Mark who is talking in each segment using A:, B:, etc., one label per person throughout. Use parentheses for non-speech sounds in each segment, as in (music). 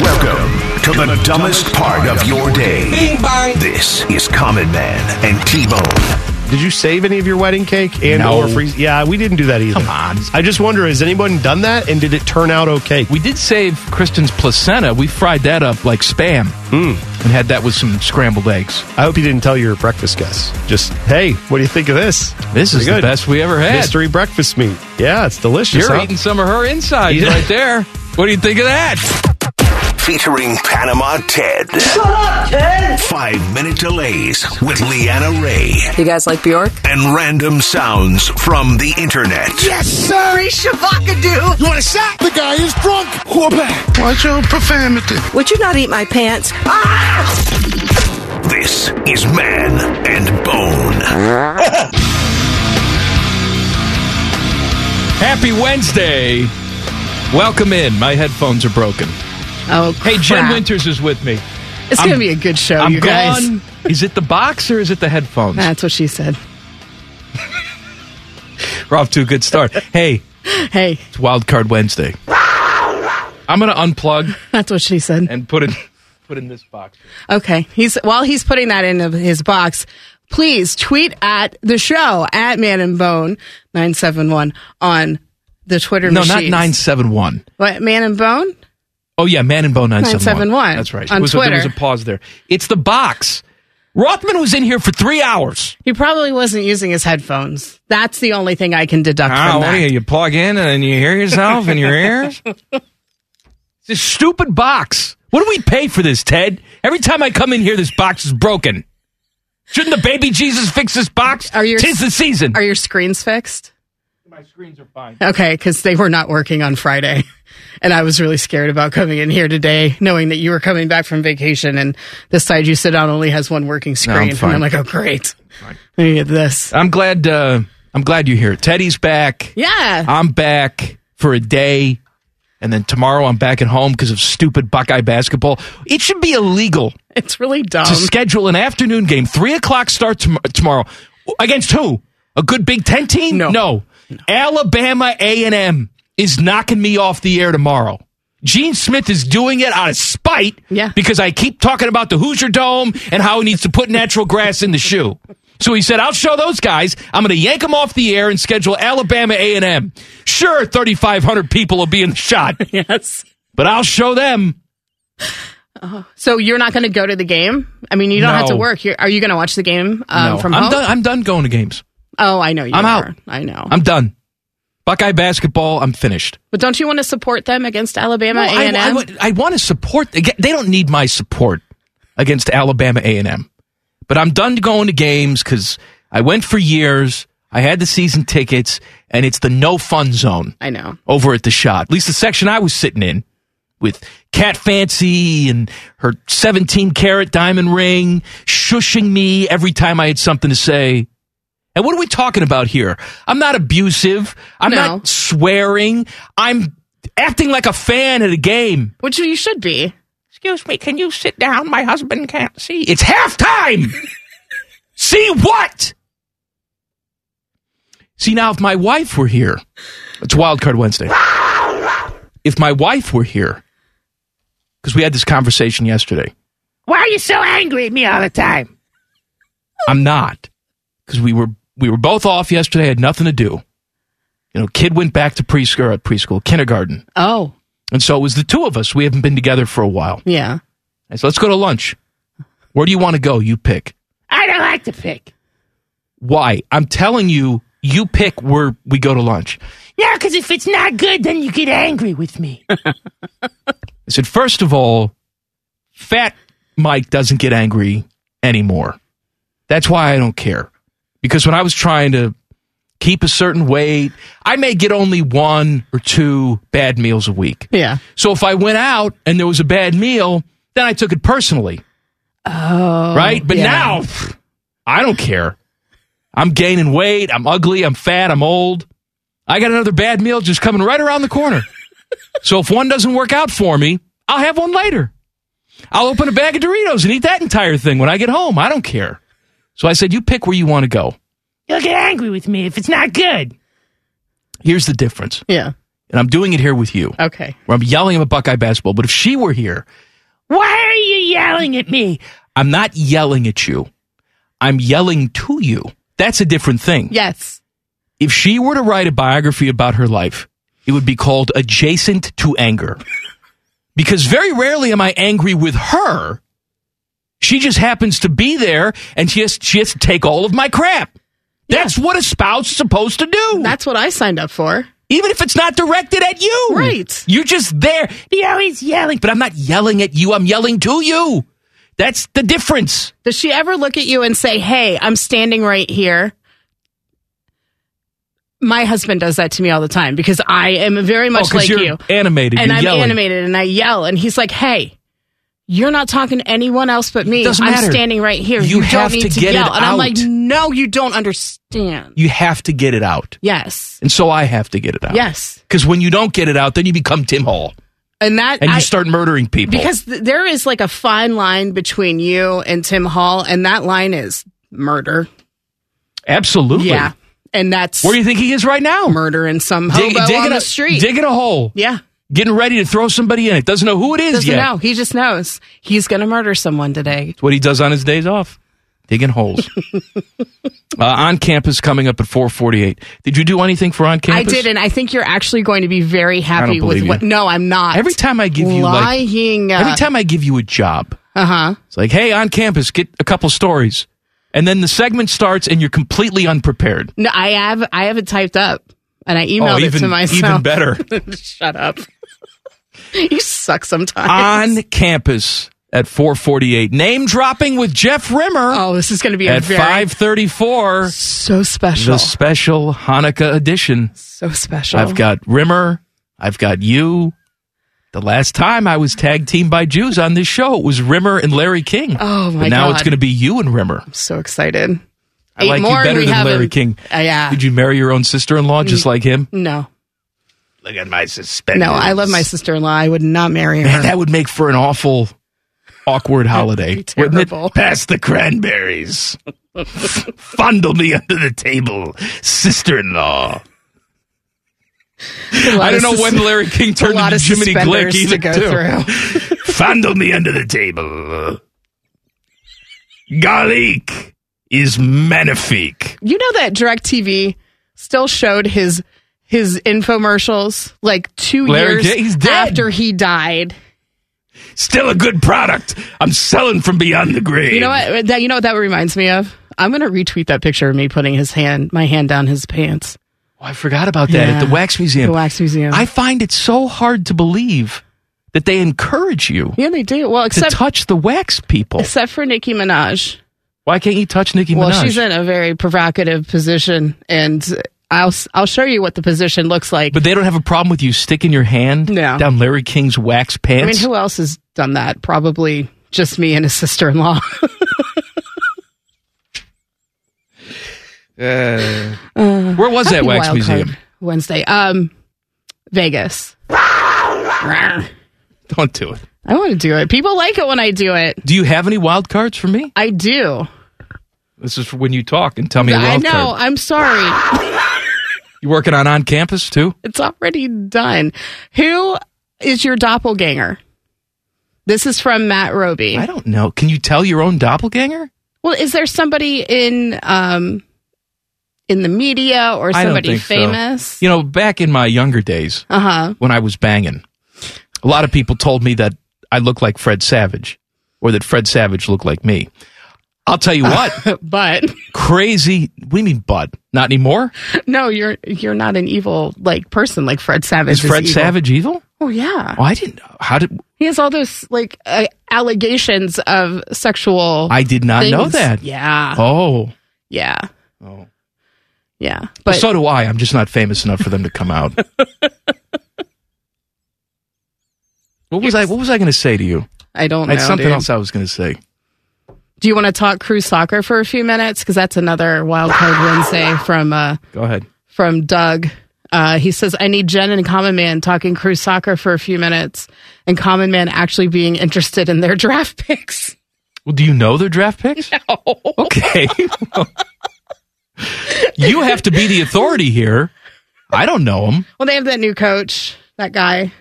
A: Welcome to the dumbest part of your day. This is Common Man and T-Bone.
B: Did you save any of your wedding cake and
C: No.
B: or freeze? Yeah, we didn't do that either.
C: Come on.
B: I just wonder, has anyone done that and did it turn out okay?
C: We did save Kristen's placenta. We fried that up like spam
B: Hmm.
C: and had that with some scrambled eggs.
B: I hope you didn't tell your breakfast guests. Just hey, what do you think of this?
C: This is
B: Pretty
C: the best we ever had.
B: Mystery breakfast meat. Yeah, it's delicious.
C: You're
B: huh?
C: eating some of her insides
B: Yeah.
C: right there. What do you think of that?
A: Featuring Panama Ted. Shut up, Ted! Five minute delays with Leanna Ray
D: You guys like Bjork?
A: and random sounds from the internet.
E: Yes, sir. You want a shot? The guy is drunk. Quarterback. Watch your profanity.
D: Would you not eat my pants?
A: This is Man and Bone.
C: Happy Wednesday. Welcome in. My headphones are broken.
F: Oh,
C: Hey, Jen
F: crap.
C: Winters is with me.
F: It's
C: I'm-
F: going to be a good show,
C: I'm
F: you guys.
C: gone. Is it the box or is it the headphones?
F: That's what she said.
C: We're off to a good start. Hey,
F: Hey,
C: it's Wild Card Wednesday. I'm going to unplug
F: that's what she said.
C: and put it put in this box.
F: Okay. He's while he's putting that into his box, please tweet at the show at Man and Bone 971 on the Twitter
C: No, not
F: machines.
C: 971.
F: What, Man and Bone?
C: Oh yeah, Man and Bone nine seven
F: 971.
C: one. That's right.
F: On
C: It was a- there was
F: Twitter.
C: a pause there. It's the box. Rothman was in here for three hours.
F: He probably wasn't using his headphones. That's the only thing I can deduct from that.
C: Ah, you plug in and you hear yourself in your ears? (laughs) this stupid box. What do we pay for this, Ted? Every time I come in here, this box is broken. Shouldn't the baby Jesus fix this box?
F: Are your-
C: Tis the season.
F: Are your screens fixed?
C: My screens are fine.
F: Okay, because they were not working on Friday. (laughs) And I was really scared about coming in here today, knowing that you were coming back from vacation and the side you sit on only has one working
C: No, I'm
F: screen.
C: fine.
F: (laughs) And I'm like, oh, great. Let me get this.
C: I'm glad. Uh, I'm glad you're here. Teddy's back.
F: Yeah.
C: I'm back for a day, and then tomorrow I'm back at home because of stupid Buckeye basketball. It should be illegal
F: It's really
C: to
F: dumb. (laughs)
C: schedule an afternoon game, three o'clock start tom- tomorrow against who? A good Big Ten team?
F: No.
C: Alabama A and M is knocking me off the air tomorrow. Gene Smith is doing it out of spite
F: Yeah.
C: because I keep talking about the Hoosier Dome and how he needs to put natural grass in the shoe. So he said, "I'll show those guys. I'm going to yank them off the air and schedule Alabama A and M. Sure, 3,500 people will be in the shot,
F: yes.
C: but I'll show them.
F: So you're not going to go to the game? I mean, you don't have to
C: No.
F: work. You're, are you going to watch the game um,
C: No,
F: from
C: I'm
F: home?
C: done. I'm done going to games.
F: Oh, I know you
C: I'm
F: are.
C: out.
F: I know.
C: I'm done. Buckeye basketball, I'm finished.
F: but don't you want to support them against Alabama
C: No, I-
F: A&M?
C: I, would- I want to support. They don't need my support against Alabama A and M, but I'm done going to games because I went for years. I had the season tickets, and it's the no fun zone
F: I know.
C: over at the shot. At least the section I was sitting in with Cat Fancy and her 17 carat diamond ring shushing me every time I had something to say. And what are we talking about here? I'm not abusive. I'm
F: No.
C: not swearing. I'm acting like a fan at a game.
F: Which you should be.
C: Excuse me, can you sit down? My husband can't see. It's (laughs) halftime! see what? See, now if my wife were here, it's Wild Card Wednesday. If my wife were here, because we had this conversation yesterday. Why are you so angry at me all the time? I'm not, because we were we were both off yesterday. Had nothing to do. You know, kid went back to preschool, uh, preschool, kindergarten,
F: Oh,
C: and so it was the two of us. We haven't been together for a while.
F: yeah.
C: I said, let's go to lunch. Where do you want to go? You pick.
F: I don't like to pick.
C: Why? I'm telling you, you pick where we go to lunch.
F: Yeah, because if it's not good, then you get angry with me.
C: (laughs) I said, first of all, fat Mike doesn't get angry anymore. That's why I don't care. Because when I was trying to keep a certain weight. I may get only one or two bad meals a week.
F: Yeah.
C: So if I went out and there was a bad meal, then I took it personally.
F: Oh.
C: right? But
F: yeah.
C: now, pff, I don't care. I'm gaining weight. I'm ugly. I'm fat. I'm old. I got another bad meal just coming right around the
F: (laughs)
C: corner. so if one doesn't work out for me, I'll have one later. I'll open a bag of Doritos and eat that entire thing when I get home. I don't care. So I said, you pick where you want to go. You'll get angry with me if it's not good. Here's the difference.
F: Yeah.
C: And I'm doing it here with you.
F: Okay.
C: Where I'm yelling about Buckeye basketball. But if she were here, Why are you yelling at me? I'm not yelling at you. I'm yelling to you. That's a different thing.
F: Yes.
C: If she were to write a biography about her life, it would be called Adjacent to Anger. (laughs) Because very rarely am I angry with her. She just happens to be there and she has, she has to take all of my crap. That's what a spouse is supposed to do.
F: That's what I signed up for.
C: Even if it's not directed at you.
F: Right.
C: You're just there. You're always yelling, but I'm not yelling at you. I'm yelling to you. That's the difference.
F: Does she ever look at you and say, Hey, I'm standing right here? My husband does that to me all the time because I am very much
C: Oh, 'cause
F: like
C: you're
F: you.
C: animated.
F: And
C: You're
F: I'm
C: yelling.
F: animated and I yell and he's like, Hey, you're not talking to anyone else but me.
C: Doesn't
F: I'm
C: matter.
F: standing right here.
C: You
F: You,
C: have
F: don't need
C: to
F: to,
C: get it
F: yell. And I'm
C: out.
F: like, No, you don't understand.
C: You have to get it out.
F: Yes.
C: And so I have to get it out.
F: Yes.
C: Because when you don't get it out, then you become Tim Hall
F: And that
C: and
F: I,
C: you start murdering people.
F: because th- there is like a fine line between you and Tim Hall, and that line is murder.
C: Absolutely.
F: Yeah, and that's
C: Where do you think he is right now?
F: murder in some hobo on
C: digging
F: the
C: a,
F: street.
C: Digging a hole.
F: yeah,
C: Getting ready to throw somebody in it. Doesn't know who it is
F: doesn't
C: yet.
F: know. He just knows he's going to murder someone today.
C: It's what he does on his days off. Digging
F: (laughs)
C: holes. uh, on campus coming up at 448. Did you do anything for on campus?
F: I did, uh, and I think you're actually going to be very happy with
C: believe
F: what.
C: you.
F: No, I'm not.
C: Every time I give you like
F: lying.
C: every time I give you a job,
F: uh huh.
C: it's like, hey, on campus, get a couple stories. And then the segment starts and you're completely unprepared.
F: No, I have I have it typed up, and I emailed
C: oh,
F: it
C: even,
F: to myself. (laughs)
C: even better.
F: Shut up. (laughs) you suck sometimes.
C: on campus at 448. Name dropping with Jeff Rimmer
F: oh, this is going to be a
C: at
F: very
C: 534.
F: so special.
C: The special Hanukkah edition.
F: so special.
C: I've got Rimmer. I've got you. The last time I was tag teamed by Jews on this show, it was Rimmer and Larry King.
F: Oh, my
C: But now it's
F: God.
C: going to be you and Rimmer.
F: so excited.
C: I like you better than Larry King.
F: Uh, yeah.
C: Did you marry your own sister-in-law
F: Mm.
C: just like him?
F: no.
C: Look at my suspenders.
F: No, I love my sister in law. I would not marry her.
C: Man, that would make for an awful,
F: (laughs)
C: awkward holiday.
F: be
C: wouldn't it?
F: terrible.
C: Pass the
F: (laughs)
C: cranberries. Fondle me under the table, sister-in-law.
F: A lot
C: I don't
F: of
C: know
F: sus-
C: when Larry King
F: a
C: turned
F: lot
C: into
F: of
C: Jiminy Glick
F: suspenders
C: either.
F: to go
C: too.
F: through.
C: Fondle me under the table. Garlic is magnifique.
F: You know that DirecTV still showed his his infomercials like two
C: Larry
F: years
C: King- he's dead.
F: after he died.
C: Still a good product. I'm selling from beyond the grave.
F: You know what? That you know what that reminds me of. I'm gonna retweet that picture of me putting his hand, my hand down his pants.
C: Oh, I forgot about that at
F: Yeah.
C: the Wax Museum.
F: The Wax Museum.
C: I find it so hard to believe that they encourage you
F: Yeah, they do. Well,
C: to
F: except
C: touch the wax people.
F: except for Nicki Minaj.
C: Why can't you touch Nicki
F: Well,
C: Minaj?
F: she's in a very provocative position, and I'll I'll show you what the position looks like.
C: but they don't have a problem with you sticking your hand
F: No.
C: down Larry King's wax
F: I mean,
C: pants.
F: who else has done that? Probably just me and his (laughs) sister-in-law.
C: Where was that
F: Happy
C: wax
F: Uh, Wild
C: museum?
F: Card Wednesday, um, Vegas. I
C: Don't do it.
F: want to do it. People like it when I do it.
C: Do you have any wild cards for me?
F: I do.
C: This is for when you talk and tell me a wild
F: I know.
C: card.
F: I'm sorry.
C: You working on on campus too?
F: It's already done. Who is your doppelganger? This is from Matt Roby.
C: I don't know. Can you tell your own doppelganger?
F: Well, is there somebody in um in the media or
C: I don't
F: somebody
C: think so.
F: famous? (laughs)
C: You know, back in my younger days,
F: Uh huh.
C: when I was banging. A lot of people told me that I looked like Fred Savage or that Fred Savage looked like me. I'll
F: (laughs)
C: tell you what,
F: But
C: crazy. We mean, but not anymore.
F: no, you're you're not an evil like person like Fred Savage.
C: Is Fred
F: evil.
C: Savage evil?
F: Oh yeah,
C: Oh, I didn't. How did
F: he has all those like uh, allegations of sexual.
C: I did not know
F: things.
C: that?
F: Yeah,
C: Oh,
F: yeah.
C: Oh.
F: Yeah.
C: But so do I. I'm just not famous enough for them to come (laughs) out. what was I? What was I going to say to you?
F: I don't
C: I had
F: know,
C: something
F: dude.
C: else I was going to say.
F: Do you want to talk cruise soccer for a few minutes? Because that's another wild card Wednesday from uh,
C: Go ahead.
F: from Doug. Uh, he says, I need Jen and Common Man talking cruise soccer for a few minutes and Common Man actually being interested in their draft (laughs) picks.
C: Well, do you know their draft picks? (laughs) No. Okay. Well, you have to be the authority here. I don't know them.
F: Well, they have that new coach, that guy,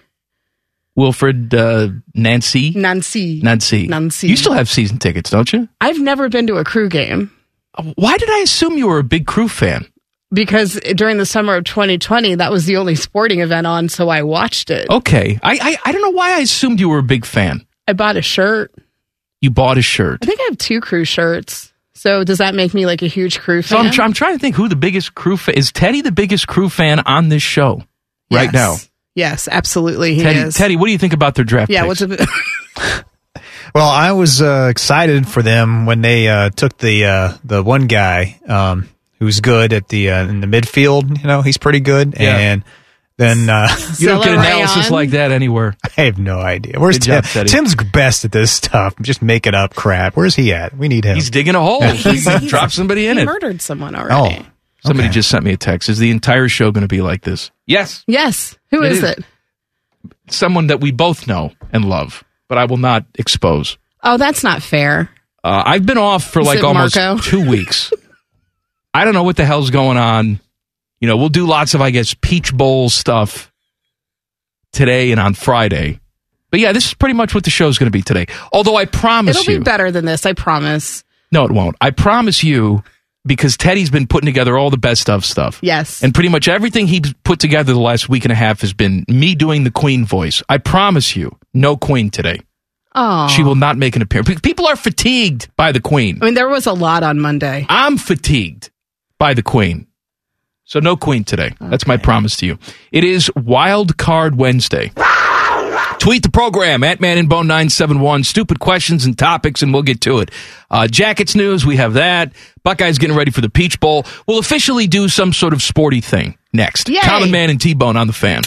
C: Wilfred uh, Nancy.
F: Nancy.
C: Nancy.
F: Nancy.
C: You still have season tickets, don't you?
F: I've never been to a crew game
C: Why did I assume you were a big crew fan?
F: because during the summer of 2020, that was the only sporting event on, so I watched it.
C: Okay. I, I, I don't know why I assumed you were a big fan.
F: I bought a shirt.
C: You bought a shirt.
F: I think I have two crew shirts. So does that make me like a huge crew
C: So
F: fan?
C: I'm, tr- I'm trying to think who the biggest crew fan is. Teddy the biggest crew fan on this show right
F: Yes.
C: now?
F: Yes, absolutely. He
C: Teddy,
F: is.
C: Teddy, what do you think about their draft?
F: yeah,
C: picks?
F: what's (laughs) a,
G: Well, I was uh, excited for them when they uh, took the uh, the one guy um, who's good at the uh, in the midfield. You know, he's pretty good,
C: Yeah.
G: and then uh,
C: you don't get
F: Celery
C: analysis
F: on?
C: like that anywhere.
G: I have no idea. Where's
C: Good job,
G: Tim?
C: Teddy.
G: Tim's best at this stuff. Just making up crap. Where's he at? We need him.
C: He's digging a hole.
F: (laughs)
C: He's, drop somebody in
F: he
C: it.
F: murdered someone
G: oh,
F: already.
C: Somebody
G: Okay.
C: just sent me a text. Is the entire show going to be like this? Yes.
F: Yes. Who
C: It
F: is
C: is.
F: it?
C: Someone that we both know and love, but I will not expose.
F: Oh, that's not fair.
C: Uh, I've been off for
F: Is
C: like
F: it
C: almost
F: Marco?
C: two
F: (laughs)
C: weeks. I don't know what the hell's going on. You know, we'll do lots of, I guess, Peach Bowl stuff today and on Friday. But yeah, this is pretty much what the show's going to be today. Although I promise
F: It'll be
C: you,
F: better than this, I promise.
C: no, it won't. I promise you, because Teddy's been putting together all the best of stuff.
F: Yes.
C: And pretty much everything he's put together the last week and a half has been me doing the Queen voice. I promise you, no Queen today.
F: oh,
C: She will not make an appearance. Pe- People are fatigued by the Queen.
F: I mean, there was a lot on Monday.
C: I'm fatigued by the Queen. So no Queen today. That's my promise to you. It is Wild Card Wednesday. Tweet the program at Man and Bone 971. Stupid questions and topics, and we'll get to it. Uh, Jackets news, we have that. Buckeyes getting ready for the Peach Bowl. We'll officially do some sort of sporty thing next.
F: Yay!
C: Common Man and T Bone on the fan.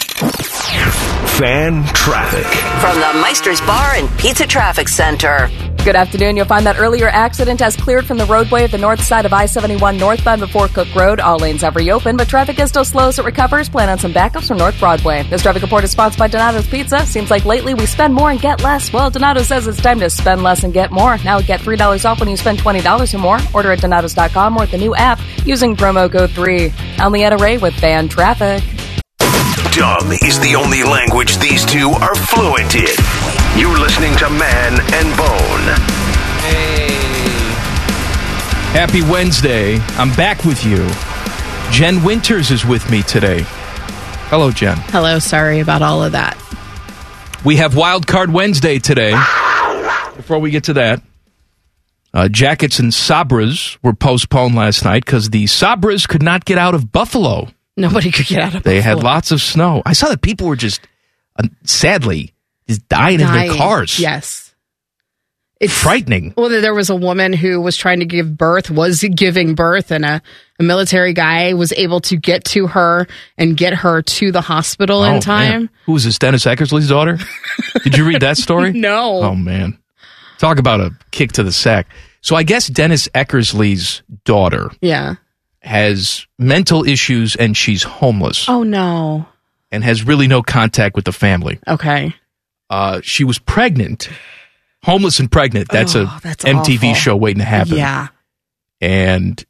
A: Fan traffic.
D: From the Meister's Bar and Pizza Traffic Center.
H: Good afternoon. You'll find that earlier accident has cleared from the roadway of the north side of I 71 northbound before Cook Road. All lanes have reopened, but traffic is still slow as it recovers. Plan on some backups from North Broadway. This traffic report is sponsored by Donato's Pizza. Seems like lately we spend more and get less. Well, Donato says it's time to spend less and get more. Now get $3 off when you spend $20 or more. Order at Donato's.com or at the new app using promo code 3. I'm Leanna Ray with Fan Traffic.
A: Dumb is the only language these two are fluent in. You're listening to Man and Bone.
C: Happy Wednesday. I'm back with you. Jen Winters is with me today. Hello, Jen.
F: Hello, sorry about all of that.
C: We have Wild Card Wednesday today. Before we get to that, uh, jackets and sabras were postponed last night because the sabras could not get out of Buffalo.
F: Nobody could get out of
C: They had
F: Buffalo.
C: lots of snow. I saw that people were just, uh, sadly, just dying, in their
F: Dying.
C: cars.
F: Yes. It's
C: frightening.
F: Well, there was a woman who was trying to give birth, was giving birth, and a, a military guy was able to get to her and get her to the hospital
C: Oh,
F: in
C: man.
F: time.
C: Who was this? Dennis Eckersley's
F: (laughs)
C: daughter? Did you read that story?
F: No.
C: Oh man, talk about a kick to the sack. So I guess Dennis Eckersley's daughter
F: Yeah.
C: has mental issues and she's homeless.
F: Oh, no.
C: and has really no contact with the family.
F: Okay.
C: Uh, she was pregnant, homeless and pregnant. That's
F: Oh,
C: a
F: that's
C: MTV
F: awful.
C: show waiting to happen.
F: Yeah.
C: And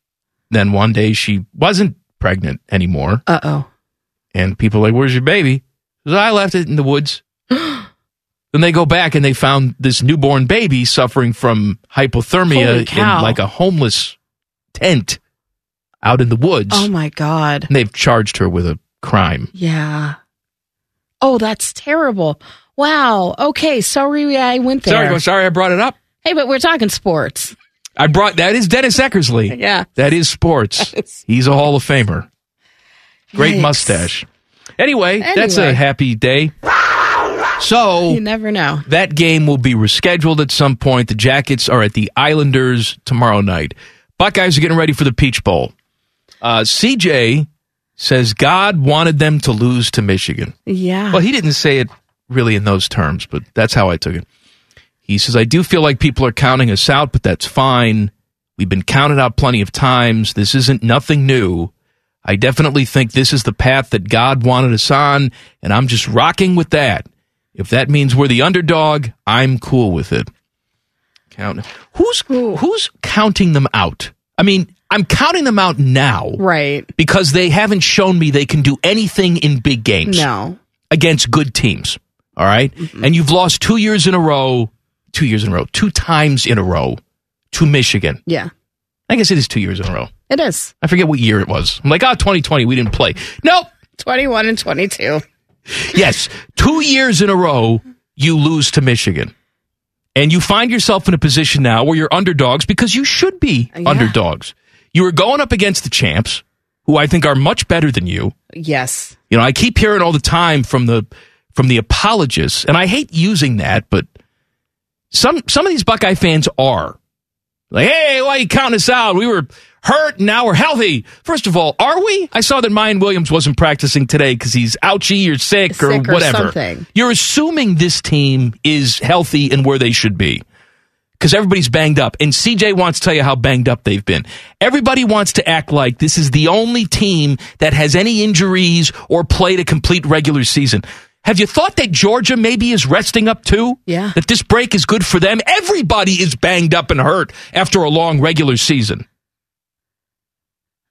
C: then one day she wasn't pregnant anymore,
F: Uh oh.
C: and people are like, "Where's your baby?" She says, I left it in the
F: (gasps)
C: woods. then they go back and they found this newborn baby suffering from
F: Holy
C: hypothermia in
F: cow.
C: like a homeless tent out in the woods.
F: Oh, my God.
C: and they've charged her with a crime.
F: Yeah. Oh, that's terrible. Wow. Okay. Sorry I went there.
C: Sorry, sorry, I brought it up.
F: hey, but we're talking sports.
C: I brought that is Dennis Eckersley.
F: Yeah.
C: That is
F: (laughs)
C: sports. He's a Hall of Famer. Great
F: Yikes.
C: mustache. Anyway, that's a
F: Anyway.
C: happy day.
F: You
C: So
F: never know.
C: that game will be rescheduled at some point. The Jackets are at the Islanders tomorrow night. Buckeyes are getting ready for the Peach Bowl. Uh, CJ says God wanted them to lose to Michigan.
F: Yeah.
C: Well, he didn't say it really in those terms, but that's how I took it. He says, I do feel like people are counting us out, but that's fine. We've been counted out plenty of times. This isn't nothing new. I definitely think this is the path that God wanted us on, and I'm just rocking with that. If that means we're the underdog, I'm cool with it. Count. Who's who's counting them out? I mean, I'm counting them out now.
F: Right.
C: Because they haven't shown me they can do anything in big games.
F: No.
C: Against good teams. All right? And you've lost 2 years in a row, 2 years in a row, 2 times in a row to Michigan.
F: Yeah.
C: I guess it is 2 years in a row.
F: It is.
C: I forget what year it was. I'm like, "Oh, 2020, we didn't play." Nope.
F: 21 and 22.
C: Yes, two years in a row, you lose to Michigan. And you find yourself in a position now where you're underdogs because you should be underdogs. You are going up against the champs, who I think are much better than you.
F: Yes.
C: You know, I keep hearing all the time from the from the apologists, and I hate using that, but some some of these Buckeye fans are like, "Hey, why you counting us out? We were hurt, and now we're healthy." First of all, are we? I saw that Mayan Williams wasn't practicing today because he's ouchy or sick, or
F: Sick or
C: whatever.
F: something.
C: You're assuming this team is healthy and where they should be because everybody's banged up. And CJ wants to tell you how banged up they've been. Everybody wants to act like this is the only team that has any injuries or played a complete regular season. Have you thought that Georgia maybe is resting up too? Yeah. That this break is good for them? Everybody is banged up and hurt after a long regular season.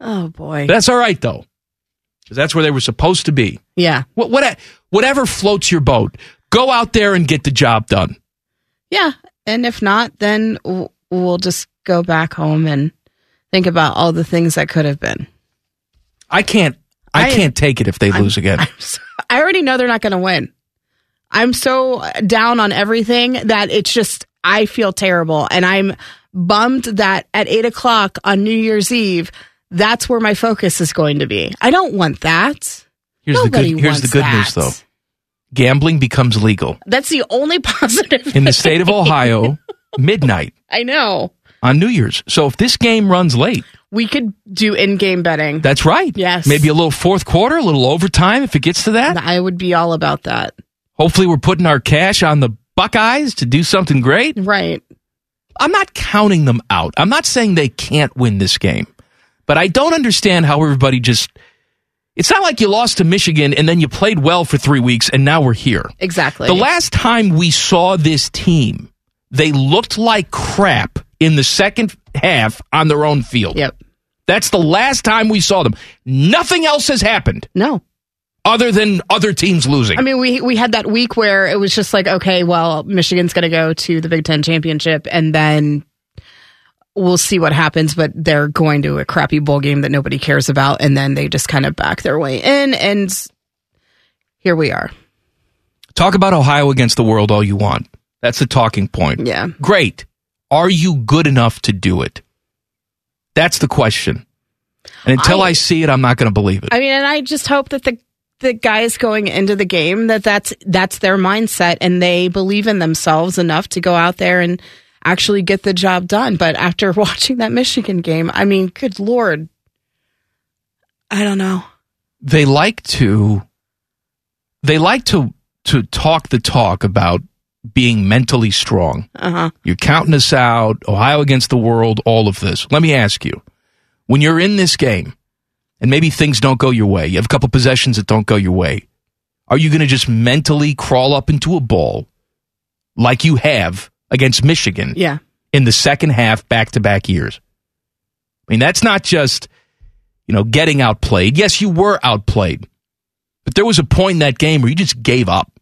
F: Oh, boy.
C: That's all right though, because that's where they were supposed to be.
F: Yeah.
C: What, what, whatever floats your boat, go out there and get the job done.
F: Yeah. And if not, then w- we'll just go back home and think about all the things that could have been.
C: I can't. I,
F: I-
C: can't take it if they lose again.
F: I already know they're not going to win. I'm so down on everything that it's just, I feel terrible. And I'm bummed that at eight o'clock on New Year's Eve, that's where my focus is going to be. I don't want that.
C: Here's
F: Nobody
C: the good. Here's
F: wants
C: the good news,
F: that.
C: though. Gambling becomes legal
F: That's the only (laughs) positive.
C: in the state of Ohio, midnight
F: I know.
C: on New Year's. So if this game runs late,
F: We could do in game betting.
C: that's right.
F: Yes.
C: Maybe a little fourth quarter, a little overtime if it gets to that.
F: I would be all about that.
C: Hopefully, we're putting our cash on the Buckeyes to do something great.
F: Right.
C: I'm not counting them out. I'm not saying they can't win this game, but I don't understand how everybody just. It's not like you lost to Michigan and then you played well for three weeks and now we're here.
F: Exactly.
C: The last time we saw this team, they looked like crap in the second half on their own field.
F: Yep.
C: That's the last time we saw them. Nothing else has happened.
F: No.
C: Other than other teams losing.
F: I mean, we we had that week where it was just like, okay, well, Michigan's going to go to the Big Ten championship, and then we'll see what happens. But they're going to a crappy bowl game that nobody cares about, and then they just kind of back their way in, and here we are.
C: Talk about Ohio against the world all you want. That's the talking point.
F: Yeah.
C: Great. Are you good enough to do it? That's the question. And until I, see it, I'm not going to believe it.
F: I mean, and I just hope that the the guys going into the game that that's that's their mindset and they believe in themselves enough to go out there and actually get the job done. But after (laughs) watching that Michigan game, I mean, good lord, I don't know.
C: they like to they like to to talk the talk about being mentally strong.
F: Uh-huh.
C: You're counting us out, Ohio against the world, all of this. Let me ask you. When you're in this game and maybe things don't go your way, you have a couple possessions that don't go your way. Are you going to just mentally crawl up into a ball like you have against Michigan?
F: Yeah.
C: in the second half back to back years. I mean, that's not just, you know, getting outplayed. Yes, you were outplayed, but there was a point in that game where you just gave up.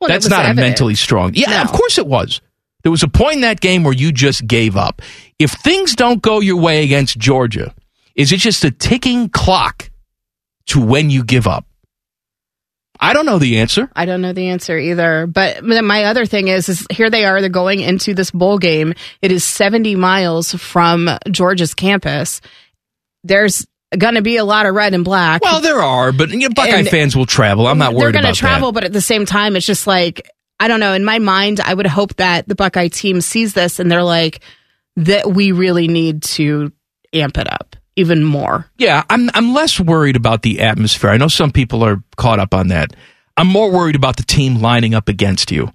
F: Well,
C: that's
F: it was
C: not a
F: evident.
C: mentally strong. Yeah, of course it was. There was a point in that game where you just gave up. If things don't go your way against Georgia, is it just a ticking clock to when you give up? I don't know the answer.
F: I don't know the answer either. But my other thing is, is here they are. They're going into this bowl game. It is 70 miles from Georgia's campus. There's going to be a lot of red and black.
C: Well, there are, but you know, Buckeye
F: And-
C: fans will travel. I'm not
F: they're
C: worried
F: gonna
C: about
F: travel,
C: that.
F: but at the same time, it's just like I don't know. In my mind, I would hope that the Buckeye team sees this and they're like, that we really need to amp it up. even more.
C: Yeah, I'm I'm less worried about the atmosphere. I know some people are caught up on that. I'm more worried about the team lining up against you.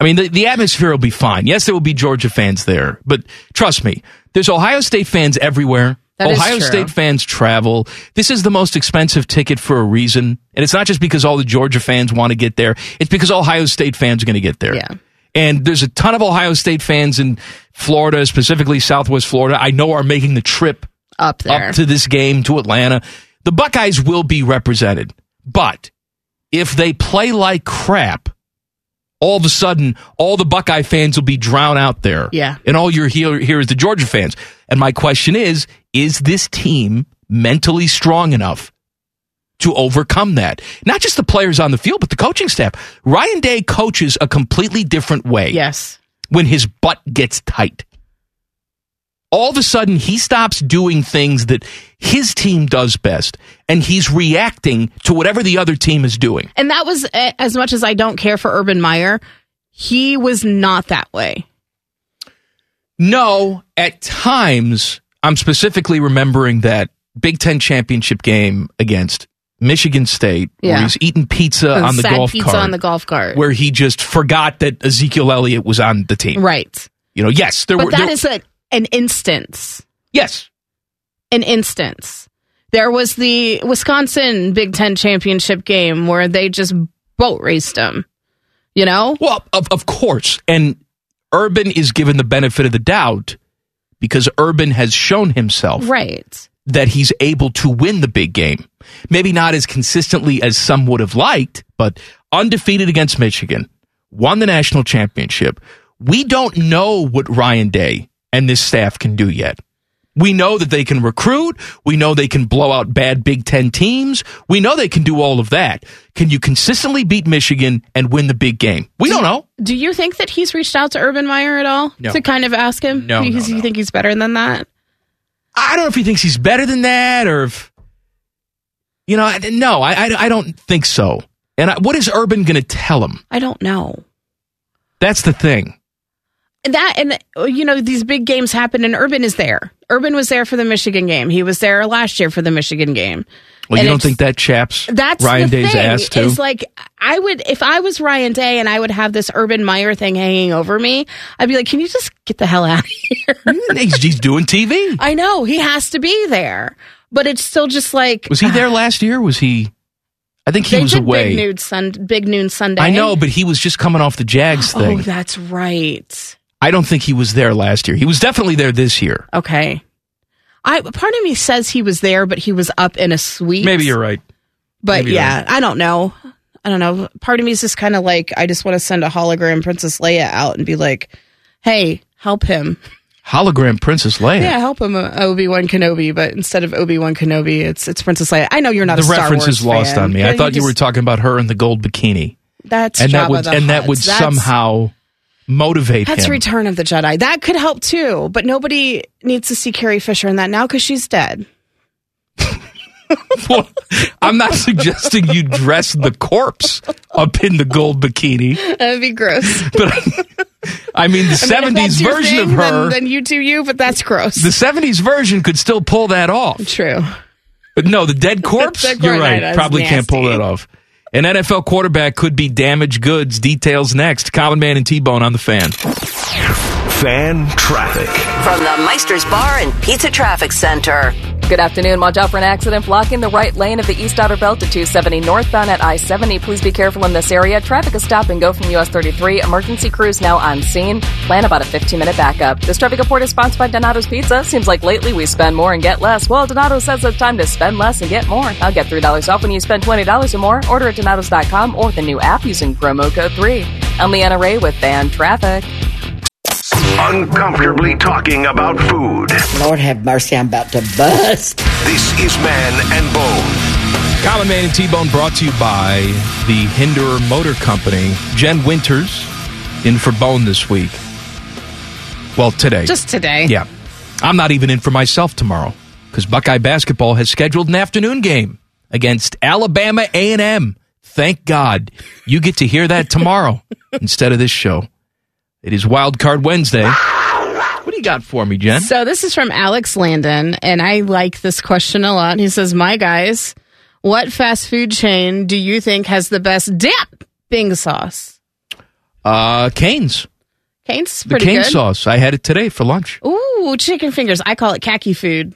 C: I mean, the, the atmosphere will be fine. Yes, there will be Georgia fans there, but trust me, there's Ohio State fans everywhere.
I: That is
C: Ohio
I: true.
C: State fans travel. This is the most expensive ticket for a reason, and it's not just because all the Georgia fans want to get there. It's because Ohio State fans are going to get there. Yeah. And there's a ton of Ohio State fans in Florida, specifically Southwest Florida. I know are making the trip
F: up there.
C: up to this game to Atlanta. The Buckeyes will be represented, but if they play like crap, all of a sudden, all the Buckeye fans will be drowned out there.
F: Yeah.
C: And all you're here, here is the Georgia fans. And my question is is this team mentally strong enough to overcome that? Not just the players on the field, but the coaching staff. Ryan Day coaches a completely different way.
F: Yes.
C: When his butt gets tight. All of a sudden, he stops doing things that his team does best, and he's reacting to whatever the other team is doing.
F: And that was a- as much as I don't care for Urban Meyer, he was not that way.
C: No, at times, I'm specifically remembering that Big Ten championship game against Michigan State, where
F: Yeah.
C: he's eating pizza
F: And
C: Uh, on the
F: sad
C: golf
F: pizza
C: cart,
F: on the golf cart.
C: where he just forgot that Ezekiel Elliott was on the team.
F: Right.
C: You know, yes, there
F: but
C: were.
F: that
C: there-
F: is a, an instance.
C: Yes.
F: An instance. There was the Wisconsin Big Ten championship game where they just boat raced him. You know?
C: Well, of, of course. And Urban is given the benefit of the doubt because Urban has shown himself
F: Right.
C: that he's able to win the big game. Maybe not as consistently as some would have liked, but undefeated against Michigan, won the national championship. We don't know what Ryan Day and this staff can do yet. We know that they can recruit. We know they can blow out bad Big Ten teams. We know they can do all of that. Can you consistently beat Michigan and win the big game? We don't know.
F: Do you think that he's reached out to Urban Meyer at all
C: No.
F: to kind of ask him?
C: No, no,
F: Because you think he's better than that?
C: I don't know if he thinks he's better than that or if, you know, I- no, I, I, I don't think so. And I, what is Urban going to tell him?
F: I don't know.
C: That's the thing.
F: And that and uh, you know these big games happen and Urban is there. Urban was there for the Michigan game. He was there last year for the Michigan game.
C: Well,
F: And
C: you don't
F: it's-
C: think that chaps
F: That's
C: Ryan
F: the
C: Day's
F: thing,
C: ass too?
F: Is like I would if I was Ryan Day and I would have this Urban Meyer thing hanging over me. I'd be like, can you just get the hell out of (laughs) here?
C: Hmm, he's, he's doing TV.
F: I know he has to be there, but it's still just like
C: Was he there last year? Was he? I think he
F: they
C: was
F: did
C: away.
F: Big noon, sun, big noon Sunday.
C: I know, but he was just coming off the Jags
F: Oh,
C: thing.
F: that's right.
C: I don't think he was there last year. He was definitely there this year.
F: Okay. I part of me says he was there, but he was up in a suite.
C: Maybe you're right.
F: But
C: Maybe
F: yeah,
C: not.
F: I don't know. I don't know. Part of me is just kind of like, I just want to send a hologram Princess Leia out and be like, hey, help him.
C: Hologram Princess Leia.
F: Yeah, help him, Obi Wan Kenobi. But instead of Obi Wan Kenobi, it's it's Princess Leia. I know you're not
C: the
F: a Star
C: reference
F: Wars
C: is lost
F: fan.
C: on me.
F: Yeah,
C: I thought you, were
F: just-
C: talking about her in the gold bikini.
F: That's
C: and that
F: Jabba
C: would
F: the
C: and that would
F: Hutt. That's-
C: somehow motivate
F: That's
C: him.
F: Return of the Jedi. That could help too, but nobody needs to see Carrie Fisher in that now because she's (laughs) dead.
C: Well, (laughs) I'm not suggesting you dress the corpse up in the gold bikini,
F: That'd be (laughs) gross.
C: but I mean the
F: I mean, if that's
C: '70s
F: your
C: version of
F: thing,
C: her.
F: Then, then you do you, but that's gross.
C: the '70s version could still pull that off.
F: True.
C: But no, the
F: (laughs)
C: dead corpse.
F: dead
C: you're
F: corpse,
C: right.
F: that's
C: Probably can't
F: nasty.
C: pull that off. An NFL quarterback could be damaged goods. Details next. Common Man and T Bone on the fan.
A: Fan traffic.
D: From the Meister's Bar and Pizza Traffic Center.
H: Good afternoon. Watch out for an accident blocking the right lane of the East Outer Belt at 270 northbound at I 70. Please be careful in this area. Traffic is stop and go from US 33. Emergency crews now on scene. Plan about a 15 minute backup. This traffic report is sponsored by Donato's Pizza. Seems like lately we spend more and get less. Well, Donato says it's time to spend less and get more. I'll get $3 off when you spend $20 or more. Order at Donato's.com or the new app using promo code 3. I'm Leanna Ray with Fan Traffic.
A: Uncomfortably talking about food.
J: Lord have mercy, I'm about to bust.
A: This is Man and Bone.
C: Common Man and T Bone brought to you by the Hinderer Motor Company. Jen Winters in for Bone this week. Well, today.
F: Just today.
C: Yeah. I'm not even in for myself tomorrow because Buckeye basketball has scheduled an afternoon game against Alabama A&M. Thank God you get to
F: (laughs)
C: hear that tomorrow instead of this show. It is Wild Card Wednesday. What do you got for me, Jen?
F: So this is from Alex Landon, and I like this question a lot. He says, "My guys, what fast food chain do you think has the best dipping sauce?
C: Uh, Canes.
F: Cane's is
C: The
F: pretty
C: cane
F: good. Oh.
C: sauce. I had it today for lunch.
F: Ooh, chicken fingers. I call it khaki food.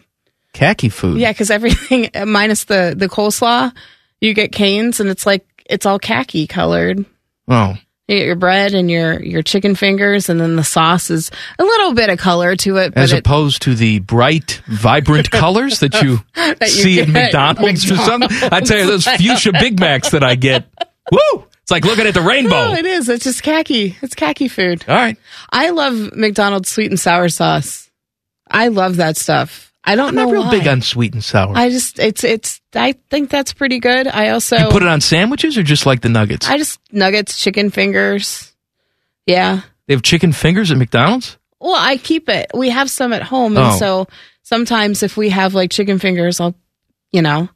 C: Khaki food.
F: Yeah, because everything (laughs) minus the the coleslaw, you get canes, and it's like it's all khaki colored.
C: Oh.
F: You get your bread and your your chicken fingers, and then the sauce is a little bit of color to it. But
C: As
F: it,
C: opposed to the bright, vibrant
F: (laughs)
C: colors that you,
F: That you
C: see at
F: get at
C: McDonald's, or something. I tell you, those fuchsia Big Macs that I
F: (laughs)
C: get. Woo! It's like looking at the
F: no,
C: rainbow.
F: oh, it is. It's just khaki. It's khaki food.
C: All right.
F: I love McDonald's sweet and sour sauce. I love that stuff. I don't
C: I'm
F: know
C: not real
F: why.
C: big on sweet and sour.
F: I just it's it's I think that's pretty good. I also
C: you put it on sandwiches or just like the nuggets?
F: I just nuggets, chicken fingers. Yeah.
C: they have chicken fingers at McDonald's?
F: Well, I keep it. We have some at home, and
C: Oh.
F: so sometimes if we have like chicken fingers, I'll, you know.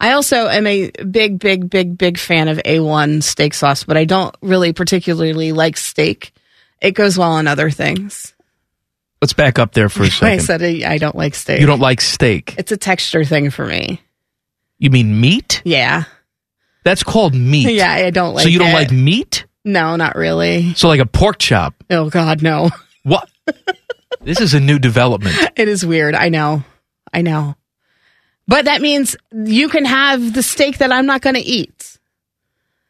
F: I also am a big, big, big, big fan of A1 steak sauce, but I don't really particularly like steak. It goes well on other things.
C: Let's back up
F: (laughs)
C: there for a second.
F: I said I, I don't like steak.
C: you don't like steak.
F: It's a texture thing for me.
C: You mean meat?
F: Yeah.
C: That's called meat.
F: Yeah, I don't like
C: So you don't
F: it.
C: like meat?
F: No, not really.
C: So like a pork chop.
F: Oh God, no. (laughs)
C: What? this is a new development.
F: It is weird. I know. I know. But that means you can have the steak that I'm not going to eat.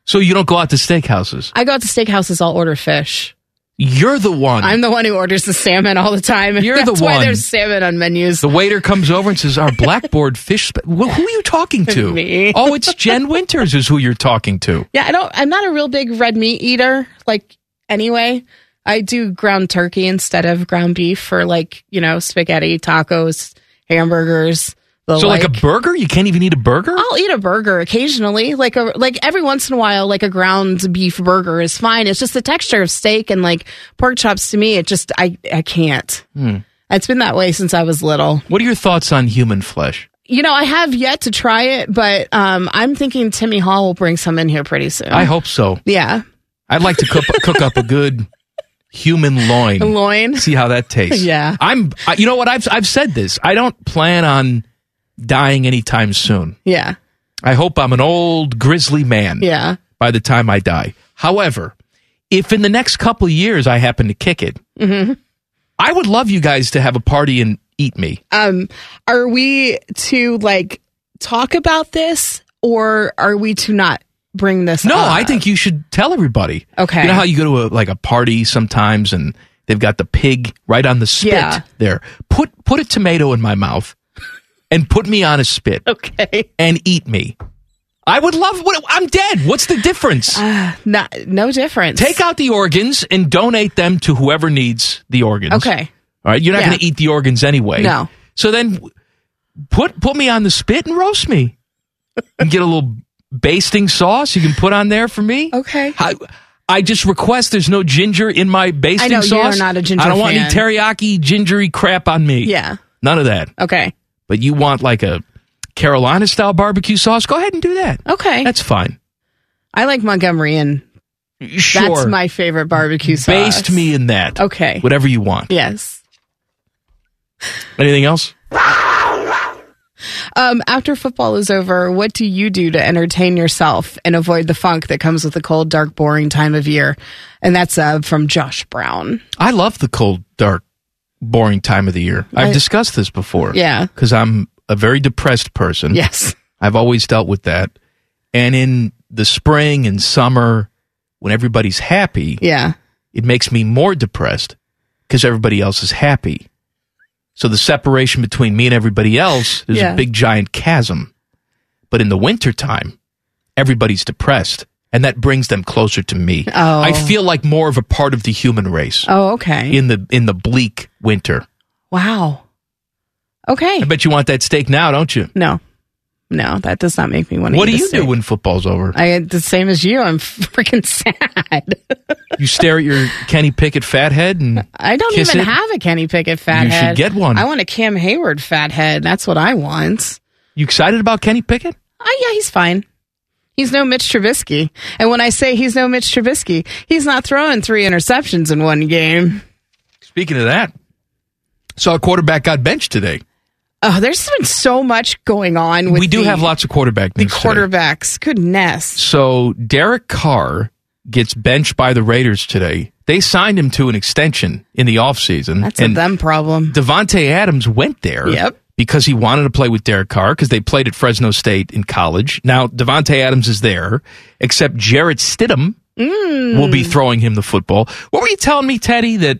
C: So you don't go out to steakhouses.
F: I go out to steakhouses. I'll order fish.
C: You're the one.
F: I'm the one who orders the salmon all the time.
C: You're the
F: (laughs) That's why
C: one.
F: there's salmon on menus.
C: the waiter comes over and says, "Our blackboard fish." Spe- Wh- who are you talking to?
F: (laughs) Me.
C: Oh, it's Jen Winters is who you're talking to.
F: Yeah, I don't. I'm not a real big red meat eater. Like anyway, I do ground turkey instead of ground beef for like you know spaghetti, tacos, hamburgers. The
C: so like,
F: like
C: a burger? You can't even eat a burger.
F: I'll eat a burger occasionally, like a like every once in a while, like a ground beef burger is fine. It's just the texture of steak and like pork chops to me. It just I I can't.
C: Hmm.
F: It's been that way since I was little.
C: What are your thoughts on human flesh?
F: You know, I have yet to try it, but um, I'm thinking Timmy Hall will bring some in here pretty soon.
C: I hope so.
F: Yeah,
C: I'd like to cook, cook up a good human loin.
F: (laughs) loin.
C: See how that tastes.
F: Yeah.
C: I'm. I, you know what? I've I've said this. I don't plan on dying anytime soon.
F: Yeah,
C: I hope I'm an old grizzly man.
F: yeah.
C: By the time I die. However, if in the next couple of years I happen to kick it,
F: hmm
C: I would love you guys to have a party and eat me.
F: Um, are we to like talk about this, or are we to not bring this?
C: No,
F: up?
C: I think you should tell everybody.
F: Okay.
C: You know how you go to a, like a party sometimes and they've got the pig right on the spit
F: Yeah.
C: there. Put put a tomato in my mouth and put me on a spit.
F: (laughs) Okay.
C: And eat me. I would love what I'm dead. What's the difference?
F: Ah, not, no difference.
C: Take out the organs and donate them to whoever needs the organs.
F: Okay.
C: All right, you're not
F: Yeah.
C: going to eat the organs anyway.
F: No.
C: So then w- put put me on the spit and roast me. and get a little basting sauce you can put on there for me.
F: Okay.
C: I, I just request there's no ginger in my basting
F: know, you are
C: sauce.
F: not a ginger
C: I don't want
F: fan.
C: any teriyaki gingery crap on me.
F: Yeah.
C: None of that.
F: Okay.
C: But you want like a Carolina style barbecue sauce? Go ahead and do that.
F: Okay.
C: That's fine.
F: I like Montgomery and
C: Sure.
F: that's my favorite barbecue sauce.
C: Baste me in that.
F: Okay.
C: Whatever you want.
F: Yes.
C: Anything else?
F: Um, after football is over, what do you do to entertain yourself and avoid the funk that comes with the cold, dark, boring time of year? And that's uh, from Josh Brown.
C: I love the cold, dark, boring time of the year. I've
F: I-
C: discussed this before.
F: Yeah.
C: Because I'm a very depressed person.
F: Yes.
C: I've always dealt with that. And in the spring and summer, when everybody's happy,
F: Yeah.
C: it makes me more depressed because everybody else is happy. So the separation between me and everybody else is
F: Yeah.
C: a big giant chasm. But in the wintertime, everybody's depressed. And that brings them closer to me.
F: Oh.
C: I feel like more of a part of the human race
F: Oh, okay.
C: in the in the bleak winter.
F: wow. Okay.
C: I bet you want that steak now, don't you?
F: No. No, that does not make me want to.
C: What do you do when football's over?
F: I the same as you. I'm (laughs) freaking sad.
C: you stare at your Kenny Pickett fat head and
F: I don't
C: kiss
F: even
C: it?
F: have a Kenny Pickett fathead.
C: You should get one.
F: I want a Cam Hayward fathead. That's what I want.
C: You excited about Kenny Pickett?
F: Oh yeah, he's fine. He's no Mitch Trubisky. And when I say he's no Mitch Trubisky, he's not throwing three interceptions in one game.
C: Speaking of that, So our quarterback got benched today.
F: Oh, there's been so much going on with
C: we do
F: the,
C: have lots of quarterback
F: the
C: news. today.
F: quarterbacks. Goodness.
C: So Derek Carr gets benched by the Raiders today. They signed him to an extension in the offseason.
F: That's a them problem.
C: Devontae Adams went there
F: Yep.
C: because he wanted to play with Derek Carr because they played at Fresno State in college. Now, Devontae Adams is there, except Jarrett Stidham
F: Mm.
C: will be throwing him the football. What were you telling me, Teddy, that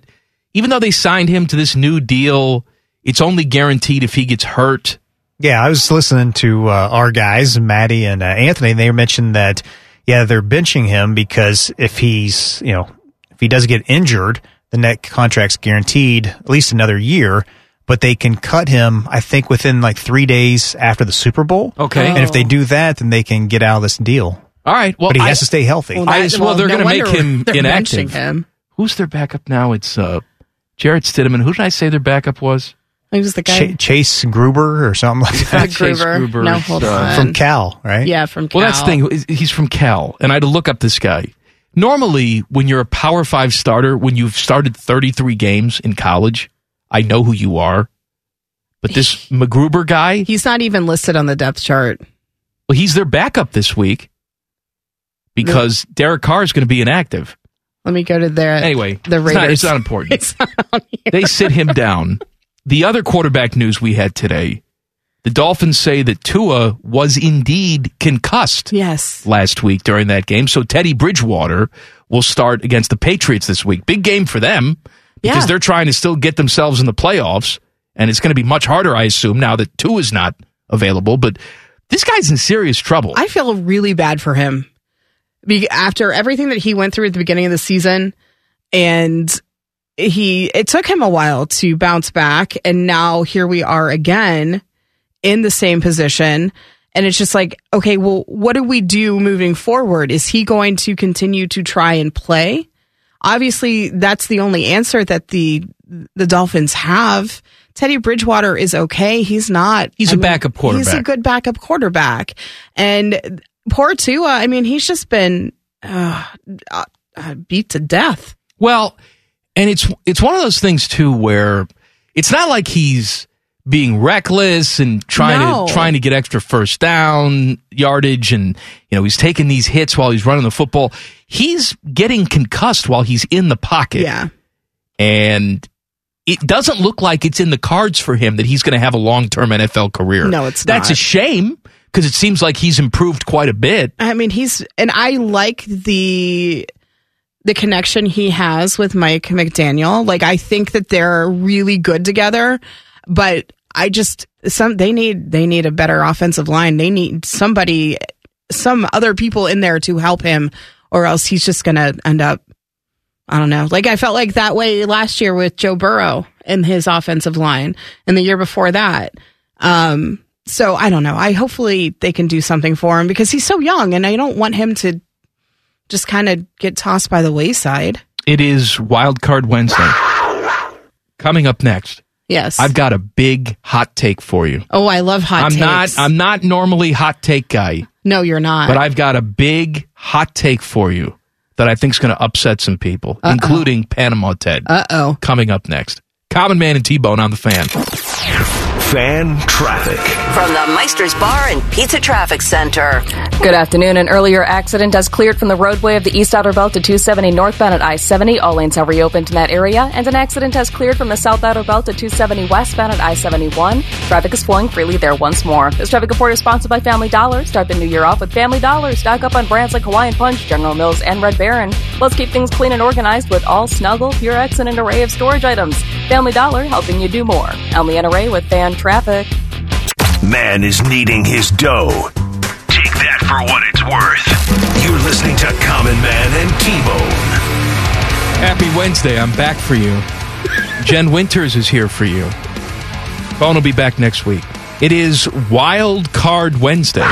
C: even though they signed him to this new deal, it's only guaranteed if he gets hurt?
G: Yeah, I was listening to uh, our guys, Maddie and uh, Anthony. and They mentioned that yeah, they're benching him because if he's you know if he does get injured, the net contract's guaranteed at least another year. But they can cut him, I think, within like three days after the Super Bowl.
C: Okay.
G: and if they do that, then they can get out of this deal.
F: Oh.
C: All right. Well,
G: but he
C: I-
G: has to stay healthy.
C: Well, I just, well, they're going to make him inactive. Who's their backup now? It's uh, Jarrett Stidham. And who did I say their backup was?
F: He was the guy.
G: Ch- Chase Gruber or something like that.
F: Not Gruber. No, hold
C: uh,
F: on.
G: from Cal, right?
F: Yeah, from Cal.
C: Well, that's the thing. is- He's from Cal, and I had to look up this guy. Normally, when you're a Power Five starter, when you've started 33 games in college, I know who you are. But this McGruber guy,
F: He's not even listed on the depth chart.
C: well, he's their backup this week because Derek Carr is going to be inactive.
F: Let me go to their
C: Anyway,
F: The
C: it's,
F: Raiders.
C: not, it's not important.
F: (laughs) It's not on here.
C: they sit him down. The other quarterback news we had today the Dolphins say that Tua was indeed concussed
F: Yes.
C: last week during that game. So Teddy Bridgewater will start against the Patriots this week. Big game for them because
F: Yeah.
C: they're trying to still get themselves in the playoffs. And it's going to be much harder, I assume, now that Tua is not available. But this guy's in serious trouble.
F: I feel really bad for him. Be- after everything that he went through at the beginning of the season, and he it took him a while to bounce back, and now here we are again in the same position. And it's just like, okay, well, what do we do moving forward? Is he going to continue to try and play? Obviously, that's the only answer that the the Dolphins have. Teddy Bridgewater is okay. He's not.
C: He's
F: a
C: a backup
F: He's a
C: quarterback.
F: good backup quarterback. And poor Tua. I mean, he's just been uh, uh, uh, beat to death.
C: Well, and it's it's one of those things too where it's not like he's being reckless and trying
F: No.
C: to trying to get extra first down yardage and you know he's taking these hits while he's running the football. He's getting concussed while he's in the pocket.
F: Yeah.
C: And it doesn't look like it's in the cards for him that he's going to have a long-term NFL career.
F: No, it's
C: That's
F: not.
C: a shame because it seems like he's improved quite a bit.
F: I mean, he's and I like the the connection he has with Mike McDaniel. Like I think that they're really good together, but I just some they need they need a better offensive line. They need somebody some other people in there to help him or else he's just going to end up I don't know. Like I felt like that way last year with Joe Burrow and his offensive line and the year before that. Um so I don't know. I hopefully they can do something for him because he's so young and I don't want him to just kind of get tossed by the wayside.
C: It is Wild Card Wednesday. Coming up next.
F: Yes.
C: I've got a big hot take for you.
F: oh, I love hot
C: I'm
F: takes. Uh.
C: not I'm not normally hot take guy,
F: no, you're not.
C: but I've got a big hot take for you that I think's going to upset some people, including Panama Ted.
F: Uh-oh.
C: Coming up next. Common Man and T-Bone on the fan.
A: Fan traffic.
D: From the Meisters Bar and Pizza Traffic Center.
H: Good afternoon. An earlier accident has cleared from the roadway of the East Outer Belt to 270 northbound at I 70. All lanes have reopened in that area. And an accident has cleared from the South Outer Belt to 270 westbound at I 71. Traffic is flowing freely there once more. This traffic report is sponsored by Family Dollar. Start the new year off with Family Dollar. Stock up on brands like Hawaiian Punch, General Mills, and Red Baron. Let's keep things clean and organized with all Snuggle, Purex, and an array of storage items. Family Dollar, helping you do more. Only an array with fan traffic.
A: Man is kneading his dough. Take that for what it's worth. You're listening to Common Man and T Bone.
C: Happy Wednesday. I'm back for you. Jen Winters is here for you. Bone will be back next week. It is Wild Card Wednesday.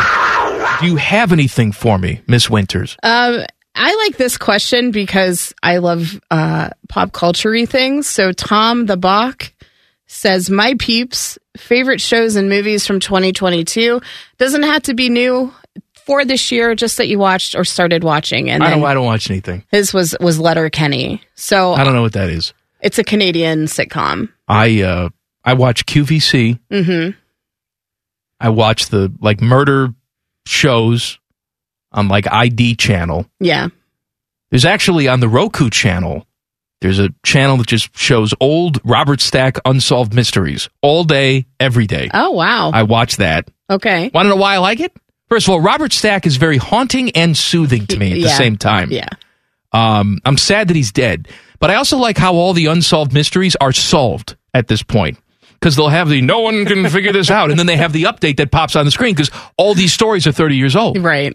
C: Do you have anything for me, Miss Winters?
F: Um, I like this question because I love uh, pop culture things. So Tom the Bach says, "My peeps, favorite shows and movies from 2022 doesn't have to be new for this year, just that you watched or started watching." And
C: I
F: then
C: don't I don't watch anything.
F: his was was Letter Kenny. So
C: I don't know what that is.
F: it's a Canadian sitcom.
C: I uh, I watch QVC.
F: Mm-hmm.
C: I watch the like murder shows on like ID channel.
F: Yeah.
C: There's actually on the Roku channel, there's a channel that just shows old Robert Stack unsolved mysteries all day, every day.
F: Oh wow.
C: (laughs) I watch that.
F: okay.
C: Want to know why I like it? First of all, Robert Stack is very haunting and soothing to me at the
F: Yeah.
C: same time.
F: Yeah.
C: Um, I'm sad that he's dead, but I also like how all the unsolved mysteries are solved at this point. Because they'll have the no one can figure this out, and then they have the update that pops on the screen because all these stories are 30 years old.
F: Right.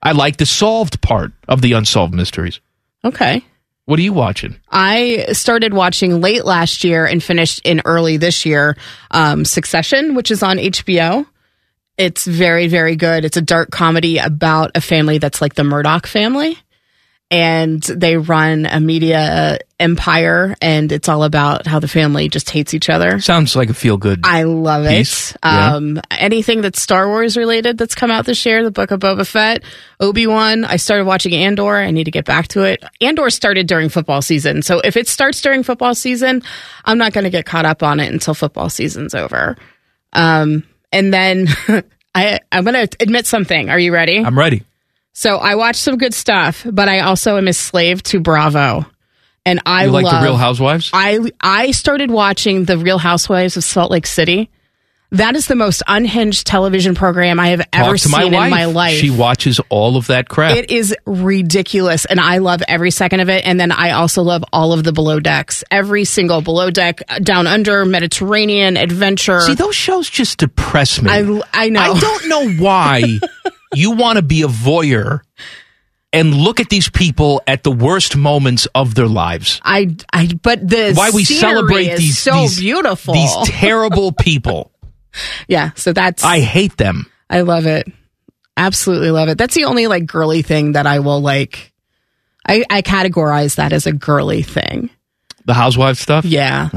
C: I like the solved part of the unsolved mysteries.
F: Okay.
C: What are you watching?
F: I started watching late last year and finished in early this year um, Succession, which is on HBO. It's very, very good. It's a dark comedy about a family that's like the Murdoch family. And they run a media empire, and it's all about how the family just hates each other.
C: Sounds like a feel good.
F: I love
C: Piece,
F: it.
C: yeah.
F: Um, Anything that's Star Wars related that's come out this year, the Book of Boba Fett, Obi Wan. I started watching Andor. I need to get back to it. Andor started during football season, so if it starts during football season, I'm not going to get caught up on it until football season's over. Um, and then (laughs) I I'm going to admit something. Are you ready?
C: I'm ready.
F: so I watched some good stuff, but I also am a slave to Bravo, and I
C: you like
F: love
C: the Real Housewives?
F: I I started watching The Real Housewives of Salt Lake City. That is the most unhinged television program I have
C: Talk
F: ever
C: to
F: seen
C: my
F: in
C: wife.
F: my life.
C: She watches all of that crap.
F: it is ridiculous, and I love every second of it. And then I also love all of the below decks, every single below deck, uh, down under, Mediterranean, adventure.
C: See, those shows just depress me.
F: I I know.
C: I don't know
F: (laughs)
C: why you want to be a voyeur and look at these people at the worst moments of their lives.
F: I, I, but the
C: Why we
F: scenery
C: celebrate
F: is
C: these
F: so
C: these-
F: beautiful.
C: these
F: (laughs)
C: terrible people.
F: yeah, so that's
C: I hate them.
F: I love it. Absolutely love it. That's the only like girly thing that I will like. I, I categorize that as a girly thing.
C: The housewife stuff.
F: Yeah.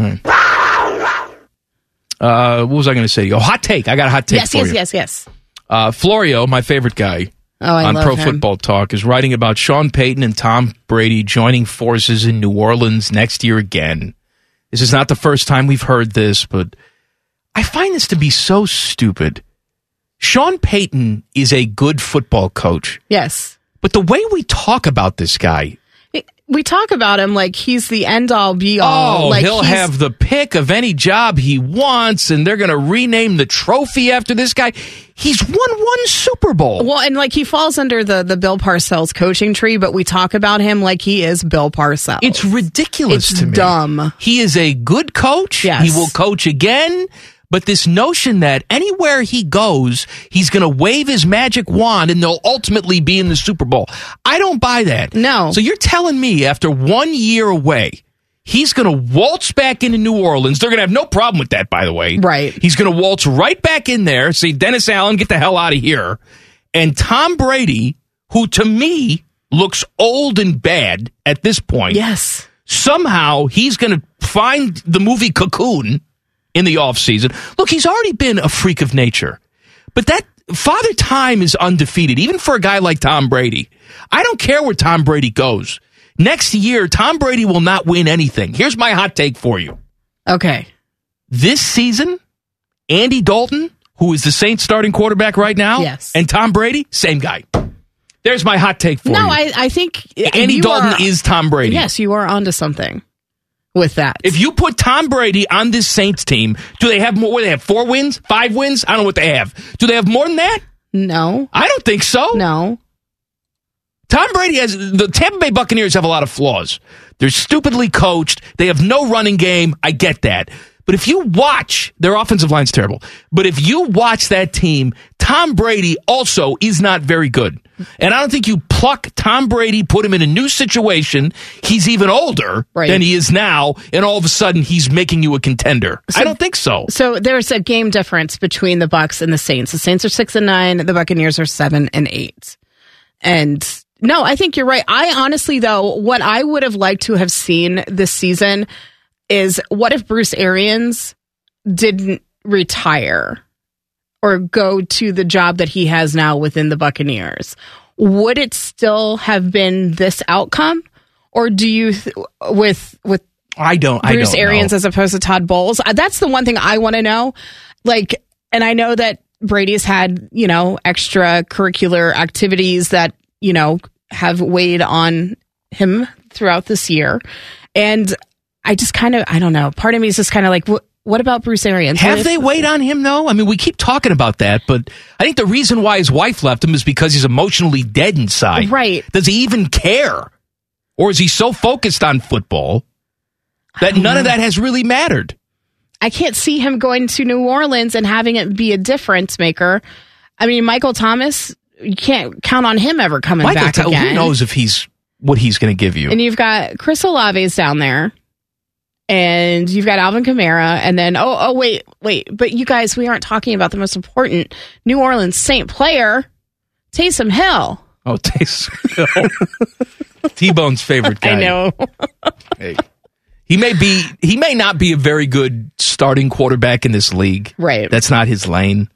C: Uh, what was I going to say? to you? Oh, hot take. I got a hot take.
F: yes,
C: for
F: yes,
C: you.
F: yes, yes.
C: Uh, Florio, my favorite guy
F: Oh, I
C: on
F: love
C: Pro
F: him.
C: Football Talk, is writing about Sean Payton and Tom Brady joining forces in New Orleans next year again. This is not the first time we've heard this, but I find this to be so stupid. Sean Payton is a good football coach,
F: Yes.
C: but the way we talk about this guy,
F: We talk about him like he's the end all be all.
C: oh,
F: like
C: he'll
F: he's-
C: have the pick of any job he wants, and they're going to rename the trophy after this guy. He's won one Super Bowl.
F: Well, and like he falls under the the Bill Parcells coaching tree, but we talk about him like he is Bill Parcells.
C: It's ridiculous
F: It's
C: to me.
F: dumb.
C: He is a good coach.
F: Yes.
C: He will coach again. But this notion that anywhere he goes, he's going to wave his magic wand and they'll ultimately be in the Super Bowl. I don't buy that.
F: No.
C: So you're telling me after one year away, he's going to waltz back into New Orleans. They're going to have no problem with that, by the way.
F: Right.
C: He's going to waltz right back in there, say, Dennis Allen, get the hell out of here. And Tom Brady, who to me looks old and bad at this point
F: yes.
C: somehow he's going to find the movie Cocoon in the offseason. Look, he's already been a freak of nature, but that Father Time is undefeated, even for a guy like Tom Brady. I don't care where Tom Brady goes. Next year, Tom Brady will not win anything. Here's my hot take for you.
F: Okay.
C: This season, Andy Dalton, who is the Saints starting quarterback right now,
F: Yes.
C: and Tom Brady, same guy. There's my hot take for
F: No,
C: you.
F: I I think
C: Andy
F: you
C: Dalton
F: are-
C: is Tom Brady.
F: Yes, you are onto something with that.
C: If you put Tom Brady on this Saints team, do they have more? What do they have four wins, five wins? I don't know what they have. Do they have more than that?
F: no.
C: I don't think so.
F: No.
C: Tom Brady has the Tampa Bay Buccaneers have a lot of flaws. They're stupidly coached. They have no running game. I get that. But if you watch, their offensive line's terrible. But if you watch that team, Tom Brady also is not very good. And I don't think you pluck Tom Brady, put him in a new situation. He's even older
F: Right.
C: than he is now, and all of a sudden he's making you a contender. I don't think so.
F: So there's a game difference between the Bucks and the Saints. The Saints are six and nine. The Buccaneers are seven and eight. And no, I think you're right. I honestly, though, what I would have liked to have seen this season is what if Bruce Arians didn't retire or go to the job that he has now within the Buccaneers? Would it still have been this outcome, or do you, th- with with
C: I don't. I
F: Bruce
C: don't
F: Arians
C: know.
F: as opposed to Todd Bowles. Uh, That's the one thing I want to know. Like, and I know that Brady's had, you know, extracurricular activities that, you know, have weighed on him throughout this year. And I just kind of, I don't know. Part of me is just kind of like, what, what about Bruce Arians? What
C: Have
F: if-
C: they weighed on him though? I mean, we keep talking about that, but I think the reason why his wife left him is because he's emotionally dead inside.
F: Right.
C: Does he even care? Or is he so focused on football that none of that has really mattered?
F: I can't see him going to New Orleans and having it be a difference maker. I mean, Michael Thomas, you can't count on him ever coming
C: Michael
F: back
C: Tell-
F: again.
C: who knows if he's what he's going to give you?
F: And you've got Chris Olave's down there. And you've got Alvin Kamara. And then, oh, oh, wait, wait. But you guys, we aren't talking about the most important New Orleans Saint player, Taysom Hill.
C: oh, Taysom Hill. (laughs) T-Bone's favorite guy.
F: I know.
C: Hey. He may be he may not be a very good starting quarterback in this league.
F: Right.
C: That's not his lane.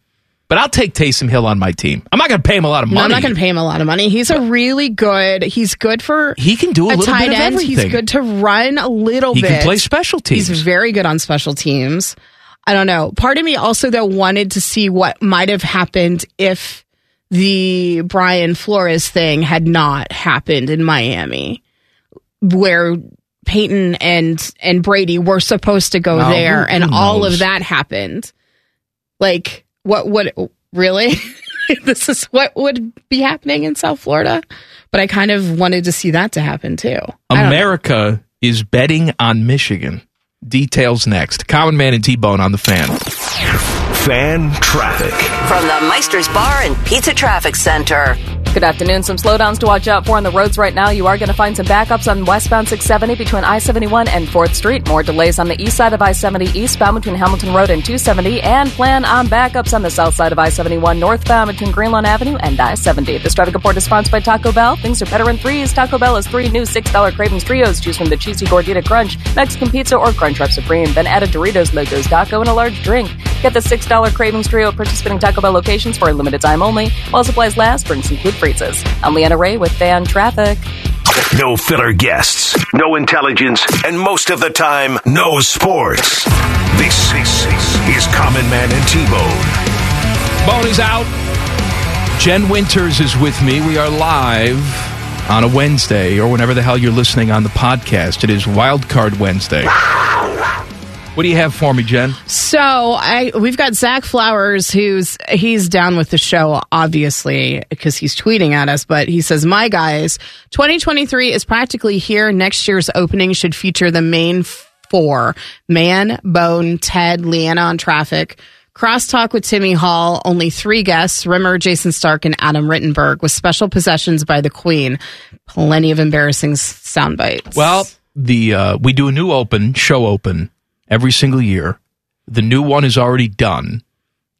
C: But I'll take Taysom Hill on my team. I'm not going to pay him a lot of
F: No,
C: money.
F: I'm not going to pay him a lot of money. He's a really good, he's good for
C: He can do a
F: a
C: little
F: tight
C: bit of
F: end.
C: everything.
F: He's good to run a little
C: He
F: bit.
C: can play special
F: He's
C: teams.
F: very good on special teams. I don't know. Part of me also though wanted to see what might have happened if the Brian Flores thing had not happened in Miami, where Peyton and and Brady were supposed to go
I: No,
F: there,
I: Oh, who-
F: and
I: who
F: all
I: knows?
F: of that happened. Like what? What really? (laughs) this is what would be happening in South Florida. But I kind of wanted to see that to happen too.
C: America is betting on Michigan. Details next. Common Man and T Bone on the fan.
A: Fan traffic.
D: From the Meister's Bar and Pizza Traffic Center.
H: Good afternoon. Some slowdowns to watch out for on the roads right now. You are going to find some backups on westbound 670 between I 71 and 4th Street. More delays on the east side of I 70 eastbound between Hamilton Road and 270. And plan on backups on the south side of I 71 northbound between Greenlawn Avenue and I 70. This traffic report is sponsored by Taco Bell. Things are better in threes. Taco Bell has three new $6 Cravings Trios. Choose from the Cheesy Gordita Crunch, Mexican Pizza, or Crunchwrap Supreme. Then add a Doritos, Locos Taco, and a large drink. Get the $6 Cravings Trio at participating Taco Bell locations for a limited time only. While supplies last, bring some food freezes. I'm Leanna Ray with Fan Traffic.
A: No filler guests, no intelligence, and most of the time, no sports. This is Common Man and T Bone.
C: Bone is out. Jen Winters is with me. We are live on a Wednesday or whenever the hell you're listening on the podcast. It is Wildcard Wednesday. What do you have for me, Jen?
F: So I we've got Zach Flowers who's he's down with the show obviously because he's tweeting at us but he says my guys 2023 is practically here next year's opening should feature the main four man bone Ted Leanna on traffic crosstalk with Timmy Hall only three guests Rimmer Jason Stark and Adam Rittenberg with special possessions by the Queen plenty of embarrassing sound bites
C: Well, the uh, we do a new open show open every single year. The new one is already done.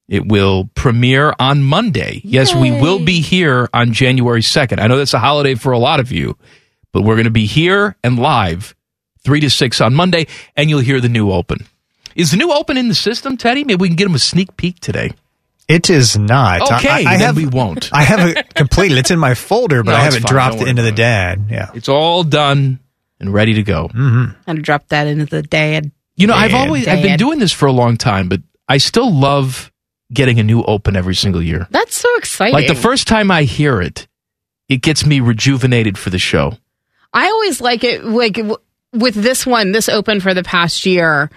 C: It will premiere on Monday. Yes, we will be here on January 2nd. I know that's a holiday for a lot of you, but we're going to be here and live 3 to 6 on Monday, and you'll hear the new open. Is the new open in the system, Teddy? Maybe we can get him a sneak peek today.
G: It is not. I-
C: Okay,
G: I, I (laughs)
C: then
G: have,
C: we won't.
G: I haven't completed. It's in my folder, but
C: No,
G: I
C: it's
G: haven't
C: fine.
G: dropped
C: Don't
G: it
C: worry
G: into the
C: about
G: dad. Yeah.
C: It's all done and ready to go. Mm-hmm.
F: and drop that into the dad
C: You know, I've
F: Dad.
C: always I've been
F: Dad.
C: doing this for a long time, but I still love getting a new open every single year.
F: That's so exciting.
C: Like the first time I hear it, it gets me rejuvenated for the show.
F: I always like it. Like w- with this one, this open for the past year.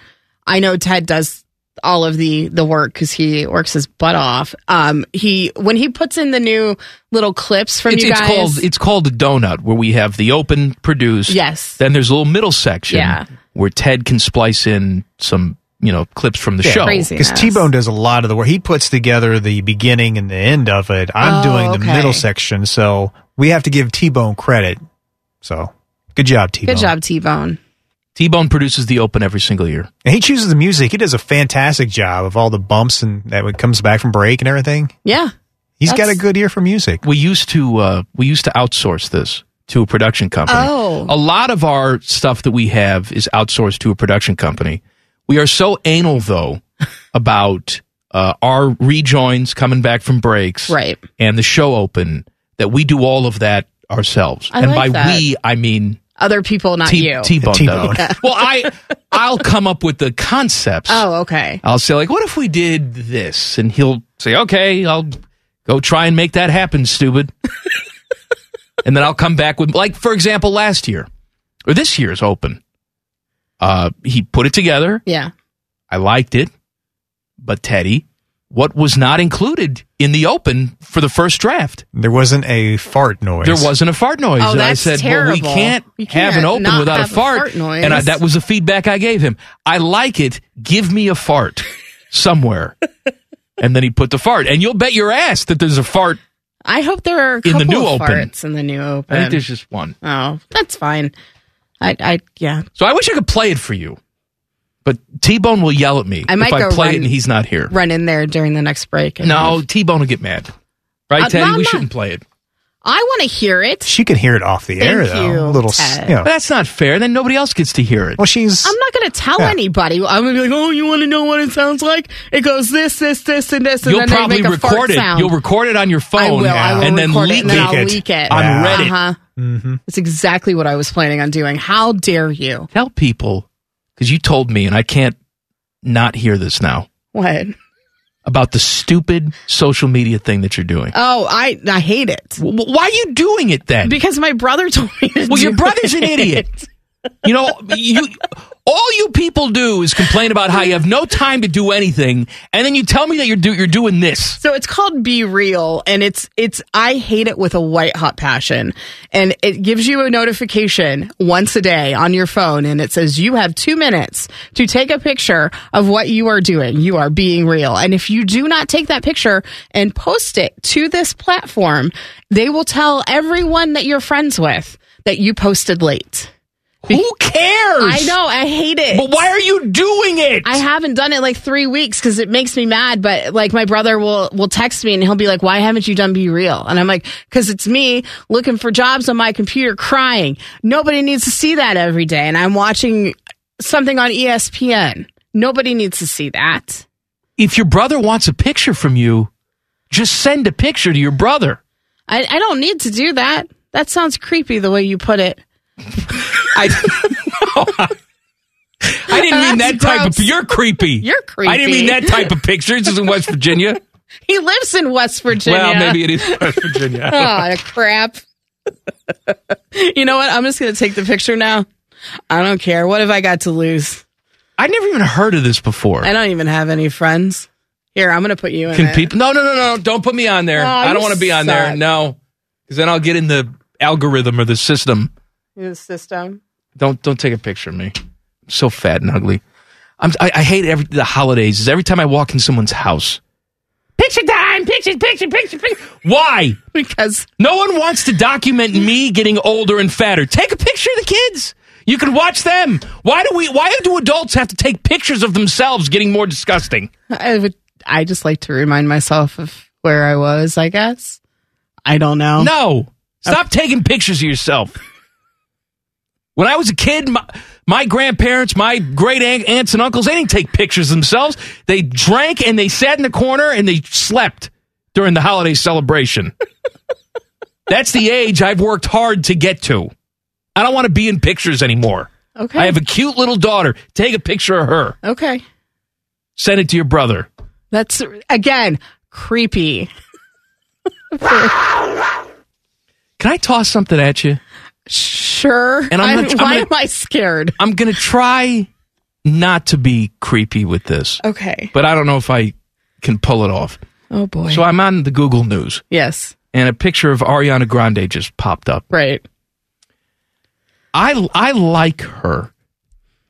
F: I know Ted does all of the the work because he works his butt off. Um, he when he puts in the new little clips from
C: it's,
F: you
C: it's
F: guys.
C: called it's called a donut where we have the open produced.
F: Yes.
C: Then there's a little middle section
F: Yeah.
C: where Ted can splice in some you know clips from the show.
G: Because T Bone does a lot of the work. He puts together the beginning and the end of it. I'm
C: Oh,
G: doing the
C: okay.
G: middle section, so we have to give T Bone credit. So good job, T Bone.
F: Good job, T Bone.
C: T Bone produces the open every single year.
G: And he chooses the music. He does a fantastic job of all the bumps and that when comes back from break and everything.
F: Yeah,
G: He's got
F: That's-
G: a good ear for music.
C: We used to uh, we used to outsource this to a production company.
F: Oh.
C: a lot of our stuff that we have is outsourced to a production company. We are so anal though (laughs) about uh, our rejoins coming back from breaks,
F: Right.
C: and the show open that we do all of that ourselves.
F: I
C: and by
F: like that.
C: we, I mean
F: Other people, not
C: T-
F: you.
C: T-bone.
F: (laughs)
C: does. Well, I I'll come up with the concepts.
F: Oh, okay.
C: I'll say like, what if we did this? And he'll say, okay, I'll go try and make that happen, stupid. (laughs) and then I'll come back with like, for example, last year or this year's open. Uh, he put it together.
F: Yeah.
C: I liked it, but Teddy, what was not included in the open for the first draft?
G: There wasn't a fart noise.
C: There wasn't a fart noise.
F: Oh,
C: and
F: that's
C: I said, well,
F: terrible.
C: we can't,
F: You
C: have
F: can't
C: an open
F: not
C: without
F: have
C: a
F: a
C: fart.
F: fart noise.
C: And I, that was the feedback I gave him. I like it. Give me a
F: (laughs)
C: fart somewhere. and then he put the fart. And you'll bet your ass that there's a fart.
F: I hope there are a
C: In the
F: couple
C: new
F: of
C: open.
F: farts in the new open.
C: I think there's just one.
F: Oh, that's fine. I, I, yeah.
C: So I wish I could play it for you. But T Bone will yell at me
F: I might
C: if I
F: go
C: play
F: run-
C: it and he's not here.
F: Run in there during the next break. and-
C: No, T Bone will get mad. Right,
F: Uh,
C: Teddy?
F: Mama.
C: We shouldn't play it.
F: I want to hear it.
G: She could hear it off the air
F: Thank
G: though.
F: you,
G: a little, s-
F: Ted.
G: you know.
C: That's not fair. Then nobody else gets to hear it.
G: Well, she's
F: I'm not going to tell
G: Yeah.
F: anybody. I'm going to be like, oh, you want to know what it sounds like? It goes this, this, this, and this, and
C: You'll
F: then they
C: probably
F: make a fart
C: record it.
F: sound.
C: You'll record it on your phone
F: I will. I will
C: and then
F: record
C: leak
F: it, and then I'll
G: it.
F: leak it.
C: on
G: Yeah.
C: Reddit.
F: Uh-huh.
C: Mm-hmm.
F: That's exactly what I was planning on doing. How dare you?
C: tell people because you told me, and I can't not hear this now
F: What?
C: about the stupid social media thing that you're doing.
F: Oh, I I hate it
C: W- w- Why are you doing it then?
F: because my brother told me. To
C: well, your
F: do
C: brother's an
F: it. (laughs)
C: idiot. You know, you all you people do is complain about how you have no time to do anything, and then you tell me that you're do, you're doing this.
F: So it's called Be Real and it's it's I hate it with a white hot passion. And it gives you a notification once a day on your phone and it says you have 2 minutes to take a picture of what you are doing. You are being real. And if you do not take that picture and post it to this platform, they will tell everyone that you're friends with that you posted late.
C: Who cares?
F: I know, I hate it.
C: But why are you doing it?
F: I haven't done it like three weeks because it makes me mad. But like my brother will will text me and he'll be like, "Why haven't you done Be Real?" And I'm like, "Cause it's me looking for jobs on my computer, crying. Nobody needs to see that every day." And I'm watching something on E ESPN. Nobody needs to see that.
C: if your brother wants a picture from you, just send a picture to your brother.
F: I, I don't need to do that. That sounds creepy the way you put it. (laughs)
C: I, I didn't mean that
F: That's
C: type of.
F: gross.
C: You're creepy.
F: You're
C: I didn't mean that
F: creepy.
C: type of picture. This is in West Virginia. (laughs)
F: He lives in West Virginia.
C: Well, maybe it is West (laughs) Virginia.
F: (laughs) oh crap (laughs) you know what i'm just gonna take the picture now i don't care what have i got to lose
C: I never even heard of this before.
F: i don't even have any friends here i'm gonna put you in
C: Can
F: it.
C: people? No, no, no, no! Don't put me on there.
F: Aw,
C: I
F: you
C: don't want to be on there.
F: suck.
C: No, because then I'll get in the algorithm or the system.
F: the system
C: Don't don't take a picture of me. I'm so fat and ugly. I'm, I, I hate every the holidays. Is every time I walk in someone's house. Picture time, picture, picture, picture, picture. Why?
F: because
C: No one wants to document me getting older and fatter. Take a picture of the kids. You can watch them. Why do we? Why do adults have to take pictures of themselves getting more disgusting?
F: i would i just like to remind myself of where i was i guess i don't know
C: No, stop taking pictures of yourself. When I was a kid, my, my grandparents, my great aunt- aunts and uncles, they didn't take pictures of themselves. They drank and they sat in the corner and they slept during the holiday celebration. (laughs) That's the age I've worked hard to get to. I don't want to be in pictures anymore.
F: okay
C: I have a cute little daughter. Take a picture of her.
F: okay
C: Send it to your brother.
F: that's again creepy
C: Can I toss something at you?
F: sure
C: And I'm gonna- I'm
F: why
C: gonna-
F: am i scared
C: I'm going to try not to be creepy with this,
F: okay
C: but I don't know if I can pull it off.
F: oh boy
C: So I'm on the Google News,
F: yes
C: and a picture of Ariana Grande just popped up.
F: right
C: I I like her.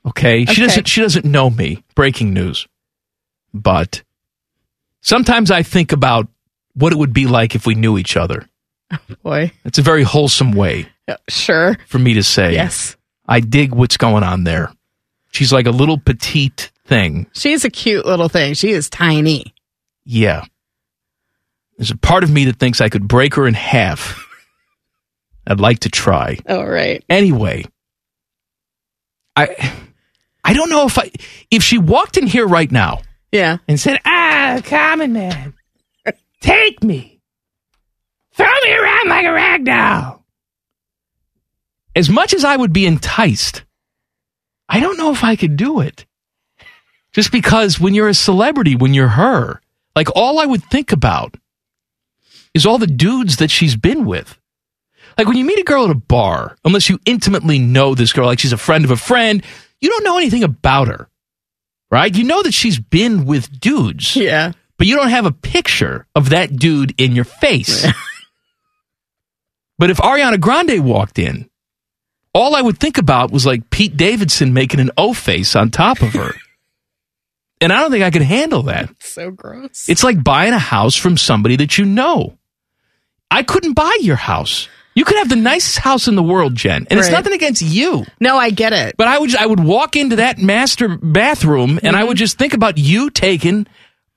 C: Okay, she
F: Okay.
C: doesn't she doesn't know me. Breaking news, but sometimes I think about what it would be like if we knew each other.
F: boy
C: It's a very wholesome way
F: sure
C: for me to say.
F: yes
C: I dig what's going on there. She's like a little petite thing.
F: She's a cute little thing. She is tiny.
C: Yeah. There's a part of me that thinks I could break her in half. (laughs) I'd like to try.
F: All Oh, right.
C: Anyway, I I don't know if I if she walked in here right now
F: Yeah.
C: and said, "Ah, common man, take me, throw me around like a rag doll," as much as I would be enticed, I don't know if I could do it. Just because when you're a celebrity, when you're her, like all I would think about is all the dudes that she's been with. Like when you meet a girl at a bar, unless you intimately know this girl, like she's a friend of a friend, you don't know anything about her, right? You know that she's been with dudes. Yeah. But you don't have a picture of that dude in your face. (laughs) But if Ariana Grande walked in, all I would think about was like Pete Davidson making an O face on top of her. and I don't think I could handle that.
F: So gross.
C: It's like buying a house from somebody that you know. I couldn't buy your house. You could have the nicest house in the world, Jen, and it's
F: Right.
C: nothing against you.
F: No, I get it.
C: But I would I would walk into that master bathroom and I would just think about you taking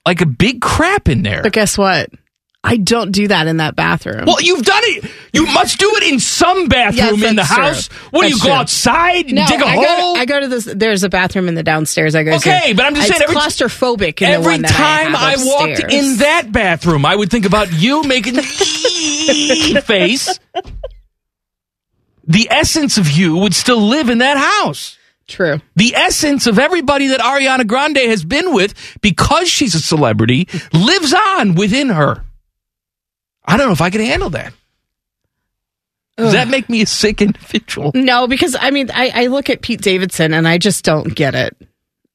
C: like a big crap in there.
F: But guess what? I don't do that in that bathroom.
C: Well, you've done it. You must do it in some bathroom in the
F: that's true.
C: house. What do
F: That's
C: you go
F: true.
C: outside and
F: No,
C: dig a
F: I go to-
C: hole?
F: I go to this. There's a bathroom in the downstairs. I go.
C: Okay,
F: to,
C: but I'm just saying
F: It's
C: every-
F: claustrophobic. In the
C: Every
F: one that
C: time I,
F: I, have
C: walked
F: upstairs.
C: in that bathroom, I would think about you making
F: (laughs)
C: the face. The essence of you would still live in that house.
F: True.
C: The essence of everybody that Ariana Grande has been with, because she's a celebrity, lives on within her. I don't know if I could handle that. Does that make me a sick individual?
F: No, because I mean, I, I look at Pete Davidson and I just don't get it.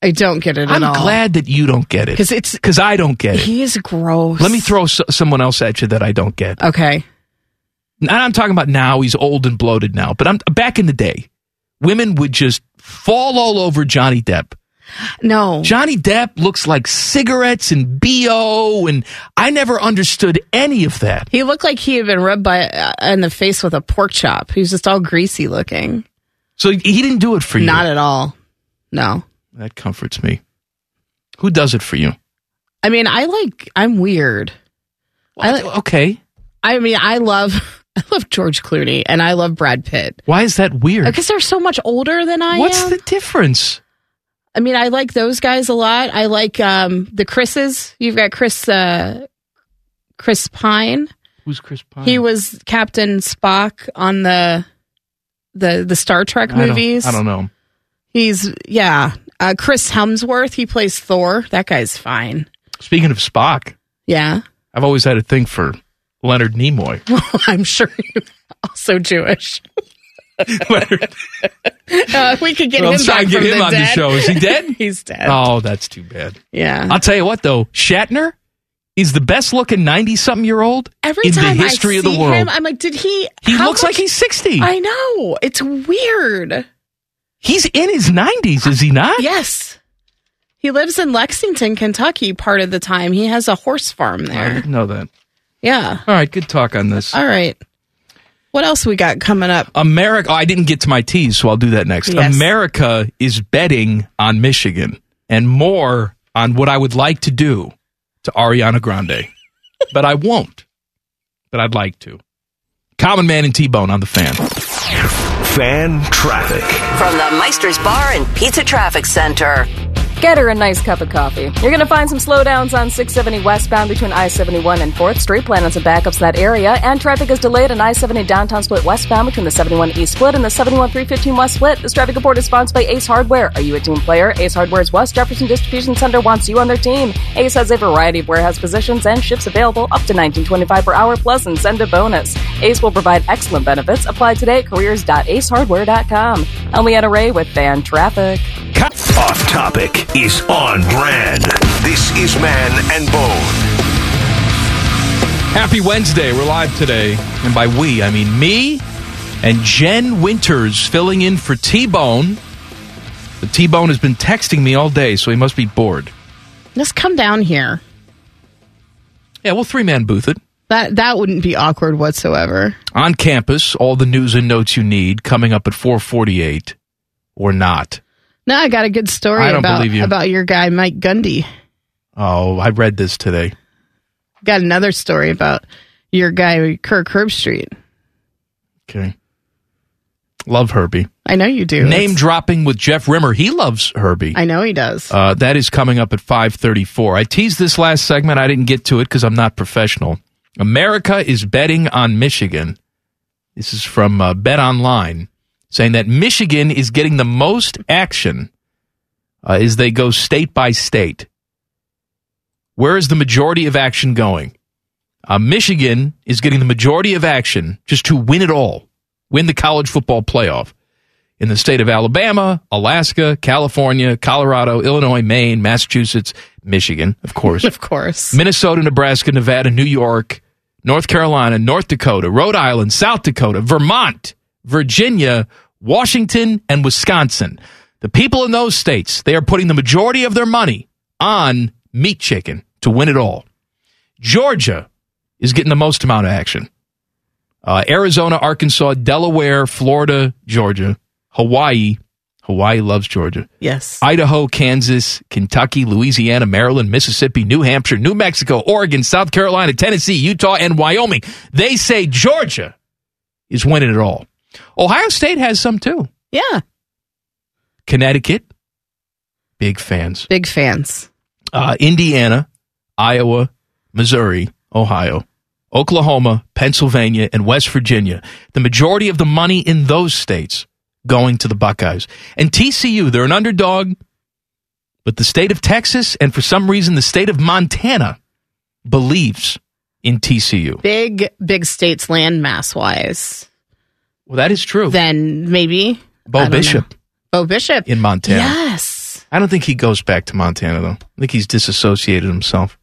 F: I don't get it
C: I'm
F: at all.
C: glad that you don't get it
F: 'Cause it's-
C: because I don't get it.
F: he is gross.
C: Let me throw s- someone else at you that I don't get.
F: Okay.
C: And I'm talking about now. He's old and bloated now, but I'm back in the day. Women would just fall all over Johnny Depp.
F: No.
C: Johnny Depp looks like cigarettes and bo, and I never understood any of that.
F: He looked like he had been rubbed by uh, in the face with a pork chop. He was just all greasy looking.
C: So he didn't do it for you.
F: Not at all. No.
C: That comforts me. Who does it for you?
F: I mean, I like. I'm weird. I like.
C: Okay.
F: I mean, I love. (laughs) I love George Clooney and I love Brad Pitt
C: Why is that weird?
F: because they're so much older than I
C: What's
F: am.
C: the difference?
F: I mean, I like those guys a lot. I like um, the Chris's. You've got Chris uh, Chris Pine.
C: Who's Chris Pine?
F: He was Captain Spock on the the the Star Trek
C: I don't-
F: movies.
C: I don't know.
F: He's yeah. Uh, Chris Hemsworth. He plays Thor. That guy's fine.
C: Speaking of Spock,
F: Yeah, (laughs)
C: I've always had a thing for Leonard Nimoy.
F: I'm sure you're also Jewish. (laughs) uh, we could get
C: Well,
F: him
C: let's try
F: back
C: and get
F: from
C: him
F: the
C: on the
F: dead.
C: show. Is he dead?
F: (laughs) He's dead.
C: Oh, that's too bad.
F: Yeah.
C: I'll tell you what, though, Shatner is the best looking 90 something year old
F: Every
C: in
F: time
C: the history
F: I
C: of the
F: see
C: world.
F: him, I'm like, did he?
C: he
F: how
C: looks
F: much-
C: like he's 60.
F: I know. It's weird.
C: he's in his 90s, is he not?
F: Yes. He lives in Lexington, Kentucky part of the time. He has a horse farm
C: I
F: there.
C: didn't know that.
F: Yeah.
C: All right, good talk on this.
F: All right. What else we got coming up?
C: America. Oh, I didn't get to my tease, so I'll do that next.
F: Yes.
C: America is betting on Michigan and more on what I would like to do to Ariana Grande, but I won't. But I'd like to. Common Man and T Bone on the fan.
A: Fan traffic.
D: From the Meister's Bar and Pizza Traffic Center.
H: Get her a nice cup of coffee. You're going to find some slowdowns on 670 westbound between I 71 and 4th Street. Plan on some backups in that area. And traffic is delayed on I 70 downtown split westbound between the 71 East split and the 71 315 West split. This traffic report is sponsored by Ace Hardware. Are you a team player? Ace Hardware's West Jefferson Distribution Center wants you on their team. Ace has a variety of warehouse positions and shifts available up to 1925 per hour plus incentive bonus. Ace will provide excellent benefits. Apply today at careers.acehardware.com. I'm Leanna Ray with Fan Traffic.
A: Off topic is on brand. This is Man and Bone.
C: Happy Wednesday. We're live today. And by we, I mean me and Jen Winters filling in for T Bone. The T Bone has been texting me all day, so he must be bored.
F: Let's come down here.
C: Yeah, we'll three man booth it.
F: That that wouldn't be awkward whatsoever.
C: on campus all the news and notes you need coming up at 448 or not
F: No, I got a good story
C: I don't
F: about
C: believe you.
F: about your guy Mike Gundy.
C: oh i read this today
F: Got another story about your guy Kirk Herbstreit.
C: okay love herbie
F: I know you do.
C: name
F: It's-
C: dropping with jeff rimmer he loves herbie
F: I know he does.
C: Uh, that is coming up at 534. I teased this last segment. I didn't get to it because I'm not professional. America is betting on Michigan. This is from uh, Bet Online. saying that Michigan is getting the most action uh, as they go state by state. Where is the majority of action going? Uh, Michigan is getting the majority of action just to win it all, win the college football playoff. In the state of Alabama, Alaska, California, Colorado, Illinois, Maine, Massachusetts, Michigan, of course.
F: Of course.
C: Minnesota, Nebraska, Nevada, New York, North Carolina, North Dakota, Rhode Island, South Dakota, Vermont, Virginia, Washington, and Wisconsin. The people in those states, they are putting the majority of their money on meat chicken to win it all. Georgia is getting the most amount of action. Uh, Arizona, Arkansas, Delaware, Florida, Georgia, Hawaii. Hawaii loves Georgia.
F: Yes.
C: Idaho, Kansas, Kentucky, Louisiana, Maryland, Mississippi, New Hampshire, New Mexico, Oregon, South Carolina, Tennessee, Utah, and Wyoming. They say Georgia is winning it all. Ohio State has some too.
F: Yeah.
C: Connecticut, big fans.
F: Big fans.
C: Uh, Indiana, Iowa, Missouri, Ohio, Oklahoma, Pennsylvania, and West Virginia. The majority of the money in those states going to the Buckeyes. And TCU, they're an underdog, but the state of Texas and for some reason the state of Montana believes in TCU.
F: Big, big states landmass wise.
C: Well, that is true.
F: Then maybe. I
C: Bo
F: don't know.
C: Bishop
F: Bo Bishop.
C: in Montana.
F: Yes.
C: I don't think he goes back to Montana though. I think he's disassociated himself.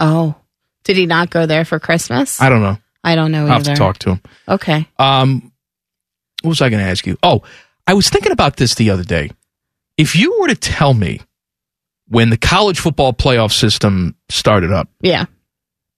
F: Oh. Did he not go there for Christmas?
C: I don't know.
F: I don't know
C: I'll have
F: either.
C: to talk to him.
F: Okay.
C: Um, what was I going to ask you? Oh, I was thinking about this the other day. If you were to tell me when the college football playoff system started up
F: Yeah.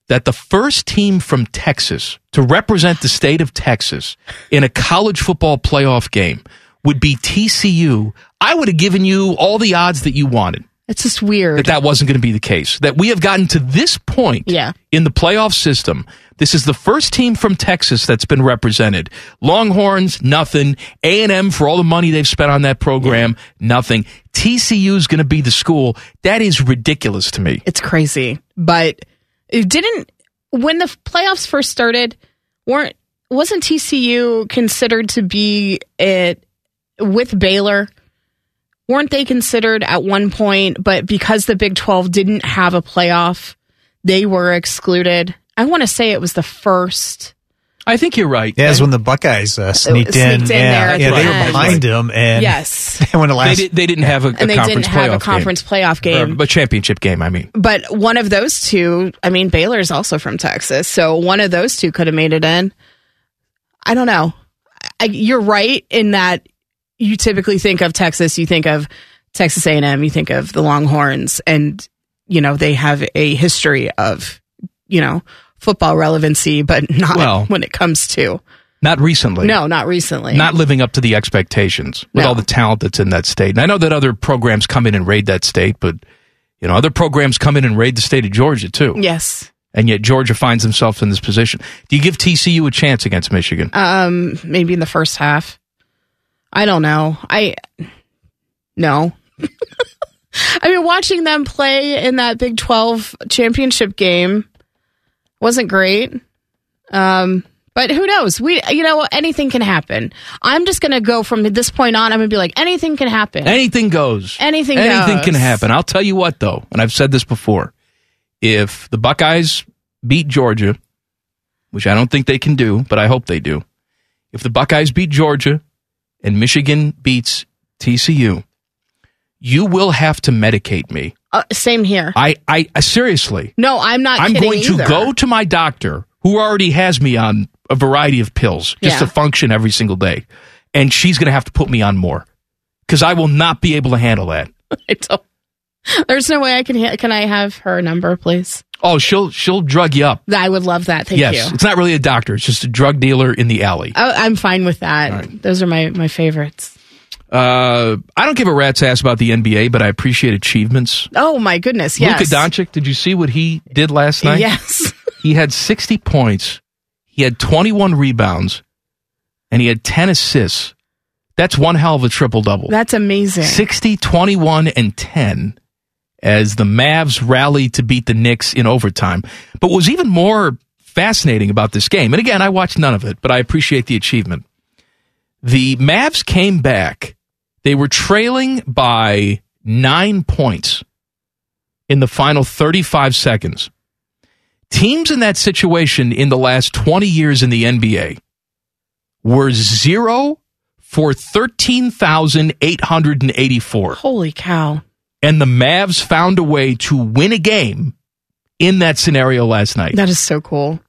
C: that the first team from Texas to represent the state of Texas in a college football playoff game would be TCU, I would have given you all the odds that you wanted
F: It's just weird.
C: that that wasn't going to be the case. That we have gotten to this point
F: Yeah.
C: in the playoff system. This is the first team from Texas that's been represented. Longhorns, nothing. A and M for all the money they've spent on that program, nothing. TCU is going to be the school. That is ridiculous to me.
F: It's crazy. But it didn't when the playoffs first started, weren't wasn't TCU considered to be it with Baylor? Weren't they considered at one point, but because the Big 12 didn't have a playoff, they were excluded. I want to say it was the first.
C: I think you're right.
G: Yeah, it's when the Buckeyes uh, sneaked,
F: sneaked in
G: in.
F: there
G: yeah,
F: at
G: yeah,
F: the
G: they were
F: end.
G: behind them, and
C: (laughs)
F: Yes.
G: (laughs) they went to
C: They,
G: last.
C: did, they didn't have a,
F: And
C: a
F: they
C: conference
F: didn't have a
C: playoff
F: conference
C: game.
F: playoff game.
C: Or a championship game, I mean.
F: But one of those two, I mean, Baylor's also from Texas, so one of those two could have made it in. I don't know. I, you're right in that you typically think of Texas, you think of Texas A&M, you think of the Longhorns, and you know they have a history of you know football relevancy, but (laughs) not
C: Well-
F: when it comes to
C: Not recently.
F: no, not recently.
C: Not living up to the expectations with
F: No.
C: all the talent that's in that state. And I know that other programs come in and raid that state, but you know, other programs come in and raid the state of Georgia too.
F: yes.
C: And yet Georgia finds themselves in this position. Do you give TCU a chance against Michigan?
F: Um, maybe in the first half. I don't know. I no. (laughs) I mean, watching them play in that Big Twelve championship game wasn't great. Um, but who knows? We, you know, anything can happen. I'm just gonna go from this point on. I'm gonna be like, anything can happen.
C: Anything goes.
F: Anything
C: Anything
F: goes.
C: can happen. I'll tell you what though, and I've said this before. If the Buckeyes beat Georgia, which I don't think they can do, but I hope they do. If the Buckeyes beat Georgia and Michigan beats TCU, you will have to medicate me.
F: Uh, same here.
C: I, I, I seriously,
F: no, I'm not.
C: I'm
F: kidding
C: going to
F: either. (laughs)
C: go to my doctor who already has me on a variety of pills just
F: Yeah.
C: to function every single day. And she's going to have to put me on more because I will not be able to handle that.
F: I don't- There's no way I can. Ha- can I have her number, please?
C: Oh, she'll, she'll drug you up.
F: I would love that. Thank
C: yes.
F: you.
C: It's not really a doctor. It's just a drug dealer in the alley.
F: I, Oh, I'm fine with that. Those are my my favorites.
C: Uh, I don't give a rat's ass about the NBA, but I appreciate achievements.
F: Oh my goodness! Yes,
C: Luka Doncic, did you see what he did last night? (laughs)
F: Yes,
C: He had 60 points. He had 21 rebounds and he had 10 assists. That's one hell of a triple double.
F: that's amazing.
C: 60, 21, and 10 as the Mavs rally to beat the Knicks in overtime. But what was even more fascinating about this game, and again, I watched none of it, but I appreciate the achievement. The Mavs came back. They were trailing by nine points in the final 35 seconds. Teams in that situation in the last 20 years in the NBA were zero for 13,884.
F: Holy cow.
C: And the Mavs found a way to win a game in that scenario last night.
F: That is so cool.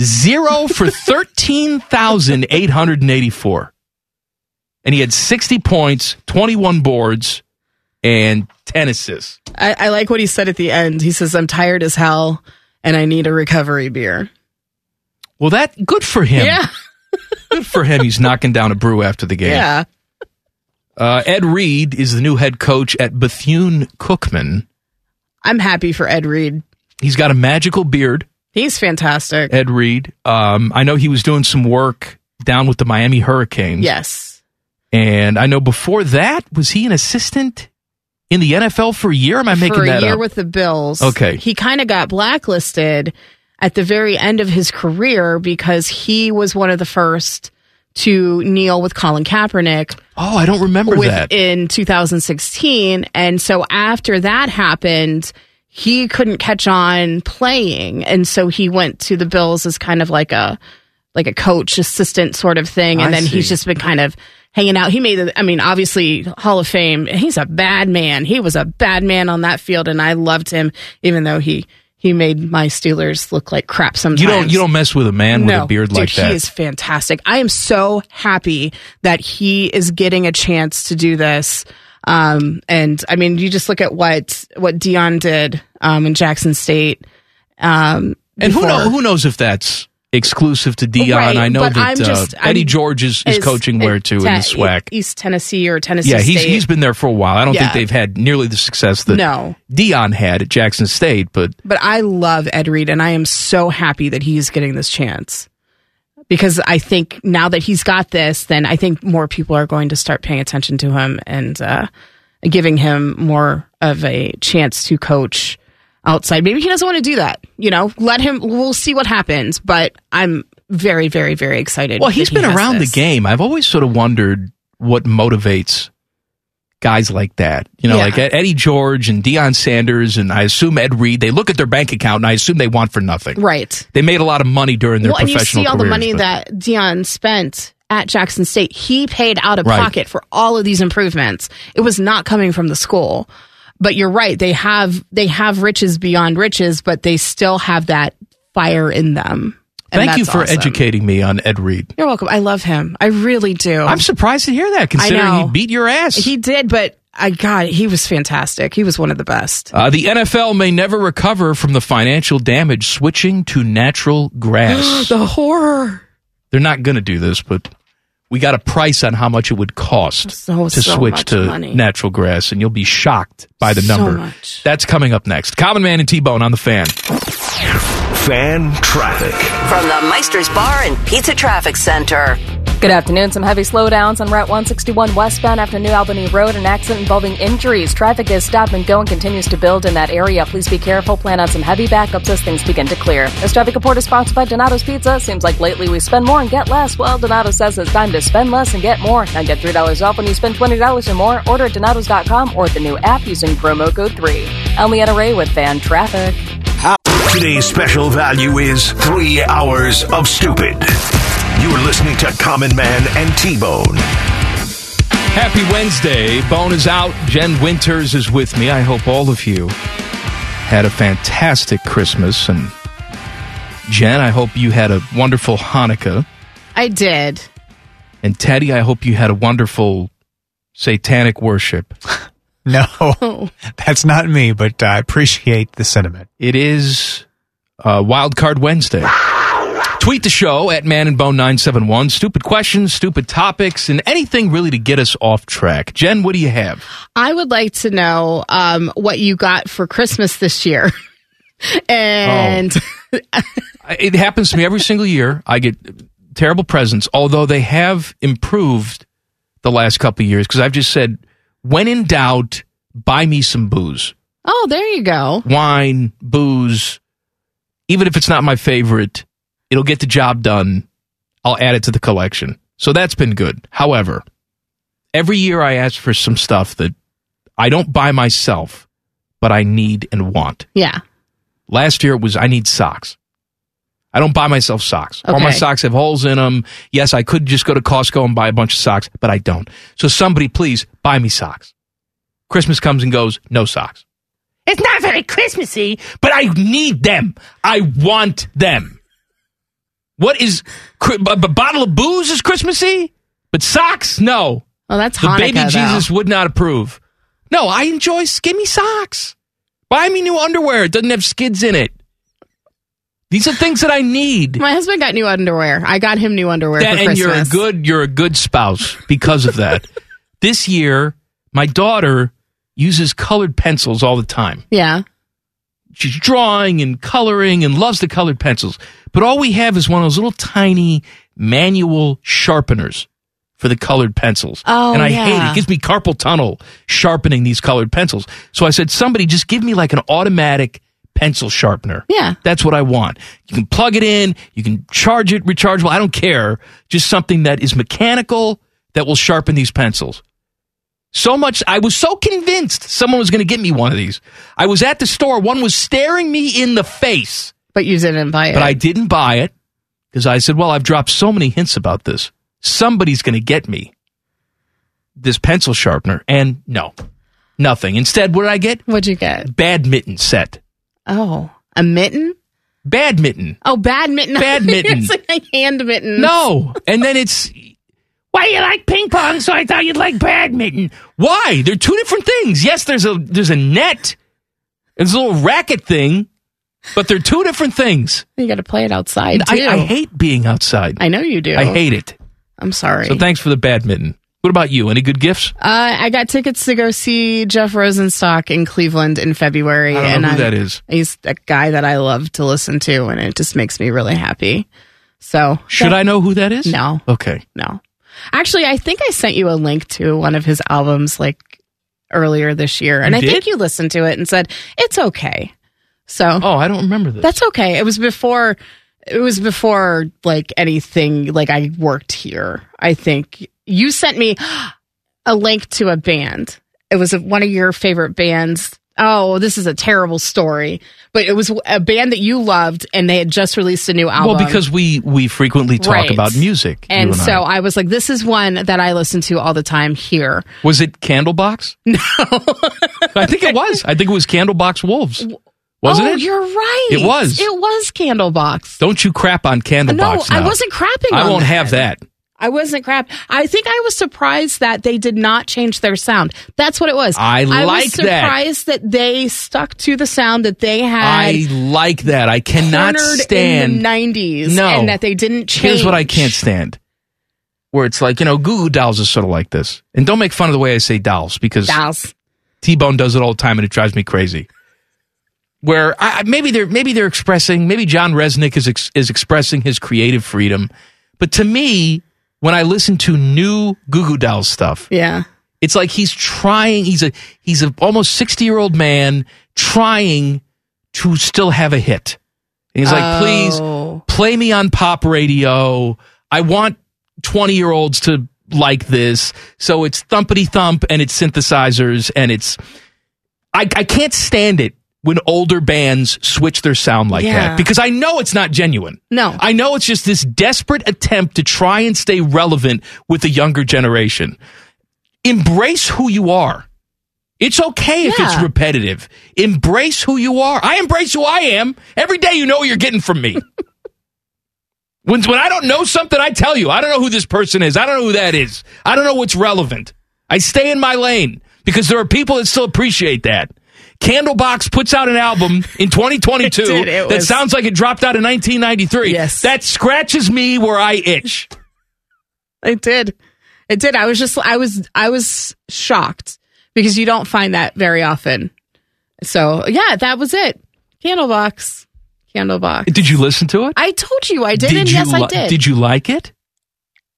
C: Zero
F: (laughs)
C: for 13,884. And he had 60 points, 21 boards, and 10 assists.
F: I, I like what he said at the end. He says, I'm tired as hell and I need a recovery beer.
C: Well, that good for him.
F: Yeah.
C: Good for him. He's knocking down a brew after the game.
F: Yeah.
C: Uh, Ed Reed is the new head coach at Bethune Cookman.
F: I'm happy for Ed Reed.
C: He's got a magical beard.
F: He's fantastic.
C: Ed Reed. Um, I know he was doing some work down with the Miami Hurricanes.
F: Yes.
C: And I know before that, was he an assistant in the NFL for a year? Am I making
F: for a
C: that
F: year
C: up?
F: with the Bills.
C: Okay.
F: He kind of got blacklisted at the very end of his career because he was one of the first to kneel with Colin Kaepernick.
C: Oh, I don't remember
F: with,
C: that.
F: In 2016. And so after that happened, he couldn't catch on playing. And so he went to the Bills as kind of like a like a coach assistant sort of thing. And
I: I
F: then he's
I: see.
F: just been kind of hanging out. He made the I mean, obviously Hall of Fame. He's a bad man. He was a bad man on that field and I loved him, even though he he made my Steelers look like crap sometimes.
C: you don't you don't mess with a man with a beard like
F: dude,
C: that.
F: He is fantastic. I am so happy that he is getting a chance to do this. Um, and I mean, you just look at what what Dion did um, in Jackson State. Um,
C: and who
F: before.
C: knows who knows if that's exclusive to Dion.
F: Right,
C: I know
F: but
C: that
F: I'm
C: uh,
F: just-
C: Eddie
F: I'm-
C: George is, is, coaching where too in the
F: Te-
C: SWAC.
F: East Tennessee or Tennessee.
C: yeah, he's
F: State.
C: he's been there for a while. I don't
F: Yeah.
C: think they've had nearly the success that
F: No.
C: Dion had at Jackson State, but
F: But I love Ed Reed, and I am so happy that he's getting this chance because I think now that he's got this, then I think more people are going to start paying attention to him and uh, giving him more of a chance to coach outside. Maybe he doesn't want to do that. You know, let him. We'll see what happens. But I'm very, very, very excited.
C: Well, he's
F: that he
C: been
F: has
C: around
F: this.
C: the game. I've always sort of wondered what motivates guys like that. You know,
F: Yeah.
C: like Ed- Eddie George and Deion Sanders, and I assume Ed Reed. They look at their bank account, and I assume they want for nothing.
F: Right.
C: They made a lot of money during their
F: well, and you see
C: professional
F: all the
C: careers,
F: money
C: but-
F: that Dion spent at Jackson State. He paid out of
C: Right.
F: pocket for all of these improvements. It was not coming from the school. But you're right; they have they have riches beyond riches, but they still have that fire in them. And
C: Thank you
F: that's
C: for
F: awesome.
C: educating me on Ed Reed.
F: You're welcome. I love him. I really do.
C: I'm surprised to hear that, considering he beat your ass.
F: Oh. He did, but I God, he was fantastic. He was one of the best.
C: Uh, the NFL may never recover from the financial damage switching to natural grass.
F: (gasps) the horror.
C: They're not going to do this, but we got a price on how much it would cost
F: So,
C: to
F: so
C: switch
F: much
C: to
F: money.
C: natural grass, and you'll be shocked by the
F: So
C: number.
F: much.
C: That's coming up next. Common Man and T Bone on the fan.
A: Fan traffic.
D: From the Meister's Bar and Pizza Traffic Center.
H: Good afternoon. Some heavy slowdowns on Route 161 westbound after New Albany Road. An accident involving injuries. Traffic is stop and go and continues to build in that area. Please be careful. Plan on some heavy backups as things begin to clear. This traffic report is sponsored by Donato's Pizza. Seems like lately we spend more and get less. Well, Donato says it's time to spend less and get more. Now get $3 off when you spend $20 or more. Order at Donato's.com or the new app using promo code 3. I'm Leanna Ray with Fan Traffic.
A: Today's special value is three hours of stupid. You're listening to Common Man and T Bone.
C: Happy Wednesday. Bone is out. Jen Winters is with me. I hope all of you had a fantastic Christmas. And Jen, I hope you had a wonderful Hanukkah.
F: I did.
C: And Teddy, I hope you had a wonderful satanic worship.
F: (laughs) Oh.
G: No, that's not me, but I appreciate the sentiment.
C: It is uh, Wild Card Wednesday. Tweet the show at Man and Bone 971. Stupid questions, stupid topics, and anything really to get us off track. Jen, what do you have?
F: I would like to know um, what you got for Christmas this year. (laughs) and
C: Oh. I- It happens to me every single year. I get terrible presents, although they have improved the last couple of years because I've just said, when in doubt, buy me some booze.
F: oh, there you go.
C: Wine, booze, even if it's not my favorite, it'll get the job done. I'll add it to the collection. So that's been good. However, every year I ask for some stuff that I don't buy myself, but I need and want.
F: Yeah.
C: Last year it was I need socks. I don't buy myself socks. All my
I: Okay.
C: socks have holes in them. Yes, I could just go to Costco and buy a bunch of socks, but I don't. So somebody please buy me socks. Christmas comes and goes, no socks. It's not very Christmassy, but I need them. I want them. What is cri- a b- bottle of booze is Christmassy, but socks no.
F: Well, that's
C: the baby
F: Hanukkah, though.
C: Jesus would not approve. No, I enjoy skinny socks. Buy me new underwear. It doesn't have skids in it. These are things that I need.
F: My husband got new underwear. I got him new underwear
C: That-
F: for
C: and you're a
F: Christmas.
C: good you're a good spouse because of
F: (laughs)
C: that. this year, my daughter uses colored pencils all the time.
F: yeah.
C: she's drawing and coloring and loves the colored pencils. But all we have is one of those little tiny manual sharpeners for the colored pencils.
I: Oh,
C: and I
I: yeah.
C: hate it. It gives me carpal tunnel sharpening these colored pencils. So I said, somebody just give me like an automatic pencil sharpener.
F: Yeah.
C: That's what I want. You can plug it in, you can charge it, rechargeable. I don't care. Just something that is mechanical that will sharpen these pencils. So much, I was so convinced someone was going to get me one of these. I was at the store, one was staring me in the face.
F: But you didn't buy it.
C: But I didn't buy it because I said, well, I've dropped so many hints about this. Somebody's going to get me this pencil sharpener. And no, nothing. Instead, what did I get?
F: What'd you get?
C: Badminton set.
F: Oh, a mitten?
C: Badminton.
F: Oh, badminton. (laughs)
C: Badminton.
F: it's like hand mittens.
C: No. (laughs) And then it's. Why you like ping pong? So I thought you'd like badminton. Why? They're two different things. Yes, there's a there's a net. There's a little racket thing, but they're two different things.
F: You got to play it outside.
C: I,
F: too.
C: I hate being outside.
F: I know you do.
C: I hate it.
F: I'm sorry.
C: So thanks for the badminton. What about you? Any good gifts?
F: Uh, I got tickets to go see Jeff Rosenstock in Cleveland in February.
C: I don't know
F: and
C: who
F: I,
C: that is.
F: He's a guy that I love to listen to, and it just makes me really happy. So
C: Should I know who that is?
F: No,
C: Okay.
F: no. Actually, I think I sent you a link to one of his albums like earlier this year, and
I: You
F: I
I: did?
F: think you listened to it and said it's okay. So
C: oh, I don't remember this.
F: That's okay. It was before. It was before like anything. Like I worked here. I think you sent me a link to a band. It was a, one of your favorite bands. Oh, this is a terrible story, but it was a band that you loved, and they had just released a new album.
C: Well, because we we frequently talk
F: Right.
C: about music. you
F: and,
C: I.
F: so I. was like, "This is one that I listen to all the time here."
C: was it
F: (laughs)
C: Candlebox? No, I think it was. I think it was Candlebox Wolves. Wasn't
F: oh,
C: it?
F: You're right.
C: It was.
F: It was Candlebox.
C: Don't you crap on Candlebox?
F: No, I
C: now.
F: wasn't crapping
C: I
F: on
C: won't
F: that.
C: have that.
F: I wasn't crap. I think I was surprised that they did not change their sound. That's what it was.
C: I
F: was
C: like that.
F: surprised that. they stuck to the sound that they had.
C: I like that. I cannot
F: cornered
C: stand
F: in the 90s
C: No.
F: and that they didn't change.
C: Here's what I can't stand. Where it's like, you know, Goo Goo Dolls is sort of like this. And don't make fun of the way I say dolls because
F: dolls.
C: T Bone does it all the time and it drives me crazy. Where I, I- maybe they're maybe they're expressing maybe John Resnick is ex, is expressing his creative freedom, but to me, when I listen to new Goo Goo Dolls stuff,
F: yeah,
C: it's like he's trying. He's a he's a almost sixty year old man trying to still have a hit. And he's like,
F: Oh.
C: please play me on pop radio. I want 20 year olds to like this. So it's thumpity thump and it's synthesizers and it's. I, I can't stand it when older bands switch their sound like
I: Yeah.
C: that because I know it's not genuine.
F: No.
C: I know it's just this desperate attempt to try and stay relevant with the younger generation. Embrace who you are. It's okay if it's
I: Yeah.
C: repetitive. Embrace who you are. I embrace who I am. Every day you know what you're getting
I: (laughs)
C: from me. when, when I don't know something, I tell you. I don't know who this person is. I don't know who that is. I don't know what's relevant. I stay in my lane because there are people that still appreciate that. Candlebox puts out an album
I: (laughs)
C: in 2022
I: Dude, it
C: that
I: was-
C: sounds like it dropped out in 1993. Yes. That scratches me where I itch.
F: It did. It did. I was just I was I was shocked because you don't find that very often. So yeah, that was it. Candlebox. Candlebox.
C: Did you listen to it?
F: I told you I did, and
C: you
F: yes, I
C: li-
F: did.
C: Did you like it?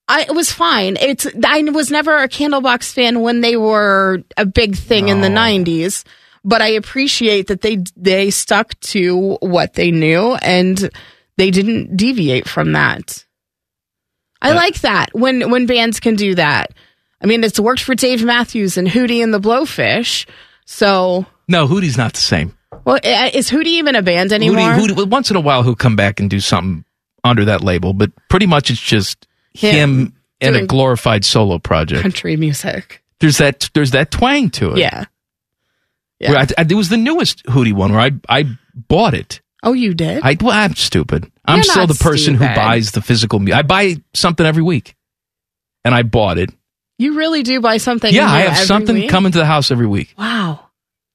F: I it was fine. It's I was never a Candlebox fan when they were a big thing in the '90s, but I appreciate that they they stuck to what they knew and they didn't deviate from that. I like that when when bands can do that. I mean, it's worked for Dave Matthews and Hootie and the Blowfish. So,
C: No, Hootie's not the same.
F: well, i- is Hootie even a band anymore?
C: Hootie, Hootie, well, once in a while, he'll come back and do something under that label, but pretty much it's just him,
F: Him
C: and a
F: doing-
C: glorified solo project.
F: Country music.
C: There's that there's that twang to it.
F: Yeah.
C: Where I, I, it was the newest Hootie one where I I bought it.
F: Oh, you did.
C: I, well, I'm stupid. I'm
F: You're
C: still
F: not
C: the person
F: stupid.
C: who buys the physical music. I buy something every week, and I bought it.
F: you really do buy something.
C: yeah,
F: new
C: I have
F: every
C: something
F: week?
C: coming to the house every week.
F: Wow.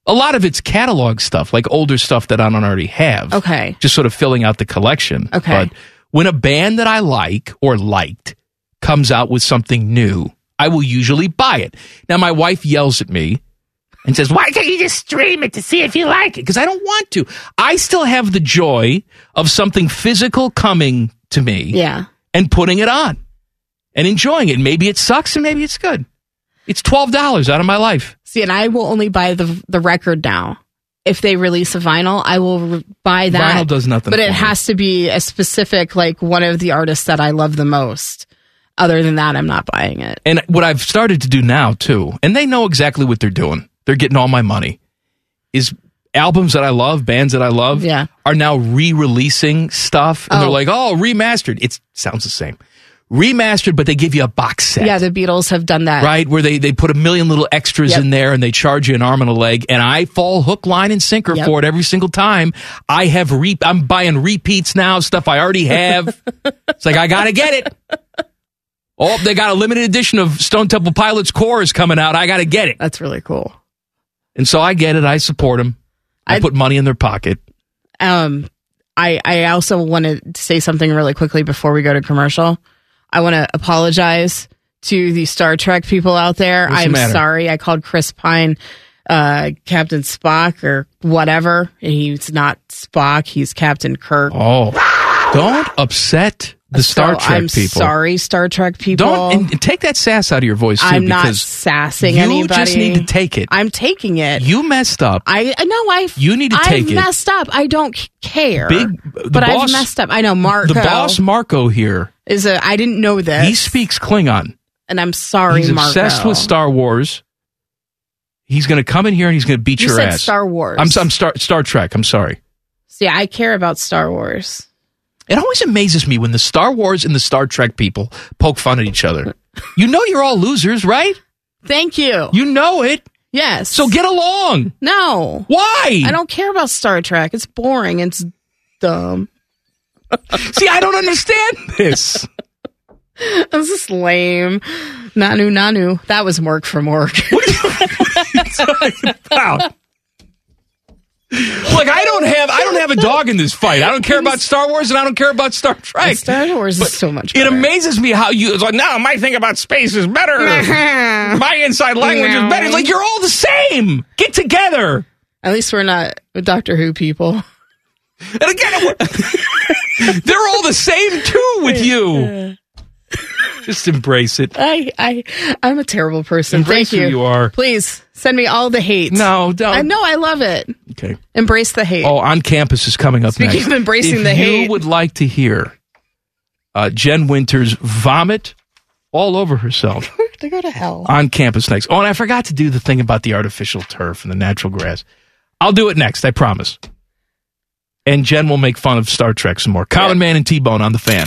C: A lot of it's catalog stuff, like older stuff that I don't already have.
F: Okay.
C: Just sort of filling out the collection.
F: Okay.
C: But when a band that I like or liked comes out with something new, I will usually buy it. Now, my wife yells at me and says, Why can't you just stream it to see if you like it? Because I don't want to. I still have the joy of something physical coming to me
F: Yeah.
C: and putting it on and enjoying it. Maybe it sucks and maybe it's good. It's $12 out of my life.
F: See, and I will only buy the the record now. If they release a vinyl, I will re- buy that.
C: Vinyl does nothing
F: But it
C: for me.
F: has to be a specific, like one of the artists that I love the most. Other than that, I'm not buying it.
C: And what I've started to do now too, and they know exactly what they're doing. They're getting all my money. Is albums that I love, bands that I love,
F: Yeah.
C: are now re-releasing stuff, and they're
F: Oh.
C: like, "Oh, remastered." It sounds the same, remastered, but they give you a box set,
F: Yeah, the Beatles have done that.
C: right? Where they they put a million little extras
F: Yep.
C: in there, and they charge you an arm and a leg. And I fall hook, line, and sinker
F: Yep.
C: for it every single time. I have re- I'm buying repeats now, stuff I already
F: (laughs)
C: have. it's like I gotta get it. Oh, they got a limited edition of Stone Temple Pilots core is coming out. I got to get it.
F: That's really cool.
C: And so I get it. I support them. I, put money in their pocket.
F: Um, I I also wanted to say something really quickly before we go to commercial. I want to apologize to the Star Trek people out there.
C: What's the
F: I'm
C: matter?
F: sorry. I called Chris Pine uh Captain Spock or whatever. He's not Spock. He's Captain Kirk.
C: Oh, don't upset the Star
F: So
C: Trek
F: I'm
C: people.
F: sorry, Star Trek people.
C: Don't and, and take that sass out of your voice too,
F: I'm not
C: because
F: sassing
C: you
F: anybody.
C: just need to take it.
F: I'm taking it.
C: you messed up.
F: I uh, I know I've
C: You need to
F: I've
C: take it.
F: messed up. I don't c- care.
C: Big- uh, the
F: but
C: boss-
F: I've messed up. I know Marco
C: the boss Marco here.
F: is a. I didn't know this.
C: He speaks Klingon.
F: and I'm sorry,
C: he's
F: Marco.
C: obsessed with Star Wars. He's going to come in here and he's going to beat
F: You
C: your
F: said
C: ass.
F: Star Wars.
C: I'm, I'm Star Star Trek. I'm sorry.
F: See, I care about Star Wars.
C: It always amazes me when the Star Wars and the Star Trek people poke fun at each other. You know you're all losers, right?
F: Thank you.
C: You know it.
F: yes.
C: So get along.
F: no.
C: Why?
F: I don't care about Star Trek. It's boring. It's dumb. (laughs)
C: see. I don't understand this.
F: This is lame. Nanu, Nanu. That was Mork from Mork.
C: Wow. Like I don't have I don't have a dog in this fight. I don't care about Star Wars and I don't care about Star Trek.
F: (laughs) Star Wars is so much.
C: It
F: better.
C: amazes me how you it's like no, my thing about space is (laughs) better. my inside language is better. It's like you're all the same. Get together.
F: At least we're not Doctor Who people. (laughs)
C: And again, it- (laughs) they're all the same too with you. (laughs) Just embrace it.
F: I, I, I'm a terrible person.
C: Embrace
F: Thank
C: who
F: you.
C: you are.
F: Please send me all the hate.
C: No, don't.
F: I know I love it.
C: Okay.
F: Embrace the hate.
C: Oh, on campus is coming up
F: Speaking
C: next.
F: of embracing
C: if
F: the
C: you
F: hate.
C: would like to hear uh, Jen Winters vomit all over herself
F: To go to hell.
C: on campus next. Oh, and I forgot to do the thing about the artificial turf and the natural grass. I'll do it next, I promise. And Jen will make fun of Star Trek some more. Common Man and T Bone on the fan.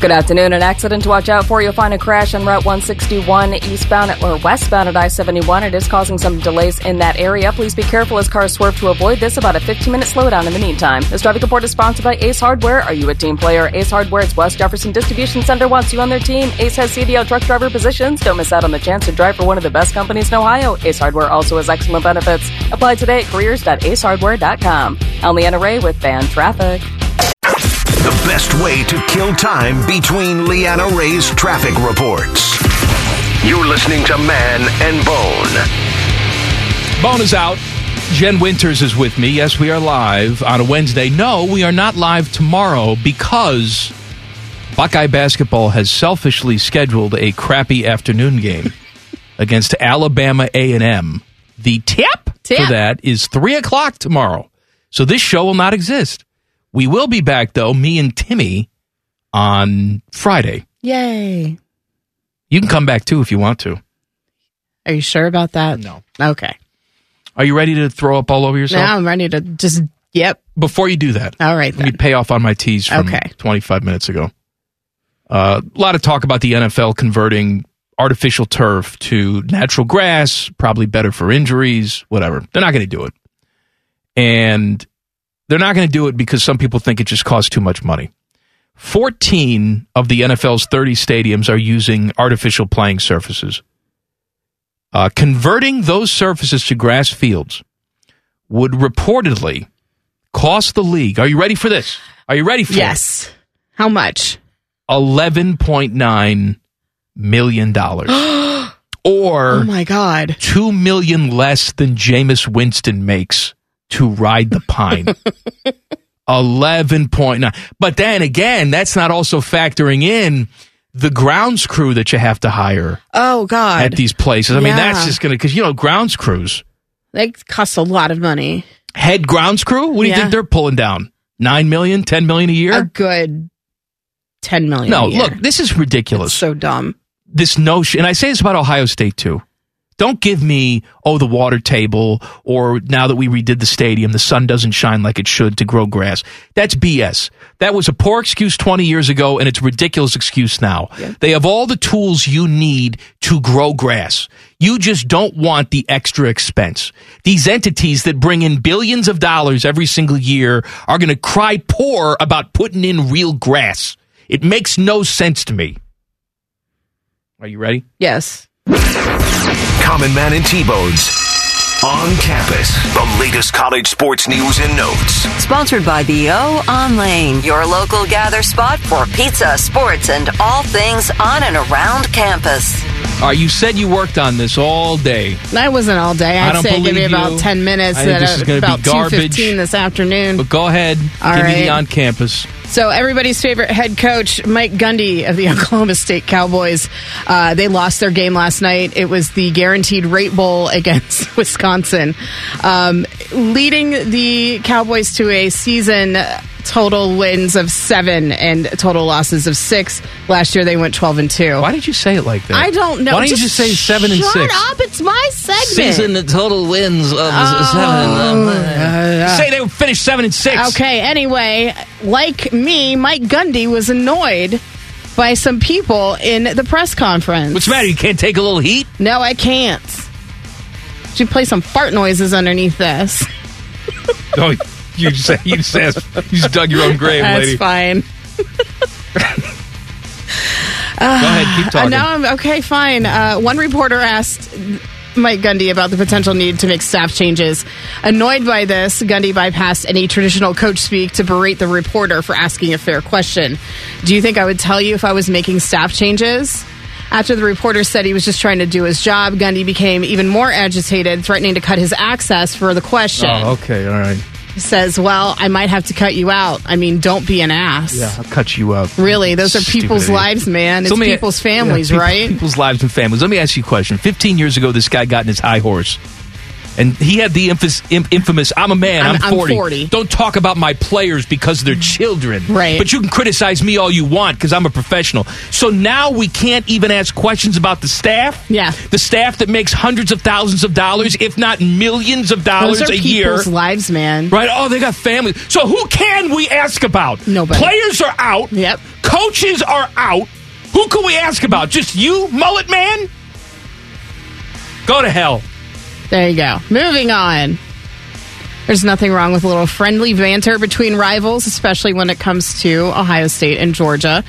H: Good afternoon. An accident to watch out for. You'll find a crash on Route 161 eastbound at, or westbound at I 71. It is causing some delays in that area. Please be careful as cars swerve to avoid this. About a 15 minute slowdown in the meantime. This traffic report is sponsored by Ace Hardware. Are you a team player? Ace Hardware's West Jefferson Distribution Center wants you on their team. Ace has CDL truck driver positions. Don't miss out on the chance to drive for one of the best companies in Ohio. Ace Hardware also has excellent benefits. Apply today at careers.acehardware.com. I'm Leanna Ray with Fan Traffic.
A: The best way to kill time between Leanna Ray's traffic reports. You're listening to Man and Bone.
C: Bone is out. Jen Winters is with me. Yes, we are live on a Wednesday. No, we are not live tomorrow because Buckeye basketball has selfishly scheduled a crappy afternoon
F: (laughs)
C: game against Alabama A and M. The tip,
F: Tip.
C: for that is three o'clock tomorrow. So this show will not exist. We will be back though, me and Timmy, on Friday.
F: Yay.
C: You can come back too if you want to.
F: Are you sure about that? No. Okay.
C: Are you ready to throw up all over yourself?
F: Now I'm ready to just, yep.
C: Before you do that,
F: all right.
C: Let me pay off on my tease from
F: Okay.
C: 25 minutes ago. Uh, A lot of talk about the NFL converting artificial turf to natural grass, probably better for injuries, whatever. They're not going to do it. And they're not going to do it because some people think it just costs too much money. 14 of the NFL's 30 stadiums are using artificial playing surfaces. Uh, converting those surfaces to grass fields would reportedly cost the league. Are you ready for this? Are you ready for
F: yes. How much?
C: Eleven point nine million dollars, or
F: oh my god,
C: two million less than Jameis Winston makes to ride the
F: (laughs)
C: pine. Eleven point nine. But then again, that's not also factoring in the grounds crew that you have to hire
F: Oh god.
C: at these places. I mean,
F: Yeah.
C: that's just going to because you know grounds crews.
F: They cost a lot of money.
C: head grounds crew what do you
F: Yeah.
C: think they're pulling down 9 million 10 million a year
F: A good 10 million.
C: no
F: a year.
C: look this is ridiculous
F: so dumb
C: this notion and i say this about ohio state too don't give me oh the water table or now that we redid the stadium the sun doesn't shine like it should to grow grass that's bs that was a poor excuse 20 years ago and it's a ridiculous excuse now they have all the tools you need to grow grass you just don't want the extra expense these entities that bring in billions of dollars every single year are going to cry poor about putting in real grass it makes no sense to me are you ready
F: Yes.
A: Common Man and T Bones. On campus, the latest college sports news and notes.
D: Sponsored by the O on Lane, your local gather spot for pizza, sports, and all things on and around campus.
C: All right, you said you worked on this all day.
F: That wasn't all day.
C: I
F: I'd
C: don't
F: say give me
C: believe
F: about
C: you.
F: 10 minutes.
C: I think
F: that,
C: this is
F: uh,
C: gonna be
F: about
C: garbage.
F: 2.15 this afternoon.
C: But go ahead.
F: All
C: give me the
F: right.
C: on campus.
F: So everybody's favorite head coach, Mike Gundy of the (laughs) Oklahoma State Cowboys, uh, they lost their game last night. It was the guaranteed rate bowl (laughs) against Wisconsin, um, leading the Cowboys to a season total wins of seven and total losses of six. Last year they went twelve and two. Why
C: did you say it like that?
F: I don't know.
C: Why don't you just say seven and
F: shut
C: six?
F: up! It's my segment.
C: the total wins of
F: Oh.
C: Say they finished seven and six.
F: Uh, Okay, anyway, like me, Mike Gundy was annoyed by some people in the press conference.
C: What's the matter? You can't take a little heat?
F: (laughs) No, I can't. Should play some fart noises underneath this.
C: Oh, you just you just, asked, you just dug your own grave,
F: That's
C: lady.
F: fine.
C: Go ahead, keep
F: Uh,
C: talking.
F: now I'm okay. Fine. Uh, one reporter asked Mike Gundy about the potential need to make staff changes. Annoyed by this, Gundy bypassed any traditional coach speak to berate the reporter for asking a fair question. Do you think I would tell you if I was making staff changes? After the reporter said he was just trying to do his job, Gundy became even more agitated, threatening to cut his access for the question.
C: Oh, okay, all right.
F: He says, Well, I might have to cut you out. I mean, don't be an ass.
C: Yeah, I'll cut you up.
F: Really, those are
C: Stupid
F: people's
C: idiot.
F: lives, man. It's
C: So let me-
F: people's
C: yeah,
F: families,
C: people- (laughs)
F: right?
C: People's lives and families. Let me ask you a question. Fifteen years ago, this guy got in his high horse, and he had the infamous, im- infamous "I'm a man. I'm,
F: I'm- I'm
C: 40.
F: 40.
C: Don't talk about my players because they're children."
F: Right.
C: But you can criticize me all you want because I'm a professional. So now we can't even ask questions about the staff.
F: Yeah.
C: The staff that makes hundreds of thousands of dollars, if not millions of dollars
F: Those are
C: a year.
F: people's lives, man.
C: Right? Oh, they got families. So who can we ask about?
F: Nobody.
C: Players are out.
F: Yep.
C: Coaches are out. Who can we ask about? Just you, mullet man? Go to hell.
F: There you go. Moving on. There's nothing wrong with a little friendly banter between rivals, especially when it comes to Ohio State and Georgia.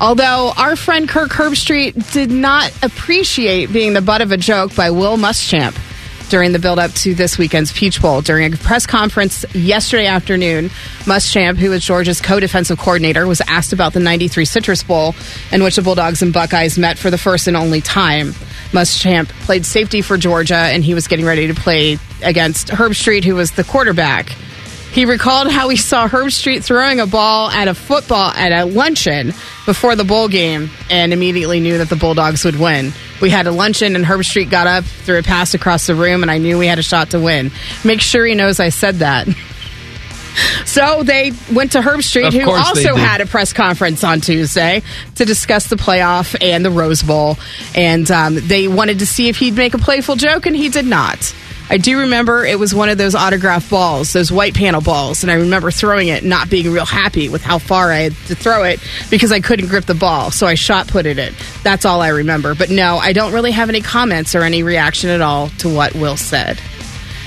F: Although our friend Kirk Herbstreit did not appreciate being the butt of a joke by Will Muschamp during the build up to this weekend's Peach Bowl. During a press conference yesterday afternoon, Muschamp, who is Georgia's co-defensive coordinator, was asked about the 93 Citrus Bowl in which the Bulldogs and Buckeyes met for the first and only time. Muschamp played safety for Georgia and he was getting ready to play against Herb Street, who was the quarterback. He recalled how he saw Herb Street throwing a ball at a football at a luncheon before the bowl game and immediately knew that the Bulldogs would win. We had a luncheon and Herb Street got up, threw a pass across the room, and I knew we had a shot to win. Make sure he knows I said that. So they went to Herb Street,
I: Of
F: who
I: course they
F: also
I: did.
F: had a press conference on Tuesday to discuss the playoff and the Rose Bowl. And um, they wanted to see if he'd make a playful joke, and he did not. I do remember it was one of those autograph balls, those white panel balls, and I remember throwing it, and not being real happy with how far I had to throw it because I couldn't grip the ball, so I shot putted it. That's all I remember. But no, I don't really have any comments or any reaction at all to what Will said.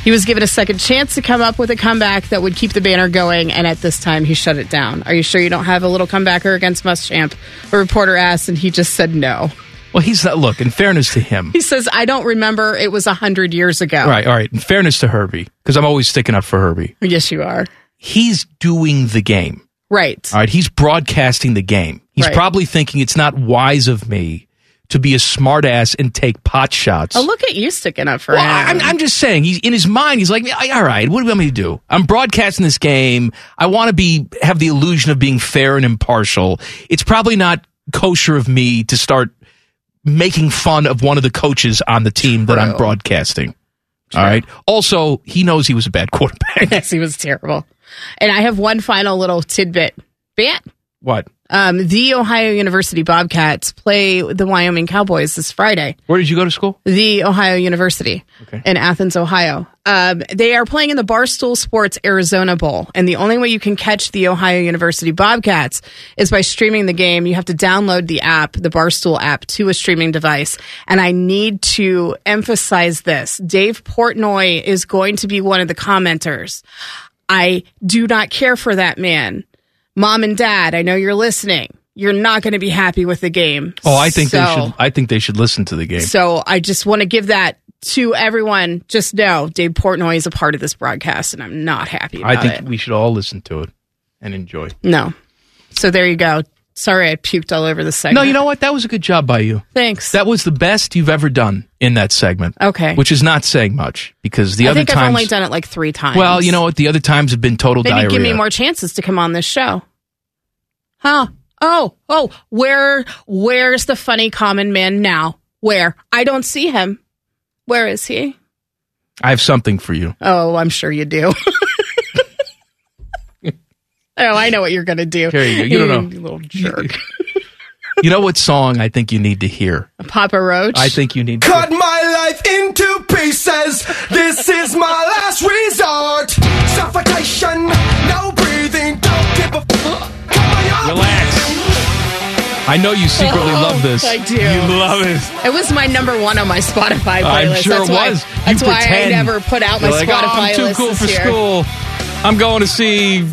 F: He was given a second chance to come up with a comeback that would keep the banner going, and at this time he shut it down. Are you sure you don't have a little comebacker against Muschamp? A reporter asked, and he just said no.
C: Well, he's not. Look, in fairness to him,
F: He says, I don't remember. It was a 100 years ago.
C: All right, all right. In fairness to Herbie, because I'm always sticking up for Herbie,
F: Yes, you are.
C: he's doing the game.
F: Right.
C: All right, he's broadcasting the game. He's
F: Right.
C: probably thinking it's not wise of me to be a smartass and take pot shots.
F: Oh, look at you sticking up for
C: Well, I-
F: him.
C: I'm, I'm just saying, he's in his mind. He's like, "I- all right, what do you want me to do? I'm broadcasting this game. I want to be have the illusion of being fair and impartial. It's probably not kosher of me to start making fun of one of the coaches on the team that I'm broadcasting. All right. Also, he knows he was a bad quarterback.
F: (laughs) yes, he was terrible. And I have one final little tidbit. Bant,
C: What?
F: um, the Ohio University Bobcats play the Wyoming Cowboys this Friday.
C: Where did you go to school?
F: The Ohio University in Athens, Ohio. Um, they are playing in the Barstool Sports Arizona Bowl, and the only way you can catch the Ohio University Bobcats is by streaming the game. You have to download the app, the Barstool app, to a streaming device. And I need to emphasize this: Dave Portnoy is going to be one of the commenters. I do not care for that man. Mom and dad, I know you're listening. You're not going to be happy with the game.
C: Oh, I think they
F: So-
C: should. I think they should listen to the game.
F: so I just want to give that to everyone. Just know Dave Portnoy is a part of this broadcast, and I'm not happy about
C: I think
F: it.
C: we should all listen to it and enjoy.
F: No. So there you go. Sorry, I puked all over the segment.
C: No, you know what? That was a good job by you.
F: Thanks.
C: That was the best you've ever done in that segment.
F: Okay.
C: Which is not saying much because the
F: I
C: other
F: think I've
C: times.
F: only done it like three times.
C: well, you know what? The other times have been total
F: maybe
C: diarrhea.
F: give me more chances to come on this show, huh? Oh, oh, where, where's the funny common man now? Where I don't see him. Where is he?
C: I have something for you.
F: Oh, I'm sure you do. (laughs) oh, I know what you're gonna do.
C: Here you go. You
F: (laughs)
C: don't know.
F: little jerk.
C: You know what song I think you need to hear?
F: Papa Roach.
C: I think you need.
E: Cut my life into pieces. This is my last resort. Suffocation, no breathing, don't give a fuck.
C: I know you secretly
F: Oh,
C: love this.
F: I do.
C: You love it.
F: It was my number one on my Spotify playlist.
C: I'm sure
F: that's
C: it
F: why,
C: was. You
F: That's why I
C: pretend.
F: never put out my
C: You're like,
F: Spotify
C: oh, I'm too
F: list
C: cool
F: this
C: for
F: year.
C: school. I'm going to see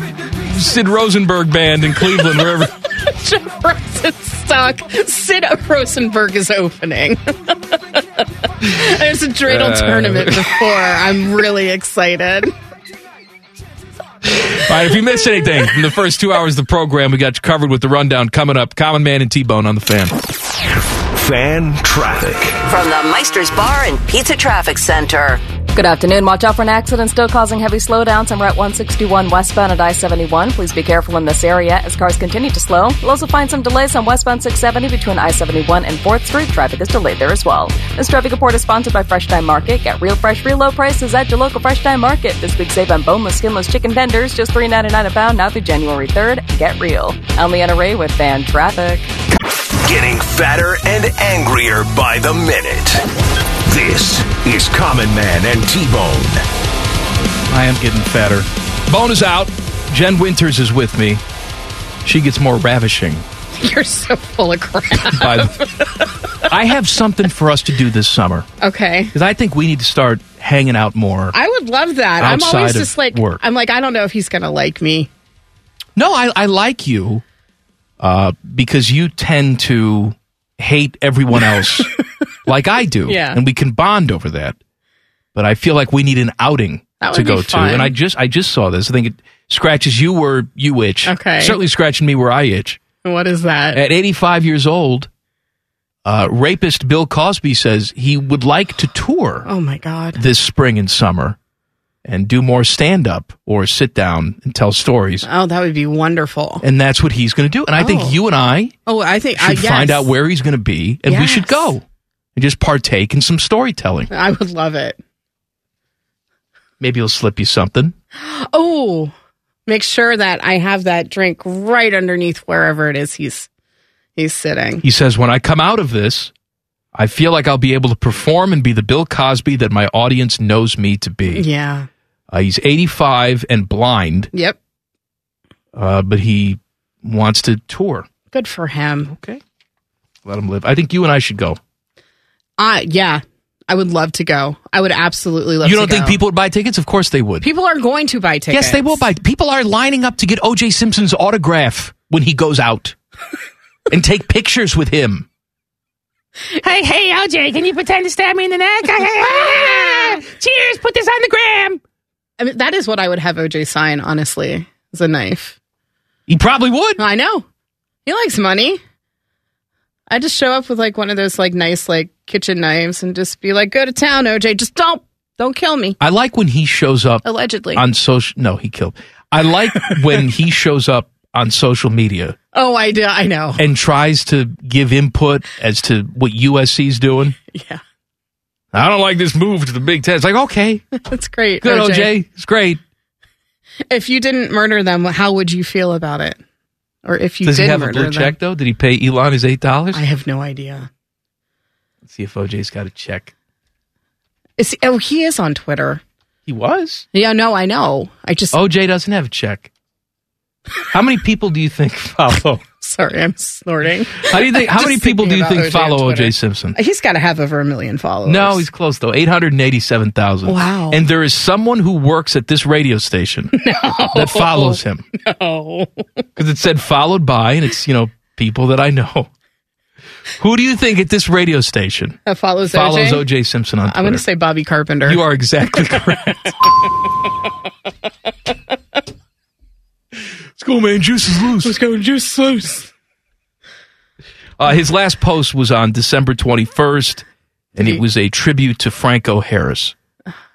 C: Sid Rosenberg band in Cleveland,
F: (laughs)
C: wherever.
F: (laughs) Jeff Rosenstock, Sid Rosenberg is opening. (laughs) There's a dreidel
C: Uh.
F: tournament before. I'm really excited. (laughs)
C: All right, if you missed anything from the first two hours of the program, we got you covered with the rundown coming up. Common Man and T Bone on the fan.
A: Fan traffic.
D: From the Meister's Bar and Pizza Traffic Center.
H: Good afternoon. Watch out for an accident still causing heavy slowdowns on Route 161 westbound at I 71. Please be careful in this area as cars continue to slow. You'll also find some delays on westbound 670 between I 71 and 4th Street. Traffic is delayed there as well. This traffic report is sponsored by Fresh Time Market. Get real fresh, real low prices at your local Fresh Time Market. This week save on boneless, skinless chicken tenders just $3.99 a pound now through January 3rd. Get real. I'm Leanna Ray with Fan Traffic.
A: Getting fatter and angrier by the minute. This is Common Man and T Bone.
C: I am getting fatter. Bone is out. Jen Winters is with me. She gets more ravishing.
F: You're so full of crap.
C: By
F: (laughs)
C: the- I have something for us to do this summer
F: Okay.
C: because I think we need to start hanging out more.
F: I would love that. I'm
C: Outside
F: always
C: of
F: just like
C: work.
F: I'm like I don't know if he's gonna like me.
C: No, I, I like you uh, because you tend to hate everyone
F: (laughs)
C: else like I do.
F: Yeah.
C: And we can bond over that. But I feel like we need an outing
F: That
C: to
F: would be
C: go
F: fun.
C: to. And I just I just saw this. I think it scratches you where you itch.
F: Okay.
C: Certainly scratching me where I itch.
F: What is that?
C: At 85 years old, uh, rapist Bill Cosby says he would like to tour
F: Oh my god.
C: this spring and summer and do more stand up or sit down and tell stories.
F: Oh, that would be wonderful.
C: And that's what he's going to do. And I
F: Oh.
C: think you and I
F: Oh, I think I
C: should find
F: yes.
C: out where he's going to be and we should go and just partake in some storytelling.
F: I would love it.
C: Maybe he'll slip you something.
F: Oh, make sure that I have that drink right underneath wherever it is he's he's sitting.
C: He says, When I come out of this, I feel like I'll be able to perform and be the Bill Cosby that my audience knows me to be.
F: Yeah.
C: Uh, he's 85 and blind,
F: Yep.
C: uh, but he wants to tour.
F: Good for him.
C: Okay. Let him live. I think you and I should go.
F: Uh yeah. I would love to go. I would absolutely love
C: you
F: to
C: don't think
F: go.
C: people would buy tickets? Of course they would.
F: people are going to buy tickets.
C: Yes, they will buy. People are lining up to get O.J. Simpson's autograph when he goes (laughs) out and take pictures with him.
I: Hey, hey, LJ, can you pretend to stab me in the neck? Ah! Cheers, put this on the gram.
F: I mean, that is what I would have OJ sign, honestly, is a knife.
C: He probably would.
F: I know. He likes money. I just show up with like one of those like nice like kitchen knives and just be like, go to town, OJ. Just don't don't kill me.
C: I like when he shows up
F: Allegedly.
C: on social. No, he killed. I (laughs) like when he shows up on social media
F: oh, I do. I know. (laughs)
C: and tries to give input as to what USC's doing.
F: Yeah,
C: I don't like this move to the Big Ten. It's like okay,
F: that's great.
C: good OJ, it's great.
F: If you didn't murder them, how would you feel about it? Or if you
C: Does
F: did
C: he have a
F: murder
C: blue
F: them,
C: check though? Did he pay Elon his eight dollars?
F: I have no idea.
C: Let's see if OJ's got a check.
F: Is oh, he is on Twitter.
C: He was.
F: Yeah, no, I know. I just
C: OJ doesn't have a check. How many people do you think (laughs) follow?
F: sorry, I'm snorting.
C: How do you think? How
F: Just
C: many people
F: thinking
C: do you
F: about
C: think
F: OJ on
C: follow
F: Twitter.
C: OJ Simpson?
F: He's got to have over a million followers.
C: No, he's close though. Eight hundred eighty-seven thousand.
F: Wow.
C: And there is someone who works at this radio
F: (laughs)
C: station that follows him
F: no.
C: because it said followed by, and it's you know people that I know. Who do you think at this radio station
F: That follows
C: follows
F: OJ.
C: OJ Simpson on Twitter?
F: I'm going to say Bobby Carpenter.
C: You are exactly correct. Let's go, man. Juice is loose. Let's go. Juice is loose. Uh, his last post was on December 21st, and it was a tribute to Franco Harris.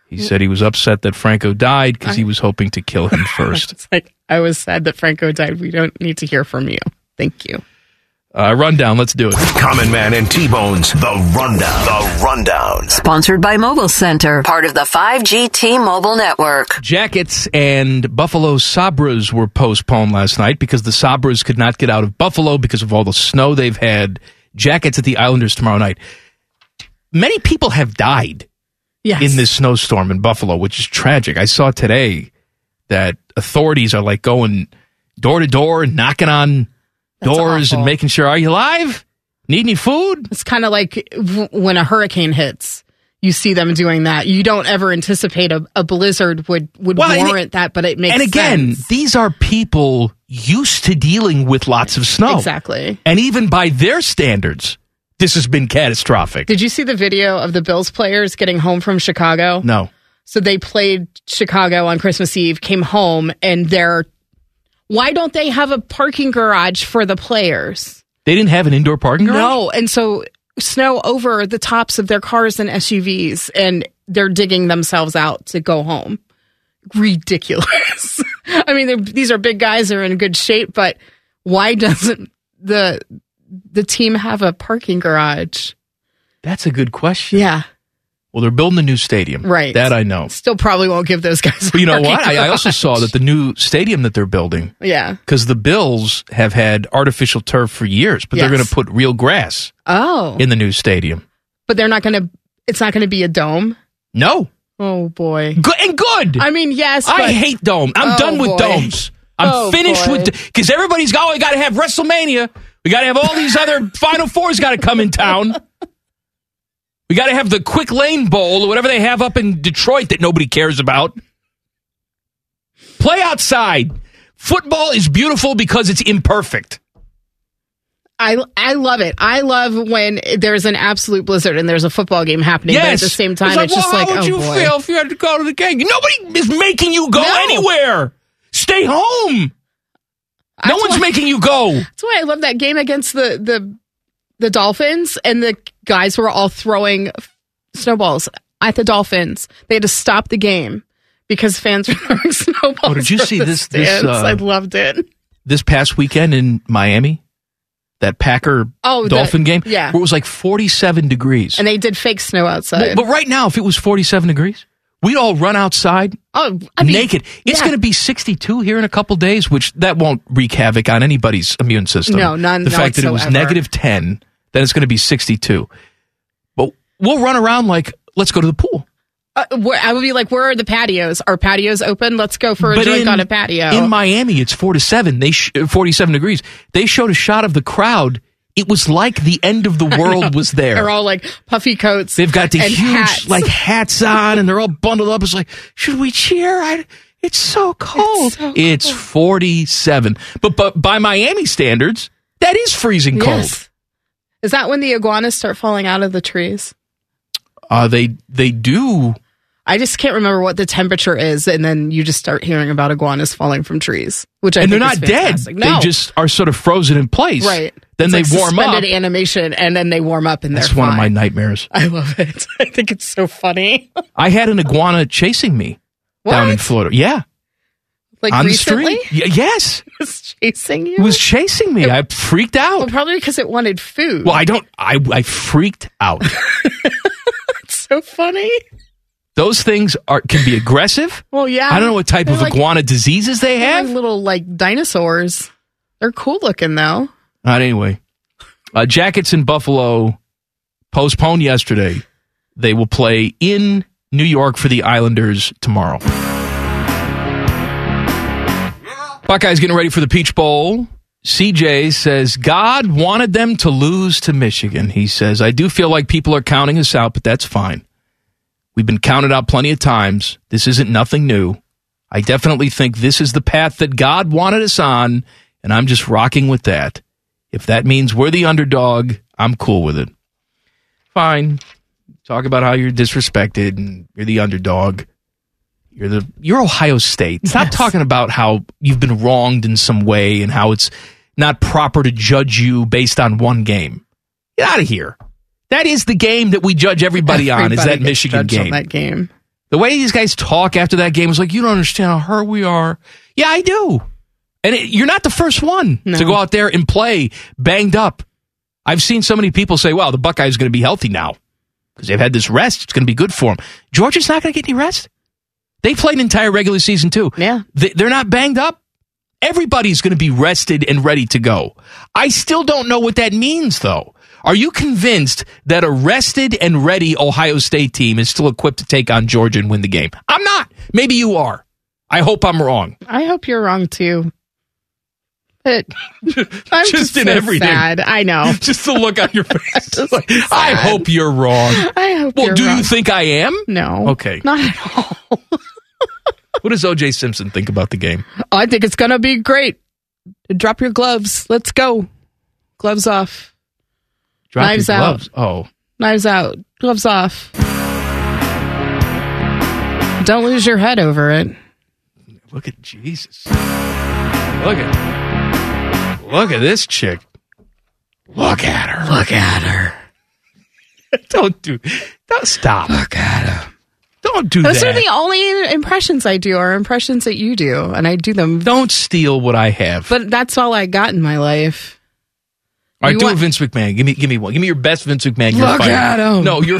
C: He said he was upset that Franco died because he was hoping to kill him first.
F: It's like I was sad that Franco died. We don't need to hear from you. Thank you.
C: Uh, rundown. Let's do it.
A: Common Man and T Bones, The Rundown. The Rundown.
D: Sponsored by Mobile Center, part of the 5G T Mobile Network.
C: Jackets and Buffalo Sabres were postponed last night because the Sabres could not get out of Buffalo because of all the snow they've had. Jackets at the Islanders tomorrow night. Many people have died
F: Yes.
C: in this snowstorm in Buffalo, which is tragic. I saw today that authorities are like going door to door, knocking on
F: That's
C: doors and
F: awful.
C: making sure, are you alive? Need any food?
F: It's kind of like w- when a hurricane hits. You see them doing that. You don't ever anticipate a, a blizzard would would
C: Well, and it-
F: warrant that, but it makes
C: and again,
F: sense.
C: these are people used to dealing with lots of snow.
F: exactly.
C: And even by their standards, this has been catastrophic.
F: Did you see the video of the Bills players getting home from Chicago?
C: no.
F: So they played Chicago on Christmas Eve, came home, and they're why don't they have a parking garage for the players?
C: They didn't have an indoor parking garage?
F: No, and so snow over the tops of their cars and SUVs, and they're digging themselves out to go home. Ridiculous. (laughs) I mean, they're- these are big guys; they're in good shape, but why doesn't the the team have a parking garage?
C: That's a good question.
F: Yeah,
C: Well, they're building a new stadium.
F: Right.
C: That I know.
F: still probably won't give those guys. a
C: But you know what?
F: parking
C: I, I also
F: (laughs) garage.
C: saw that the new stadium that they're building,
F: Yeah.
C: because the Bills have had artificial turf for years, but they're
F: Yes.
C: going to put real grass
F: Oh,
C: in the new stadium.
F: but they're not going to. It's not going to be a dome.
C: No.
F: Oh boy.
C: Good and good.
F: I mean, yes.
C: I
F: but-
C: hate dome. I'm
F: Oh,
C: done with
F: boy.
C: domes. I'm
F: Oh,
C: finished
F: boy.
C: with because everybody's got. Oh, we got to have WrestleMania. We got to have all these other
F: (laughs)
C: Final Fours got to come in town. We got to have the Quick Lane Bowl or whatever they have up in Detroit that nobody cares about. Play outside. Football is beautiful because it's imperfect.
F: I I love it. I love when there's an absolute blizzard and there's a football game happening. but at
C: yes.
F: the same time, it's,
C: well,
F: just like,
C: how would
F: oh
C: you
F: boy.
C: feel if you had to go to the game? Nobody is making you go
F: No.
C: anywhere. Stay home. No
F: That's
C: one's
F: why-
C: making you go.
F: That's why I love that game against the the the Dolphins and the guys were all throwing f- snowballs at the Dolphins. They had to stop the game because fans (laughs) were throwing snowballs.
C: Oh, did you
F: from
C: see
F: the
C: this- this,
F: stands.
C: uh,
F: I loved it.
C: this past weekend in Miami, that Packer
F: Oh, the-
C: Dolphin game,
F: yeah.
C: where it was like 47 degrees.
F: And they did fake snow outside.
C: but, but right now, if it was 47 degrees, We'd all run outside
F: Oh, I mean,
C: naked. It's
F: yeah.
C: going to be 62 here in a couple days, which that won't wreak havoc on anybody's immune system.
F: No, none-
C: The
F: no
C: fact that it was
F: whatsoever.
C: negative 10, then it's going to be 62. But we'll run around like, let's go to the pool.
F: Uh, where, I would be like, where are the patios? Are patios open? Let's go for a drink on a patio.
C: In Miami, it's four to seven. They sh- uh, forty-seven degrees. They showed a shot of the crowd. It was like the end of the
F: I
C: world
F: know. (laughs)
C: was there.
F: They're all like puffy coats.
C: They've got the
F: and
C: huge
F: hats.
C: like hats on, and they're all bundled up. It's like, should we cheer? I, it's so cold. It's, forty-seven, but but by Miami standards, that is freezing cold.
F: Yes. Is that when the iguanas start falling out of the trees?
C: Uh, they they do.
F: I just can't remember what the temperature is, and then you just start hearing about iguanas falling from trees, which I
C: and they're
F: think
C: not
F: is
C: dead.
F: fantastic. No.
C: They just are sort of frozen in place.
F: right.
C: Then
F: It's
C: they
F: like
C: warm up.
F: suspended animation, and then they warm up, and
C: That's
F: they're
C: one
F: fine.
C: of my nightmares.
F: (laughs) I love it. (laughs) I think it's so funny. (laughs)
C: I had an iguana chasing me down in Florida. Yeah.
F: Like
C: on
F: recently, (laughs)
C: the street. Y- yes.
F: It was chasing you.
C: It was chasing me. I freaked
F: well,
C: out.
F: probably because it wanted food.
C: Well, I don't I I freaked out.
F: It's so funny.
C: Those things are can be aggressive.
F: Well, yeah.
C: I don't know what type
F: They're
C: of
F: like-
C: iguana diseases they
F: They're
C: have.
F: like little like dinosaurs. They're cool looking though.
C: All right, anyway. Uh, Jackets in Buffalo postponed yesterday. They will play in New York for the Islanders tomorrow. Buckeyes getting ready for the Peach Bowl. CJ says, God wanted them to lose to Michigan. He says, I do feel like people are counting us out, but that's fine. We've been counted out plenty of times. This isn't nothing new. I definitely think this is the path that God wanted us on, and I'm just rocking with that. If that means we're the underdog, I'm cool with it. Fine. Talk about how you're disrespected and you're the underdog. You're the you're Ohio State. Stop talking about how you've been wronged in some way and how it's not proper to judge you based on one game. Get out of here. That is the game that we judge everybody, on. Is
F: Everybody
C: that
F: gets
C: Michigan
F: judged on
C: game?
F: that game.
C: The way these guys talk after that game was like, you don't understand how hurt we are. Yeah, I do. And it, you're not the first one to go out there and play banged up. I've seen so many people say, wow, the Buckeyes are going to be healthy now because they've had this rest. It's going to be good for them. Georgia's not going to get any rest. They played an entire regular season, too. Yeah. They, they're not banged up. Everybody's going to be rested and ready to go. I still don't know what that means, though. Are you convinced that a rested and ready Ohio State team is still equipped to take on Georgia and win the game? I'm not. Maybe you are. I hope I'm wrong.
F: I hope you're wrong too. But I'm
C: Just
F: just,
C: in
F: so
C: everything.
F: sad. I know.
C: (laughs) Just the look
F: (laughs)
C: on your face. Like, I hope you're wrong.
F: I hope.
C: Well,
F: you're
C: do
F: wrong.
C: you think I am?
F: No.
C: Okay.
F: Not at all.
C: What does OJ Simpson think about the game?
F: I think it's gonna be great. Drop your gloves. Let's go. Gloves off.
C: Drop your
F: Knives out.
C: gloves. Oh.
F: Knives out. Gloves off. Don't lose your head over it.
C: Look at Jesus. Look at Look at this chick. Look at her. Look at her. (laughs) don't do don't stop. Look at her. Don't do
F: Those
C: that.
F: are the only impressions I do are impressions that you do, and I do them.
C: don't steal what I have.
F: But that's all I got in my life.
C: All right,
F: you
C: do
F: want-
C: a Vince McMahon. Give me give me one. Give me your best Vince McMahon. You're
F: Look
C: fired.
F: at him.
C: No, you're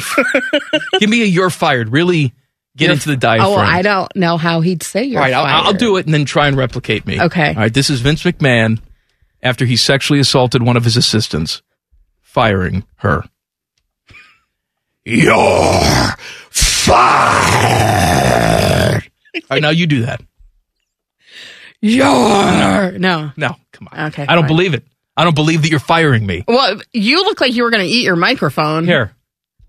C: (laughs) Give me a you're fired. Really get into the diaphragm.
F: Oh, I don't know how he'd say
C: All
F: you're
C: right, I'll,
F: fired.
C: I'll do it and then try and replicate me.
F: Okay.
C: All right, this is Vince McMahon after he sexually assaulted one of his assistants, firing her. You're fired. All right, now you do that.
F: You're no.
C: No, come on.
F: Okay.
C: I don't
F: fine.
C: believe it. I don't believe that you're firing me
F: Well, you look like you were going to eat your microphone.
C: here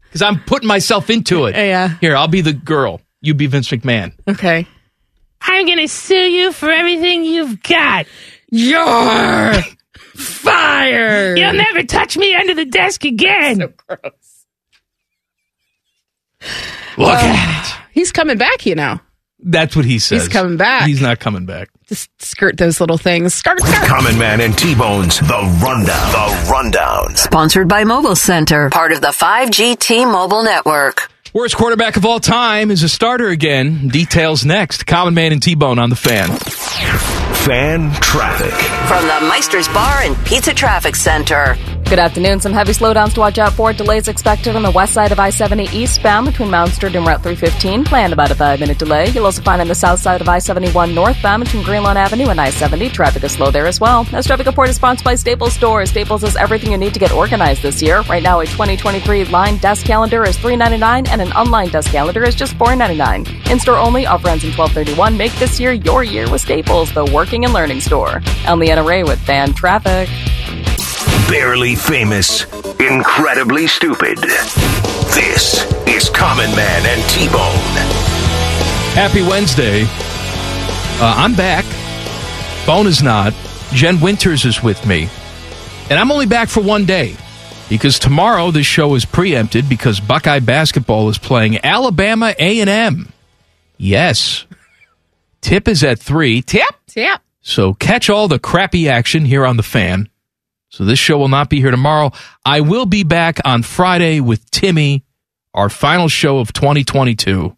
C: because I'm putting myself into it.
F: Yeah.
C: Here, I'll be the girl. You be Vince McMahon.
F: Okay.
I: I'm gonna sue you for everything you've got.
F: You're fired.
I: You'll never touch me under the desk again.
C: Look at it.
F: He's coming back, you know.
C: That's what he says.
F: coming back.
C: He's not coming back.
F: Just skirt those little things. Skirt, skirt.
A: Common Man and T Bones, The Rundown. The Rundown.
D: Sponsored by Mobile Center, part of the 5G T Mobile Network.
C: Worst quarterback of all time is a starter again. Details next. Common Man and T Bone on the fan.
A: Fan traffic.
D: From the Meister's Bar and Pizza Traffic Center.
H: Good afternoon. Some heavy slowdowns to watch out for. Delays expected on the west side of I 70 eastbound between Mount Street and Route 315. Plan about a five minute delay. You'll also find on the south side of I 71 northbound between Greenlawn Avenue and I 70. Traffic is slow there as well. This traffic report is sponsored by Staples Stores. Staples is everything you need to get organized this year. Right now, a 2023 line desk calendar is $3.99 and an unlined desk calendar is just $4.99. In store only, offer ends in 1231. Make this year your year with Staples, the working and learning store. I'm Leanna Ray with Fan Traffic.
A: Barely famous, incredibly stupid. This is Common Man and T Bone.
C: Happy Wednesday. Uh, I'm back. Bone is not. Jen Winters is with me. And I'm only back for one day because tomorrow this show is preempted because Buckeye basketball is playing Alabama A&M. Yes. Tip is at 3. Tip.
F: Yep.
C: So catch all the crappy action here on the fan. So this show will not be here tomorrow. I will be back on Friday with Timmy, our final show of 2022.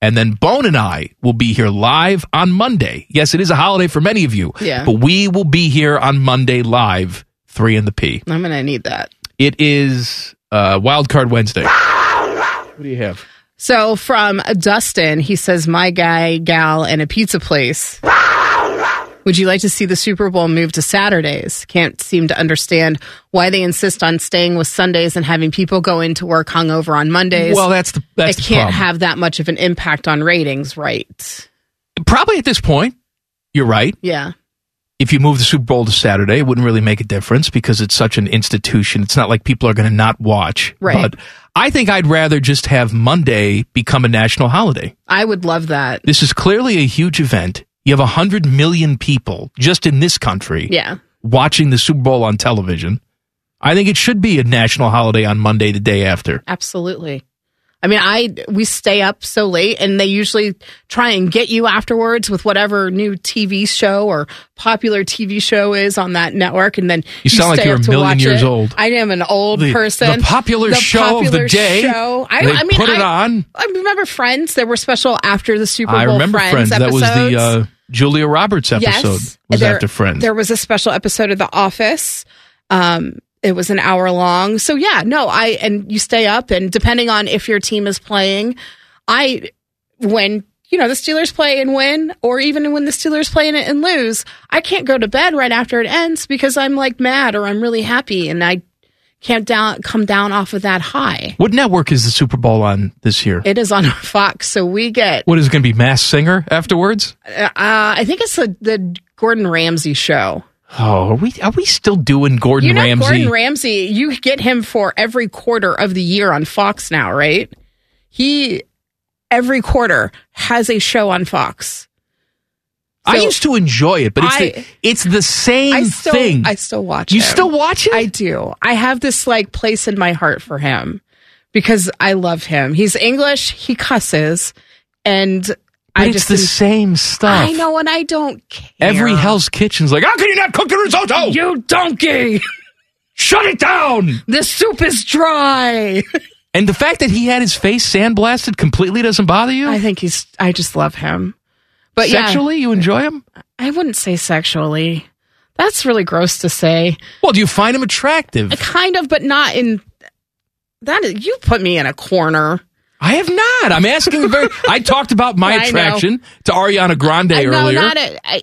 C: And then Bone and I will be here live on Monday. Yes, it is a holiday for many of you.
F: Yeah.
C: But we will be here on Monday live, 3 in the P.
F: I'm going to need that.
C: It is uh, Wild Card Wednesday. What do you have?
F: So from Dustin, he says, My guy, gal, and a pizza place. Would you like to see the Super Bowl move to Saturdays? Can't seem to understand why they insist on staying with Sundays and having people go into work hungover on Mondays.
C: Well, that's the- that's
F: it
C: the
F: can't
C: problem.
F: have that much of an impact on ratings, right?
C: Probably at this point, you're right.
F: Yeah.
C: if you move the Super Bowl to Saturday, it wouldn't really make a difference because it's such an institution. It's not like people are going to not watch.
F: Right.
C: But I think I'd rather just have Monday become a national holiday.
F: I would love that.
C: This is clearly a huge event. You have 100 million people just in this country
F: Yeah.
C: watching the Super Bowl on television. I think it should be a national holiday on Monday the day after.
F: Absolutely. I mean, I we stay up so late, and they usually try and get you afterwards with whatever new TV show or popular TV show is on that network, and then
C: You sound like
F: stay
C: you're
F: up
C: a
F: to
C: million
F: watch
C: years
F: it.
C: old.
F: I am an old
C: The-
F: person.
C: the popular show of the day,
F: show. I,
C: they
F: I mean,
C: put it
F: I-
C: on.
F: I remember Friends. There were special after the Super Bowl.
C: I remember
F: Friends.
C: That was the uh,
F: episodes.
C: Julia Roberts episode.
F: Yes.
C: Was
F: There-
C: after Friends.
F: There was a special episode of The Office. Um, it was an hour long. So yeah, no, I and you stay up and depending on if your team is playing, I when you know the Steelers play and win, or even when the Steelers play and, and lose, I can't go to bed right after it ends because I'm like mad or I'm really happy and I can't down come down off of that high.
C: what network is the Super Bowl on this year?
F: It is on (laughs) Fox, so we get.
C: What is it going to be? Mass Singer afterwards?
F: Uh, I think it's the, the Gordon Ramsay show.
C: Oh, are we are we still doing Gordon
F: you know
C: Ramsay?
F: Gordon Ramsay, you get him for every quarter of the year on Fox now, right? He every quarter has a show on Fox.
C: I
F: So-
C: used to enjoy it, but it's the,
F: I-
C: it's the same
F: I still
C: thing.
F: I still watch
C: You
F: him.
C: still watch it?
F: I do. I have this like place in my heart for him because I love him. He's English, he cusses, and
C: but
F: I
C: it's
F: just
C: the same stuff.
F: I know and I don't care.
C: Every Hell's Kitchen's like, how can you not cook a risotto?
F: You donkey!
C: (laughs) Shut it down!
F: The soup is dry. (laughs)
C: And the fact that he had his face sandblasted completely doesn't bother you.
F: I think he's I just love him. But yeah.
C: sexually, you enjoy him.
F: I wouldn't say sexually. That's really gross to say.
C: Well, do you find him attractive?
F: Kind of, but not in that. Is, you put me in a corner.
C: I have not. I'm asking. Very. I talked about
F: (laughs) I know.
C: my attraction to Ariana Grande
F: I- no,
C: earlier.
F: not a, I,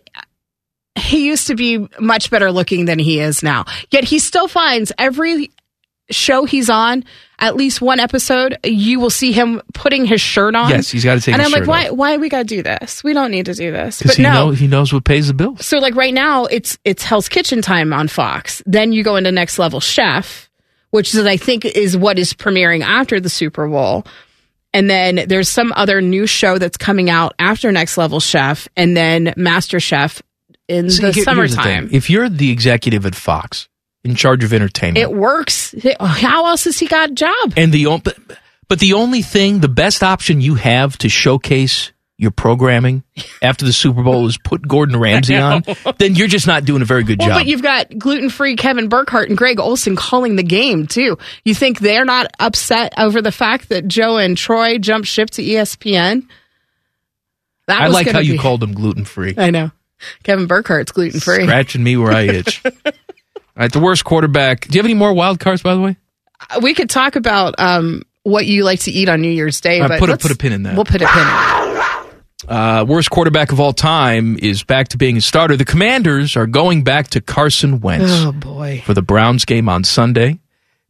F: He used to be much better looking than he is now. Yet he still finds every show he's on, at least one episode, you will see him putting his shirt on.
C: Yes, he's gotta take
F: And
C: his
F: I'm like,
C: shirt
F: why? Why we got to do this? We don't need to do this.
C: because
F: But
C: he
F: no,
C: know- he knows what pays the bills.
F: So like right now it's it's Hell's Kitchen time on Fox. Then you go into Next Level Chef, which is I think is what is premiering after the Super Bowl. And then there's some other new show that's coming out after Next Level Chef and then Master Chef in
C: See,
F: the
C: here- here's thing.
F: summertime.
C: if you're the executive at Fox in charge of entertainment,
F: it works. How else has he got a job?
C: and the on- but- but the only thing, the best option you have to showcase your
F: (laughs)
C: programming after the Super Bowl is put Gordon Ramsay on, then you're just not doing a very good
F: Well,
C: job.
F: but you've got gluten free Kevin Burkhardt and Greg Olson calling the game too. You think they're not upset over the fact that Joe and Troy jumped ship to E ESPN?
C: I
F: was
C: like
F: gonna
C: how you
F: be-
C: called them gluten free.
F: (laughs) I know Kevin Burkhart's gluten free.
C: Scratching me where I
F: (laughs)
C: itch. All right, the worst quarterback. Do you have any more wild cards, by the way?
F: We could talk about um, what you like to eat on New Year's Day.
C: All right,
F: but
C: put a-
F: let's-
C: put a pin in that.
F: We'll put a pin. in it.
C: Uh, worst quarterback of all time is back to being a starter. The Commanders are going back to Carson Wentz.
F: Oh, boy.
C: For the Browns game on Sunday.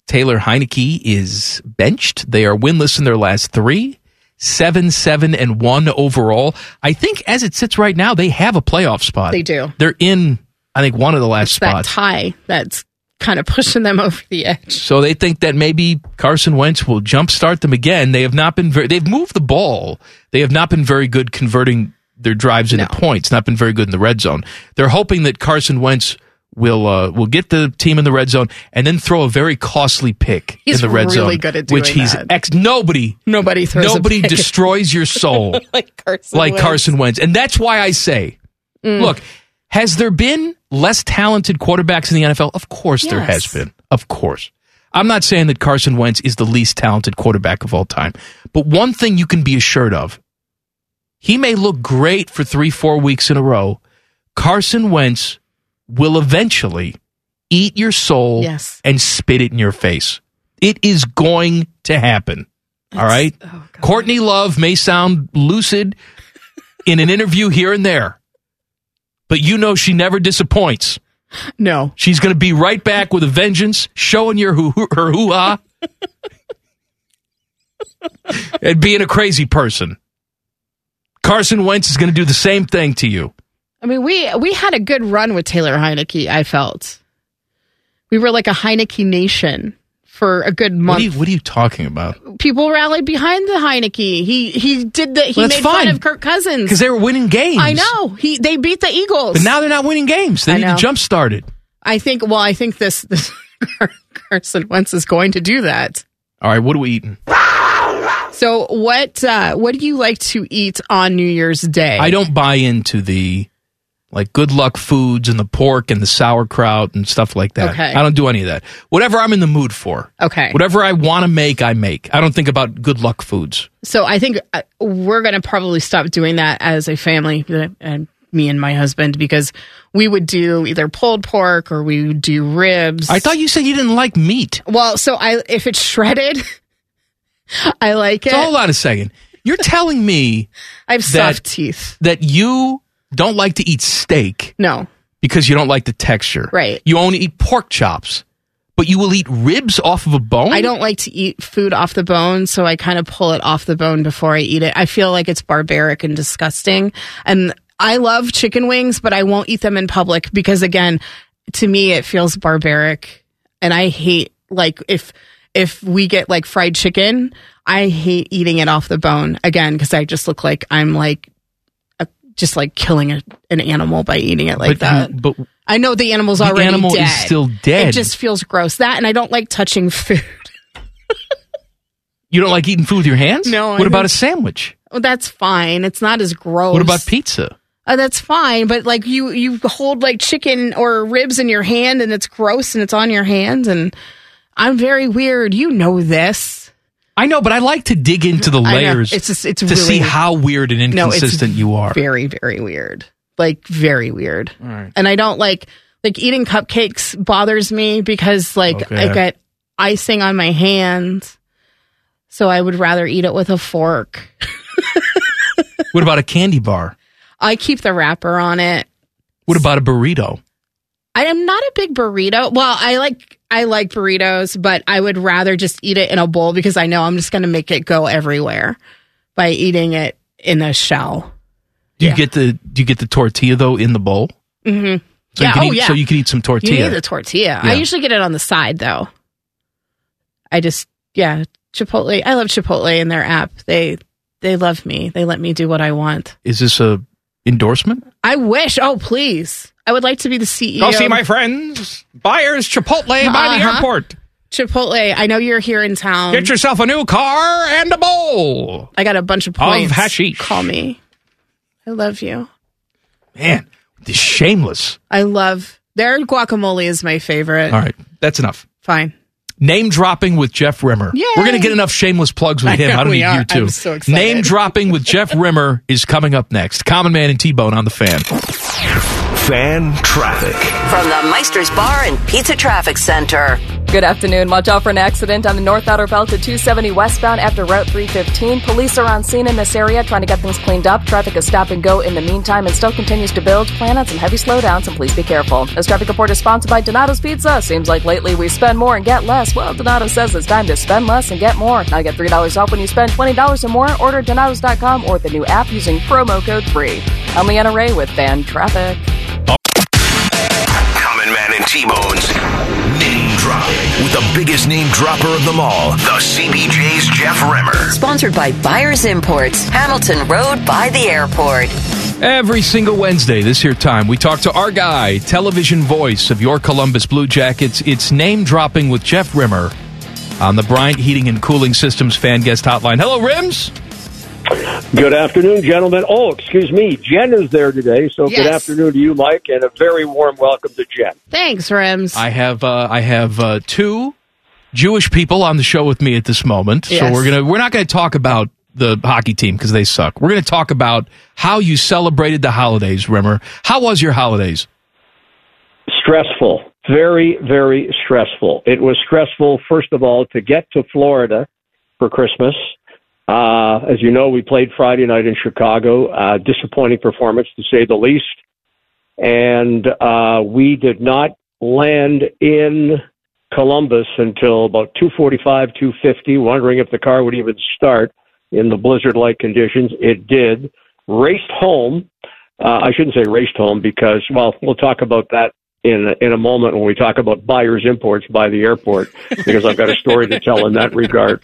C: Taylor Heineke is benched. They are winless in their last three, seven, seven, and one overall. I think as it sits right now, they have a playoff spot.
F: They do.
C: They're in, I think, one of the last
F: That
C: spots.
F: tie that's kind of pushing them (laughs) over the edge.
C: So they think that maybe Carson Wentz will jumpstart them again. They have not been very, they've moved the ball. They have not been very good converting their drives into points, not been very good in the red zone. They're hoping that Carson Wentz will uh, will get the team in the red zone and then throw a very costly pick
F: He's
C: in the red
F: really
C: zone,
F: good at
C: which
F: doing
C: he's
F: that.
C: ex nobody
F: Nobody throws. a
C: nobody
F: pick.
C: destroys your
F: (laughs)
C: soul
F: like Carson.
C: like
F: Wentz.
C: Carson Wentz. And that's why I say,
F: Mm.
C: look, has there been less talented quarterbacks in the NFL? Of course there
K: Yes.
C: has been. Of course. I'm not saying that Carson Wentz is the least talented quarterback of all time, but one thing you can be assured of he may look great for three, four weeks in a row. Carson Wentz will eventually eat your soul and spit it in your face. It is going to happen. all right. Courtney Love may sound lucid in an interview here and there, but you know she never disappoints.
F: No.
C: She's going to be right back with a vengeance, showing your hoo- hoo- her hoo ha and being a crazy person. Carson Wentz is going to do the same thing to you.
F: I mean, we we had a good run with Taylor Heineke. I felt we were like a Heineke nation for a good
C: What
F: month.
C: are, you, what are you talking about?
F: People rallied behind the Heineke. He he did the he
C: Well, that's
F: made
C: fine.
F: fun of Kirk Cousins
C: Because they were winning games.
F: I know he they beat the Eagles,
C: But now they're not winning games. They
F: I
C: need
F: know.
C: to jump start it.
F: I think. Well, I think this, (laughs) this Carson Wentz is going to do that.
C: All right, what are we eating?
F: So what uh, what do you like to eat on New Year's Day?
C: I don't buy into the like good luck foods and the pork and the sauerkraut and stuff like that.
F: Okay.
C: I don't do any of that. Whatever I'm in the mood for.
F: Okay.
C: Whatever I want to make, I make. I don't think about good luck foods.
F: So I think uh, we're going to probably stop doing that as a family, uh, and me and my husband, because we would do either pulled pork or we would do ribs. I thought
C: you said you didn't like meat.
F: Well, so I if it's shredded, (laughs) I like it.
C: So hold on a second. You're telling me
F: I have
C: that-
F: soft teeth.
C: that you don't like to eat steak.
F: No.
C: Because you don't like the texture.
F: Right.
C: You only eat pork chops, but you will eat ribs off of a bone?
F: I don't like to eat food off the bone, so I kind of pull it off the bone before I eat it. I feel like it's barbaric and disgusting. And I love chicken wings, but I won't eat them in public because again, to me it feels barbaric and I hate like if if we get like fried chicken, I hate eating it off the bone again because I just look like I'm like a, just like killing a, an animal by eating it like
C: but,
F: that.
C: you- but
F: I know the animal's
C: The
F: already
C: animal is
F: dead.
C: still dead.
F: It just feels gross. That and I don't like touching (laughs) food.
C: you don't like eating food with your hands?
F: No, I
C: What about
F: don't.
C: a sandwich?
F: Well, that's fine. It's not as gross.
C: What about pizza?
F: Uh, that's fine, but like you, you hold like chicken or ribs in your hand, and it's gross, and it's on your hand, and I'm very weird. You know this.
C: I know, but I like to dig into the
F: I know.
C: layers
F: It's just- it's
C: to
F: really-
C: see how weird and
F: No, it's
C: inconsistent you are.
F: Very, very weird. Like very weird.
C: All right.
F: And I don't like like eating cupcakes bothers me because like
C: Okay.
F: I get icing on my hands, so I would rather eat it with a fork.
C: What about a candy bar?
F: I keep the wrapper on it.
C: What about a burrito?
F: I am not a big burrito. Well, I like I like burritos, but I would rather just eat it in a bowl because I know I'm just going to make it go everywhere by eating it in a shell.
C: Do you get the do you get the tortilla though in the bowl?
F: hmm
C: So you can eat, so you can eat some tortilla.
F: You need the tortilla.
C: Yeah.
F: I usually get it on the side though. I just yeah, Chipotle. I love Chipotle and their app. They they love me. They let me do what I want.
C: Is this a endorsement?
F: I wish. Oh, please. I would like to be the E CEO.
C: Go see my friends. Buyers Chipotle by the
F: um, Uh-huh. Um,
C: airport.
F: Chipotle. I know you're here in town.
C: Get yourself a new car and a bowl
F: I got a bunch of
C: of
F: points.
C: hashish.
F: Call me. I love you.
C: Man, this shameless.
F: I love their guacamole is my favorite.
C: All right, that's enough.
F: Fine.
C: Name dropping with Jeff Rimmer.
F: Yay.
C: We're going to get enough shameless plugs
F: I
C: with him.
F: know
C: I don't
F: we
C: need
F: are.
C: you too.
F: I'm so excited.
C: Name dropping with
F: (laughs)
C: Jeff Rimmer is coming up next. Common Man and T Bone on the fan.
A: Fan traffic.
D: From the Meister's Bar and Pizza Traffic Center.
H: Good afternoon. Watch out for an accident on the north outer belt at 270 westbound after Route 315. Police are on scene in this area trying to get things cleaned up. Traffic is stop and go in the meantime and still continues to build. Plan on some heavy slowdowns and please be careful. This traffic report is sponsored by Donato's Pizza. Seems like lately we spend more and get less. Well, Donato says it's time to spend less and get more. Now get $3 off when you spend $20 or more. Order Donato's.com or the new app using promo code FREE. I'm Leanna Ray with Fan Traffic.
A: Common Man and T-Bones. Name dropping with the biggest name dropper of them all, the CBJ's Jeff Remmer.
D: Sponsored by Buyers Imports, Hamilton Road by the airport.
C: Every single Wednesday, this here time, we talk to our guy, television voice of your Columbus Blue Jackets. It's name dropping with Jeff Rimmer on the Bryant Heating and Cooling Systems fan guest hotline. Hello, Rims.
K: Good afternoon, gentlemen. Oh, excuse me. Jen is there today, so
F: Yes.
K: good afternoon to you, Mike, and a very warm welcome to Jen.
F: Thanks, Rims.
C: I have uh, I have uh, two Jewish people on the show with me at this moment.
F: Yes.
C: So we're gonna we're not gonna talk about the hockey team because they suck. We're gonna talk about how you celebrated the holidays, Rimmer. How was your holidays?
K: Stressful, very, very stressful. It was stressful, first of all, to get to Florida for Christmas. Uh, as you know, we played Friday night in Chicago. Uh, disappointing performance, to say the least. And uh, we did not land in Columbus until about 2:45, 2:50. Wondering if the car would even start in the blizzard-like conditions. It did. Raced home. Uh, I shouldn't say raced home because, well, we'll talk about that in in a moment when we talk about buyers imports by the airport because I've got a story to tell in that regard.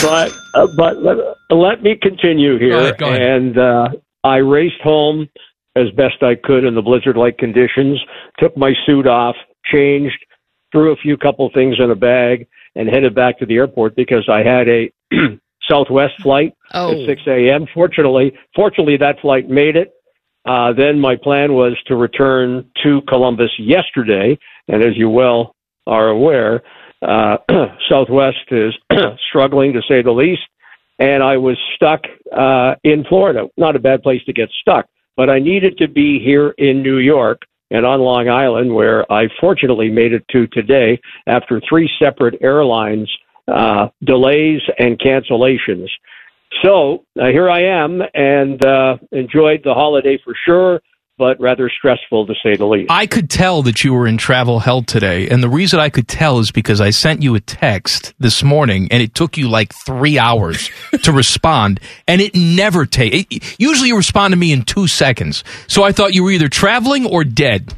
K: But uh, but let, let me continue here, and uh, I raced home as best I could in the blizzard-like conditions. Took my suit off, changed, threw a few couple things in a bag, and headed back to the airport because I had a (clears throat) Southwest flight
F: Oh.
K: at 6 a.m. Fortunately, fortunately that flight made it. Uh, then my plan was to return to Columbus yesterday, and as you well are aware, uh, (clears throat) Southwest is (clears throat) struggling to say the least, and I was stuck uh, in Florida. Not a bad place to get stuck, but I needed to be here in New York and on Long Island, where I fortunately made it to today after three separate airlines uh, delays and cancellations. So uh, here I am, and uh, enjoyed the holiday for sure, but rather stressful to say the least.
C: I could tell that you were in travel hell today, and the reason I could tell is because I sent you a text this morning, and it took you like three hours to respond, and it never take. Usually, you respond to me in two seconds, so I thought you were either traveling or dead.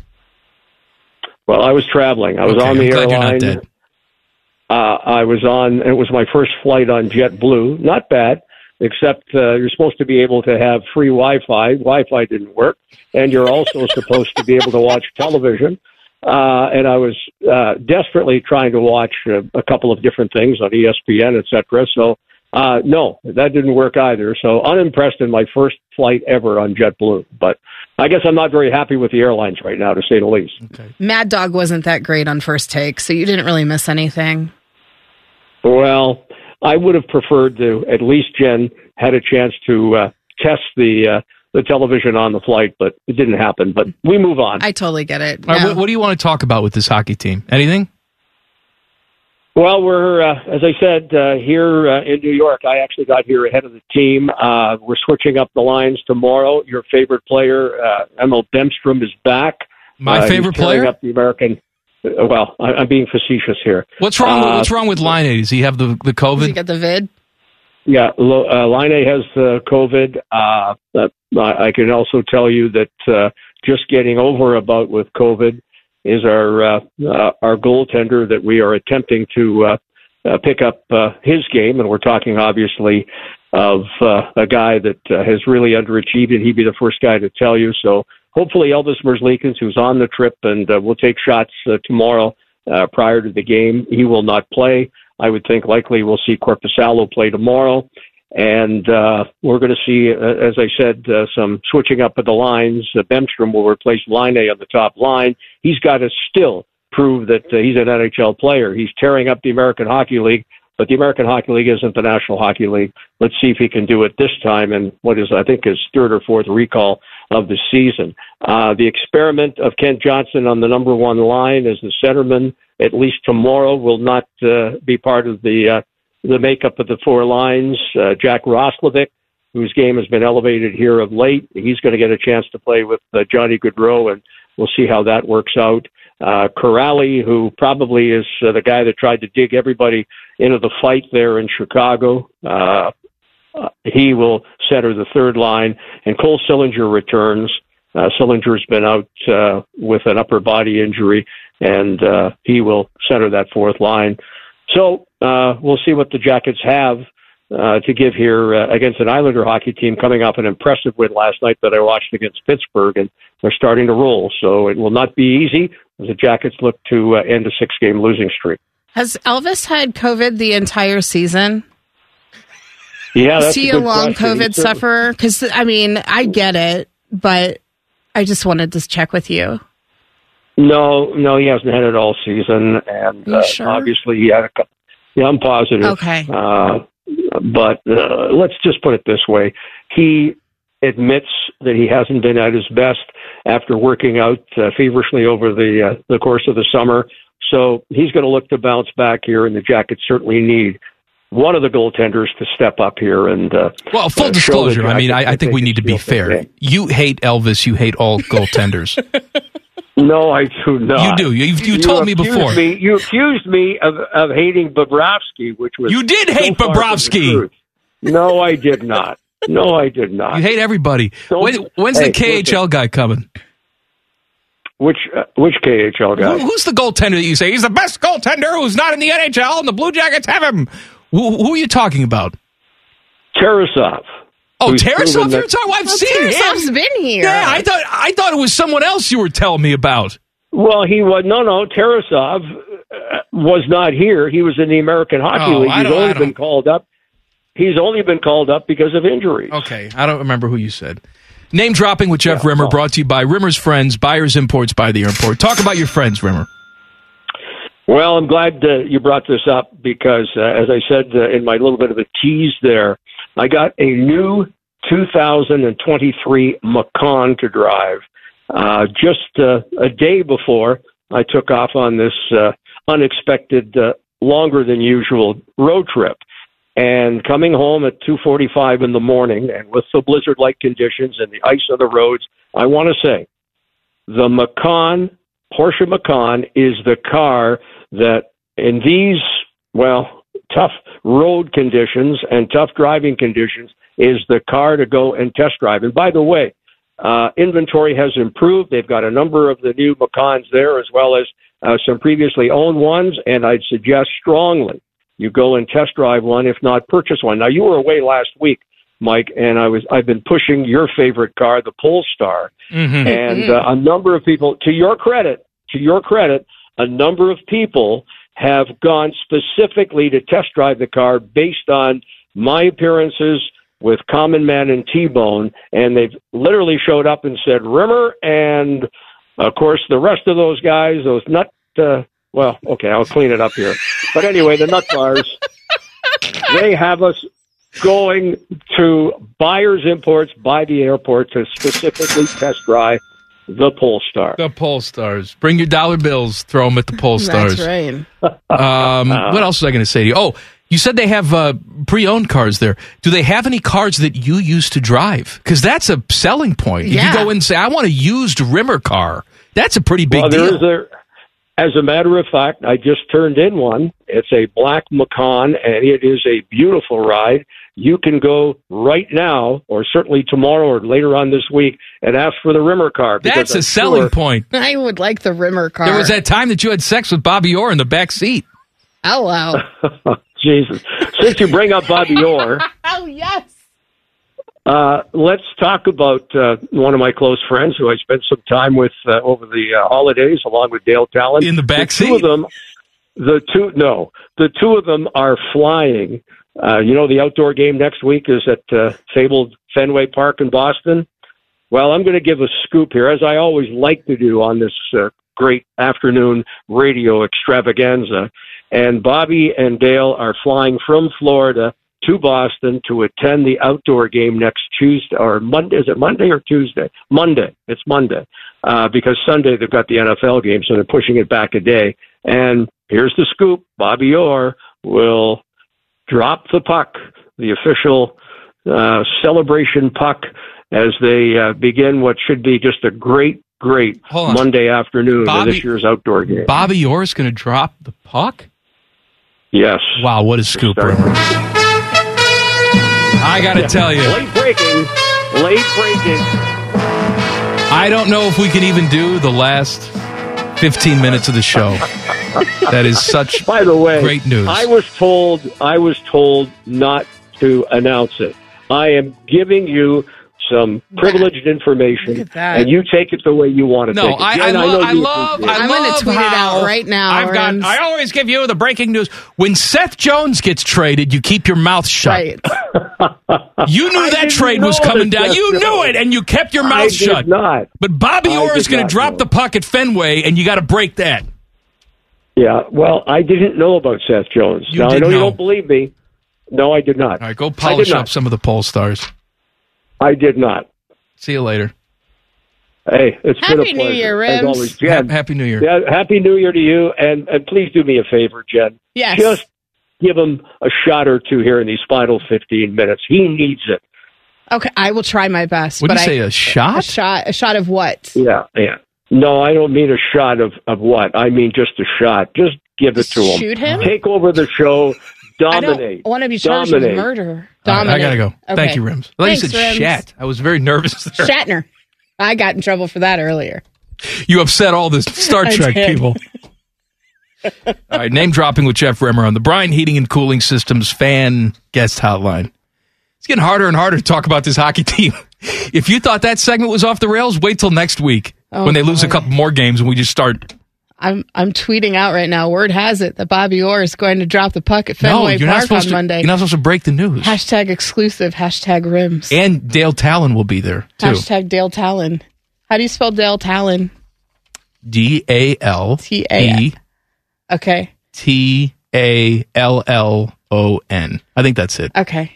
K: Well, I was traveling. I was
C: Okay,
K: on the
C: I'm glad you're not
K: airline.
C: dead.
K: Uh, I was on. It was my first flight on JetBlue. Not bad, except uh, you're supposed to be able to have free Wi-Fi. Wi-Fi didn't work, and you're also (laughs) supposed to be able to watch television. Uh, and I was uh, desperately trying to watch uh, a couple of different things on E ESPN, etc. So uh, no, that didn't work either. So unimpressed in my first flight ever on JetBlue. But I guess I'm not very happy with the airlines right now, to say the least.
F: Mad Dog wasn't that great on first take, so you didn't really miss anything.
K: Well, I would have preferred to at least Jen had a chance to uh, test the uh, the television on the flight, but it didn't happen. But we move on.
F: I totally get it.
C: All right,
F: No.
C: what, what do you want to talk about with this hockey team? Anything?
K: Well, we're uh, as I said uh, here uh, in New York. I actually got here ahead of the team. Uh, we're switching up the lines tomorrow. Your favorite player, uh, Emil Demstrom, is back.
C: My
K: Uh, he's
C: favorite
K: tearing
C: player?
K: Up the American. uh, Well, I, I'm being facetious here.
C: What's wrong? with,
K: Uh,
C: what's wrong with Line A? Does he have the the COVID?
F: Get the vid.
K: Yeah, Lo- uh, Line A has uh, COVID. Uh, but I I can also tell you that uh, just getting over about with COVID is our uh, uh, our goaltender that we are attempting to uh, uh, pick up uh, his game, and we're talking obviously of uh, a guy that uh, has really underachieved, and he'd be the first guy to tell you. So hopefully Elvis Merzlikins, who's on the trip, and uh, we'll take shots uh, tomorrow uh, prior to the game. He will not play. I would think likely we'll see Corpusalo play tomorrow. And uh, we're going to see, uh, as I said, uh, some switching up of the lines. Uh, Bemstrom will replace Line on the top line. He's got to still prove that uh, he's an NHL player. He's tearing up the American Hockey League, but the American Hockey League isn't the National Hockey League. Let's see if he can do it this time in what is, I think, his third or fourth recall of the season. Uh, the experiment of Kent Johnson on the number one line as the centerman, at least tomorrow, will not uh, be part of the uh, the makeup of the four lines. Uh, Jack Roslovic, whose game has been elevated here of late, he's going to get a chance to play with uh, Johnny Gaudreau, and we'll see how that works out. Uh, Corrali, who probably is uh, the guy that tried to dig everybody into the fight there in Chicago, uh, uh, he will center the third line, and Cole Sillinger returns. Uh, Sillinger's been out uh, with an upper body injury, and uh, he will center that fourth line. So uh, we'll see what the Jackets have uh, to give here uh, against an Islander hockey team coming off an impressive win last night that I watched against Pittsburgh, and they're starting to roll. So it will not be easy as the Jackets look to uh, end a six-game losing streak.
F: Has Elvis had COVID the entire season?
K: Yeah, that's
F: Is he
K: a,
F: a,
K: good
F: long
K: question.
F: COVID
K: He certainly-
F: sufferer? Because, I mean, I get it, but I just wanted to check with you.
K: No, no, he hasn't had it all season, and
F: You
K: uh,
F: sure?
K: obviously he had a. cou- Yeah, I'm positive.
F: Okay.
K: Uh, but uh, let's just put it this way: he admits that he hasn't been at his best after working out uh, feverishly over the uh, the course of the summer. So he's going to look to bounce back here, and the Jackets certainly need one of the goaltenders to step up here and uh,
C: Well,
K: uh,
C: full
K: show the
C: disclosure. I mean,
K: Jackets
C: I, I
K: that
C: think
K: they
C: we
K: can
C: need to be
K: still play
C: fair.
K: games.
C: You hate Elvis. You
K: (laughs)
C: hate all goaltenders.
K: No, I do not.
C: You do. You- you told me
K: accused
C: before.
K: me- you accused me of, of hating Bobrovsky, which was
C: You did hate
K: far from the
C: Bobrovsky.
K: truth. No, I did not. No, I did not.
C: You hate everybody.
K: Don't-
C: When, when's
K: Hey,
C: the KHL
K: listen.
C: guy coming?
K: Which uh, which KHL guy?
C: Who, who's the goaltender that you say he's the best goaltender who's not in the NHL and the Blue Jackets have him? Who, who are you talking about?
K: Tarasov.
C: Oh,
K: Who's
C: Tarasov.
K: proven
C: You're
K: that-
C: talking. I've
F: Well,
C: seen
F: Tarasov's
C: him.
F: been here.
C: Yeah, I thought I thought it was someone else you were telling me about.
K: Well, he was no, no. Tarasov uh, was not here. He was in the American Hockey
C: Oh,
K: League.
C: I
K: He's
C: don't- I
K: only
C: don't-
K: been called up. He's only been called up because of injuries.
C: Okay, I don't remember who you said. Name dropping with Jeff Rimmer, brought to you by Rimmer's Friends, Buyers Imports by the Airport. Talk about your friends, Rimmer.
K: Well, I'm glad uh, you brought this up because, uh, as I said uh, in my little bit of a tease there, I got a new 2023 Macan to drive uh, just uh, a day before I took off on this uh, unexpected, uh, longer than usual road trip. And coming home at 2:45 in the morning, and with the blizzard-like conditions and the ice on the roads, I want to say the Macan, Porsche Macan, is the car that in these, well, tough road conditions and tough driving conditions is the car to go and test drive. And by the way, uh, inventory has improved. They've got a number of the new Macans there, as well as uh, some previously owned ones. And I'd suggest strongly you go and test drive one, if not purchase one. Now, you were away last week, Mike, and I was I've been pushing your favorite car, the Polestar. And uh, a number of people, to your credit, to your credit, a number of people have gone specifically to test drive the car based on my appearances with Common Man and T Bone, and they've literally showed up and said Rimmer, and of course the rest of those guys, those nut. Uh, well, okay, I'll clean it up here. But anyway, the nut bars they have us going to buyers imports by the airport to specifically test drive the Polestar.
C: The Polestars. Bring your dollar bills, throw them at the Polestars.
F: right.
C: Um,
K: Uh-huh.
C: what else was I going to say to you? Oh, you said they have uh, pre-owned cars there. Do they have any cars that you used to drive? Because that's a selling point. If
K: Yeah.
C: you go in and say, "I want a used Rimmer car," that's a pretty big
K: well, there
C: deal.
K: is there. As a matter of fact, I just turned in one. It's a black Macan, and it is a beautiful ride. You can go right now, or certainly tomorrow, or later on this week, and ask for the Rimmer car. because
C: that's
K: I'm
C: a selling
K: sure-
C: point.
F: I would like the Rimmer car.
C: There was that time that you had sex with Bobby Orr in the back seat.
F: Oh, wow.
K: Jesus. Since you bring up Bobby Orr.
F: (laughs) oh, yes.
K: Uh, let's talk about uh, one of my close friends who I spent some time with uh, over the uh, holidays, along with Dale Talon.
C: In the back
K: the two of them, the two no, the two of them are flying Uh, you know, the outdoor game next week is at uh, fabled Fenway Park in Boston. Well, I'm going to give a scoop here, as I always like to do on this uh, great afternoon radio extravaganza. And Bobby and Dale are flying from Florida to Boston to attend the outdoor game next Tuesday or Monday. Is it Monday or Tuesday? Monday. It's Monday uh, because Sunday they've got the NFL game, so they're pushing it back a day. And here's the scoop: Bobby Orr will drop the puck, the official uh, celebration puck, as they uh, begin what should be just a great, great
C: Hold on.
K: Monday afternoon
C: Bobby-
K: of this year's outdoor game.
C: Bobby Orr is going to drop the puck.
K: Yes.
C: Wow, what a scoop, Boomer. I got to tell you.
K: Late breaking. Late breaking.
C: I don't know if we can even do the last 15 minutes of the show. that is such
K: By the way,
C: great news.
K: I was told I was told not to announce it. I am giving you some privileged information,
F: that.
K: and you take it the way you want to
C: No,
K: take it.
C: I-
K: Jen,
C: I lo-
K: know
C: I
K: you
C: love-
K: appreciate
F: I'm
K: it.
F: going
C: love
F: to tweet it
C: how
F: out right now.
C: I've got.
F: Rams.
C: I always give you the breaking news. When Seth Jones gets traded, you keep your mouth shut. (laughs) You knew
K: I
C: that
K: didn't
C: trade
K: know
C: was coming
K: that
C: down.
K: Seth
C: You knew
K: Jones-
C: it, and you kept your
K: I
C: mouth
K: did
C: shut.
K: not.
C: But Bobby
K: I
C: Orr
K: did
C: is going
K: not
C: to drop
K: know.
C: the puck at Fenway, and you got to break that.
K: Yeah, well, I didn't know about Seth Jones.
C: You
K: now I
C: did
K: know, you
C: know.
K: don't believe me. No, I did not.
C: All right, go
K: I
C: polish
K: did not.
C: up some of the poll stars.
K: I did not.
C: See you later.
K: Hey, it's been
F: Happy
K: a
F: New
K: pleasure.
F: Year,
K: as
F: Rims.
K: always, Jen.
C: Ha- Happy New Year.
K: Yeah, happy New Year to you, and, and please do me a favor, Jen.
F: Yes.
K: Just give him a shot or two here in these final 15 minutes. He needs it.
F: Okay, I will try my best.
C: Would you
F: but I,
C: say a
F: a
C: shot?
F: shot? A shot of what?
K: Yeah, yeah. No, I don't mean a shot of, of what. I mean just a shot. Just give it to him.
F: Shoot him?
K: Take over the show. Dominate.
F: I don't want to be charged with
K: Dominate.
F: murder.
C: All right,
F: Dominate.
C: I gotta go. Thank
F: Okay.
C: you, Rims. I thought you
F: Thanks,
C: said
F: Rims.
C: shat. I was very nervous. there.
F: Shatner. I got in trouble for that earlier.
C: You upset all the Star
F: (laughs) I
C: Trek
F: did.
C: people. all right, name dropping with Jeff Remmer on the Bryan Heating and Cooling Systems fan guest hotline. It's getting harder and harder to talk about this hockey (laughs) team. If you thought that segment was off the rails, wait till next week
F: Oh,
C: when they lose a
F: boy.
C: couple more games and we just start.
F: I'm I'm tweeting out right now. Word has it that Bobby Orr is going to drop the puck at
C: no,
F: Fenway
C: you're not
F: Park
C: supposed
F: on
C: to.
F: Monday.
C: You're not supposed to break the news.
F: hashtag exclusive. Hashtag rims.
C: and Dale Talon will be there too.
F: Hashtag Dale Talon. How do you spell Dale Talon?
C: D A L
F: T
C: E
F: A. Okay.
C: T A L L O N. I think that's it.
F: Okay.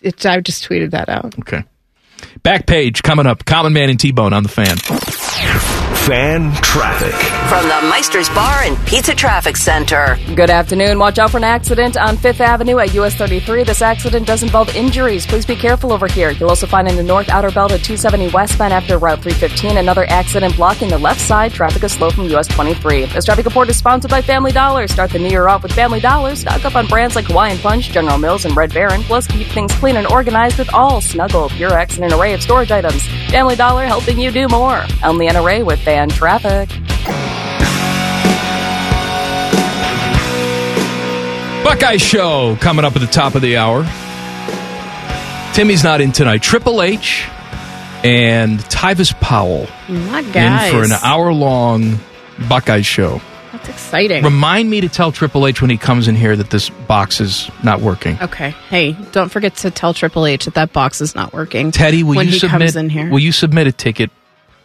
F: It's, I just tweeted that out.
C: Okay. Back page coming up. Common Man and T Bone on the fan.
A: Fan traffic.
D: From the Meister's Bar and Pizza Traffic Center.
H: Good afternoon. Watch out for an accident on 5th Avenue at US 33. This accident does involve injuries. Please be careful over here. You'll also find in the north outer belt at 270 westbound after Route 315 another accident blocking the left side. Traffic is slow from US 23. This traffic report is sponsored by Family Dollar. Start the new year off with Family Dollar. Stock up on brands like Hawaiian Punch, General Mills, and Red Baron. Plus, keep things clean and organized with all Snuggle, Purex, and an array of storage items. Family Dollar helping you do more. I'm Leanna Ray with Fan Traffic.
C: Buckeye Show coming up at the top of the hour. Timmy's not in tonight. Triple H and Tyvis Powell
F: My
C: in for an
F: guys.
C: hour long Buckeye Show.
F: That's exciting.
C: Remind me to tell Triple H when he comes in here that this box is not working.
F: Okay. Hey, don't forget to tell Triple H that that box is not working.
C: Teddy, will
F: when
C: you
F: he
C: submit?
F: comes in here?
C: Will you submit a ticket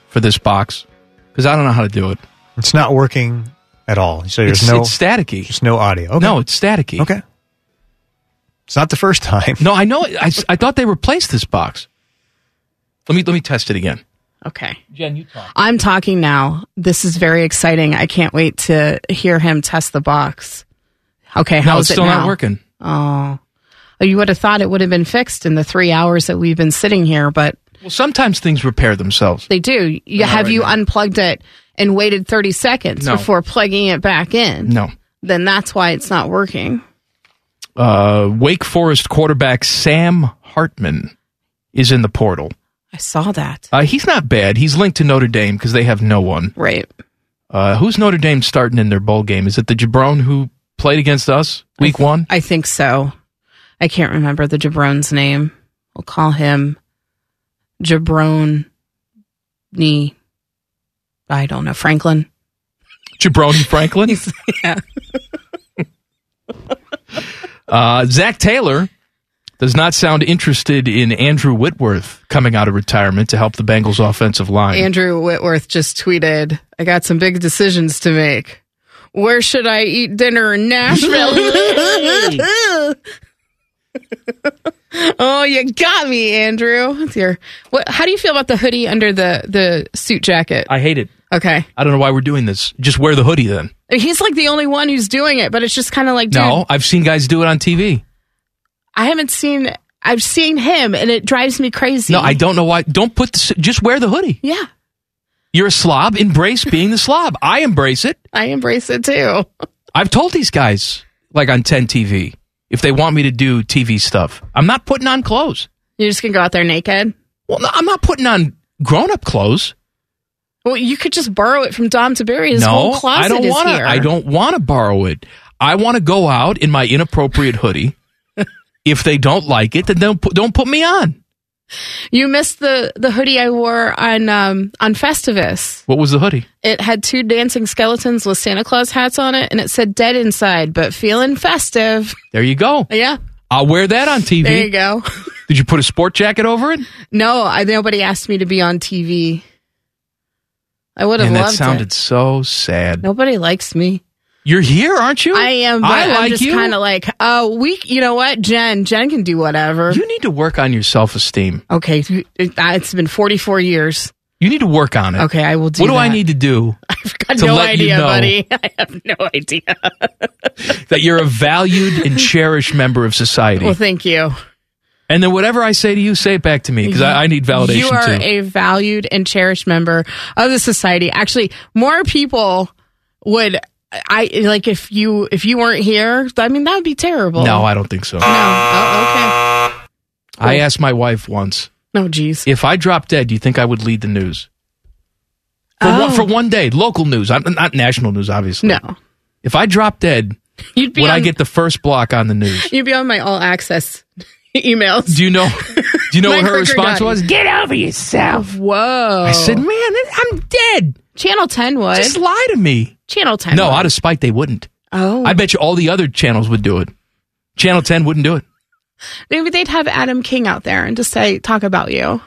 C: for this box? Because I don't know how to do it.
G: It's not working at all. So there's
C: it's,
G: no
C: it's staticky.
G: there's no audio. Okay.
C: No, it's staticky.
G: Okay. It's not the first time.
C: No, I know. It, I, s- I thought they replaced this box. Let me let me test it again.
F: okay.
C: Jen, you talk.
F: I'm talking now. This is very exciting. I can't wait to hear him test the box. Okay,
C: No,
F: how's
C: it's
F: it
C: still
F: now?
C: not working.
F: Oh. Oh, you would have thought it would have been fixed in the three hours that we've been sitting here, but
C: Well, sometimes things repair themselves.
F: they do. You,
C: Not
F: have
C: right
F: you
C: now.
F: unplugged it and waited 30 seconds
C: No.
F: before plugging it back in?
C: No.
F: Then that's why it's not working.
C: Uh, Wake Forest quarterback Sam Hartman is in the portal.
F: I saw that.
C: Uh, he's not bad. He's linked to Notre Dame because they have no one.
F: Right.
C: Uh, who's Notre Dame starting in their bowl game? Is it the Jabron who played against us week one?
F: I think so. I can't remember the Jabron's name. We'll call him Jabron Nee. I don't know. Franklin. (laughs)
C: Jabroni Franklin?
F: He's- yeah.
C: Uh, Zach Taylor does not sound interested in Andrew Whitworth coming out of retirement to help the Bengals' offensive line.
F: Andrew Whitworth just tweeted, I got some big decisions to make. Where should I eat dinner in Nashville? (laughs) oh, you got me, Andrew. Dear. What how do you feel about the hoodie under the the suit jacket?
C: I hate it.
F: Okay.
C: I don't know why we're doing this. Just wear the hoodie then.
F: He's like the only one who's doing it, but it's just kind of like, dude,
C: No, I've seen guys do it on TV.
F: I haven't seen I've seen him and it drives me crazy.
C: No, I don't know why. Don't put the, s- just wear the hoodie.
F: Yeah.
C: You're a slob. Embrace being the slob. I embrace it.
F: I embrace it too.
C: I've told these guys, like on 10 TV, if they want me to do TV stuff, I'm not putting on clothes.
F: You're just gonna go out there naked?
C: Well, no, I'm not putting on grown up clothes.
F: Well, you could just borrow it from Dom Tiberi. His
C: no,
F: whole closet
C: I don't
F: is
C: wanna,
F: here.
C: I don't want to borrow it. I want to go out in my inappropriate
F: (laughs)
C: hoodie. if they don't like it, then don't put, don't put me on.
F: You missed the the hoodie I wore on um, on Festivus.
C: What was the hoodie?
F: It had two dancing skeletons with Santa Claus hats on it, and it said "Dead inside, but feeling festive." (laughs)
C: There you go.
F: Yeah,
C: I'll wear that on TV.
F: there you go.
C: Did you put a sport jacket over it?
F: No, I, nobody asked me to be on TV. I would have
C: and that
F: loved
C: sounded
F: it.
C: so sad.
F: Nobody likes me.
C: You're here, aren't you?
F: I am. But
C: I
F: am
C: like
F: just
C: you.
F: kind of like, oh, we. You know what, Jen? Jen can do whatever.
C: You need to work on your self esteem.
F: okay, it- it's been forty four years.
C: You need to work on it.
F: Okay, I will do
C: What do I
F: that.
C: need to do
F: (laughs) I've got
C: to
F: no
C: let you
F: idea,
C: know.
F: buddy. (laughs) I have no idea.
C: that you're a valued and cherished member of society?
F: Well, thank you.
C: and then whatever I say to you, say it back to me because I, I need validation
F: You are
C: too.
F: a valued and cherished member of the society. Actually, more people would I like if you if you weren't here. I mean, that would be terrible.
C: no, I don't think so.
F: Oh,
C: I asked my wife once
F: okay. No, jeez.
C: if I dropped dead, do you think I would lead the news? For, one, for one day, local news, not, not national news, obviously.
F: Oh. No,
C: If I dropped dead,
F: You'd be
C: would I
F: on-
C: get the first block on the news?
F: you'd be on my all access (laughs) emails.
C: Do you know? Do you
F: (laughs)
C: know what
F: Mine
C: her
F: for
C: response
F: Granati.
C: was? Get over yourself.
F: Whoa!
C: I said, man, that- I'm dead.
F: Channel Ten would.
C: Just lie to me.
F: Channel Ten.
C: no,
F: would.
C: out of spite, they wouldn't.
F: Oh,
C: I bet you all the other channels would do it. Channel 10 wouldn't do it. (laughs)
F: maybe they'd have Adam King out there and just say talk about you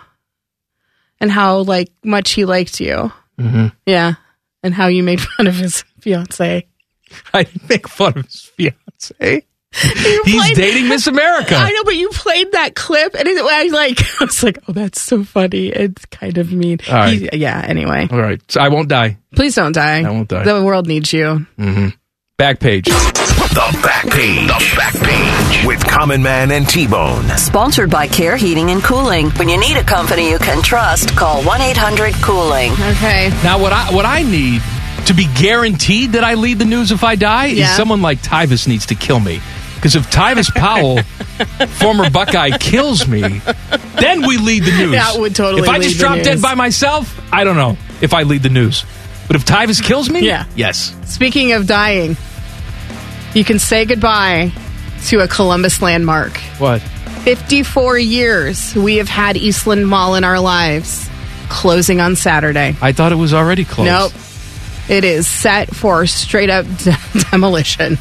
F: and how like much he liked you.
C: Mm-hmm.
F: Yeah, and how you made (laughs) fun of his fiance.
C: I didn't make fun of his fiance. He's dating Miss America.
F: (laughs) I know, but you played that clip, and it, I like, (laughs) I was like, oh, that's so funny. It's kind of mean.
C: All right.
F: He- yeah. Anyway,
C: All right. So I won't die.
F: please don't die.
C: I won't die.
F: The world needs you.
C: Mm-hmm. Back page.
A: The back page. The back page with Common Man and T Bone.
D: Sponsored by Care Heating and Cooling. When you need a company you can trust, call 1 800 Cooling.
F: Okay.
C: Now, what I what I need to be guaranteed that I lead the news if I die
D: Yeah.
C: is someone like Tyvis needs to kill me. Because if
F: (laughs)
C: Tyvis Powell, former Buckeye, kills me, then we lead the news.
F: That would totally
C: If I
F: lead
C: just
F: the
C: drop dead
F: news.
C: by myself, I don't know if I lead the news. But if Tyvis kills me,
F: Yeah.
C: yes.
F: Speaking of dying, you can say goodbye to a Columbus landmark.
C: What?
F: 54 years we have had Eastland Mall in our lives, closing on Saturday.
C: I thought it was already closed.
F: Nope. It is set for straight up (laughs) de- demolition.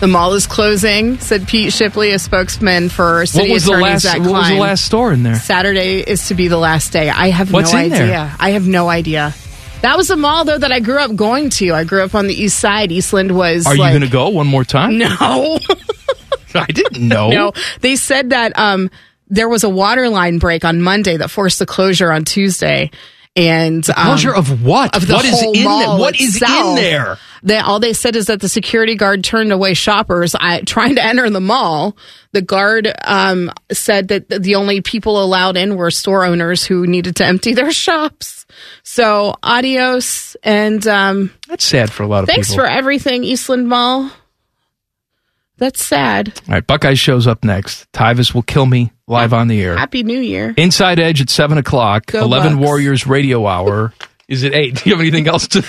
F: The mall is closing, said Pete Shipley, a spokesman for
C: What
F: city
C: was the
F: attorney
C: last?
F: Zach
C: What was the
F: Klein.
C: last store in there?
F: Saturday is to be the last day. I have
C: What's
F: no
C: in
F: idea.
C: there?
F: I have no idea. That was a mall though that I grew up going to. I grew up on the east side. Eastland was
C: Are you
F: like
C: going to
F: (laughs)
C: go one more time?
F: No. (laughs)
C: I didn't know.
F: No, they said that um, there was a water line break on Monday that forced the closure on Tuesday. And um,
C: Closure of what?
F: Of the
C: What is
F: whole
C: in there?
F: mall
C: What is in
F: itself.
C: there?
F: They, all they said is that the security guard turned away shoppers I, trying to enter the mall. The guard um, said that th- the only people allowed in were store owners who needed to empty their (laughs) shops. So adios and um,
C: That's sad for a lot of
F: thanks
C: people.
F: for everything, Eastland Mall. That's sad.
C: All right, Buckeye shows up next. Tyvis will kill me live on the air.
F: Happy New Year.
C: Inside Edge at seven o'clock.
F: Go
C: Eleven (laughs)
F: Bucks.
C: Warriors Radio Hour is at eight. Do you have anything else to?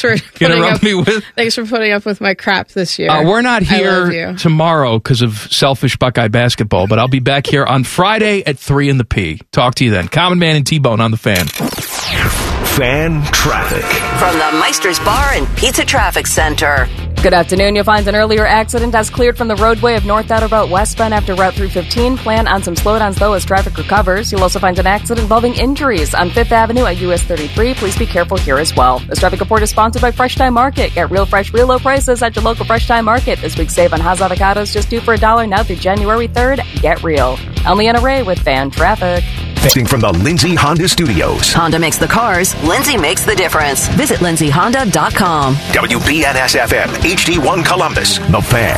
C: (laughs)
F: for putting
C: interrupt
F: up,
C: me with.
F: Thanks for putting up with my crap this year.
C: Uh, we're not
F: I love you.
C: here tomorrow because of selfish Buckeye basketball, but I'll be back here on Friday at 3 in the P. Talk to you then. Common Man and T Bone on the fan.
A: Fan traffic.
D: From the Meister's Bar and Pizza Traffic Center.
H: Good afternoon. You'll find an earlier accident has cleared from the roadway of North Outerboat westbound after Route 315. Plan on some slowdowns though as traffic recovers. You'll also find an accident involving injuries on 5th Avenue at US 33. Please be careful here as well. This traffic report is sponsored by Fresh Time Market. Get real fresh, real low prices at your local Fresh Time Market. This week's save on Haas avocados just due for a dollar now through January 3rd. Get real. I'm Leanna Ray with Fan Traffic.
A: Testing from the Lindsay Honda Studios.
D: Honda makes the cars, Lindsay makes the difference. Visit lindsayhonda.com.
A: WBNSFM, HD1 Columbus, The Fan.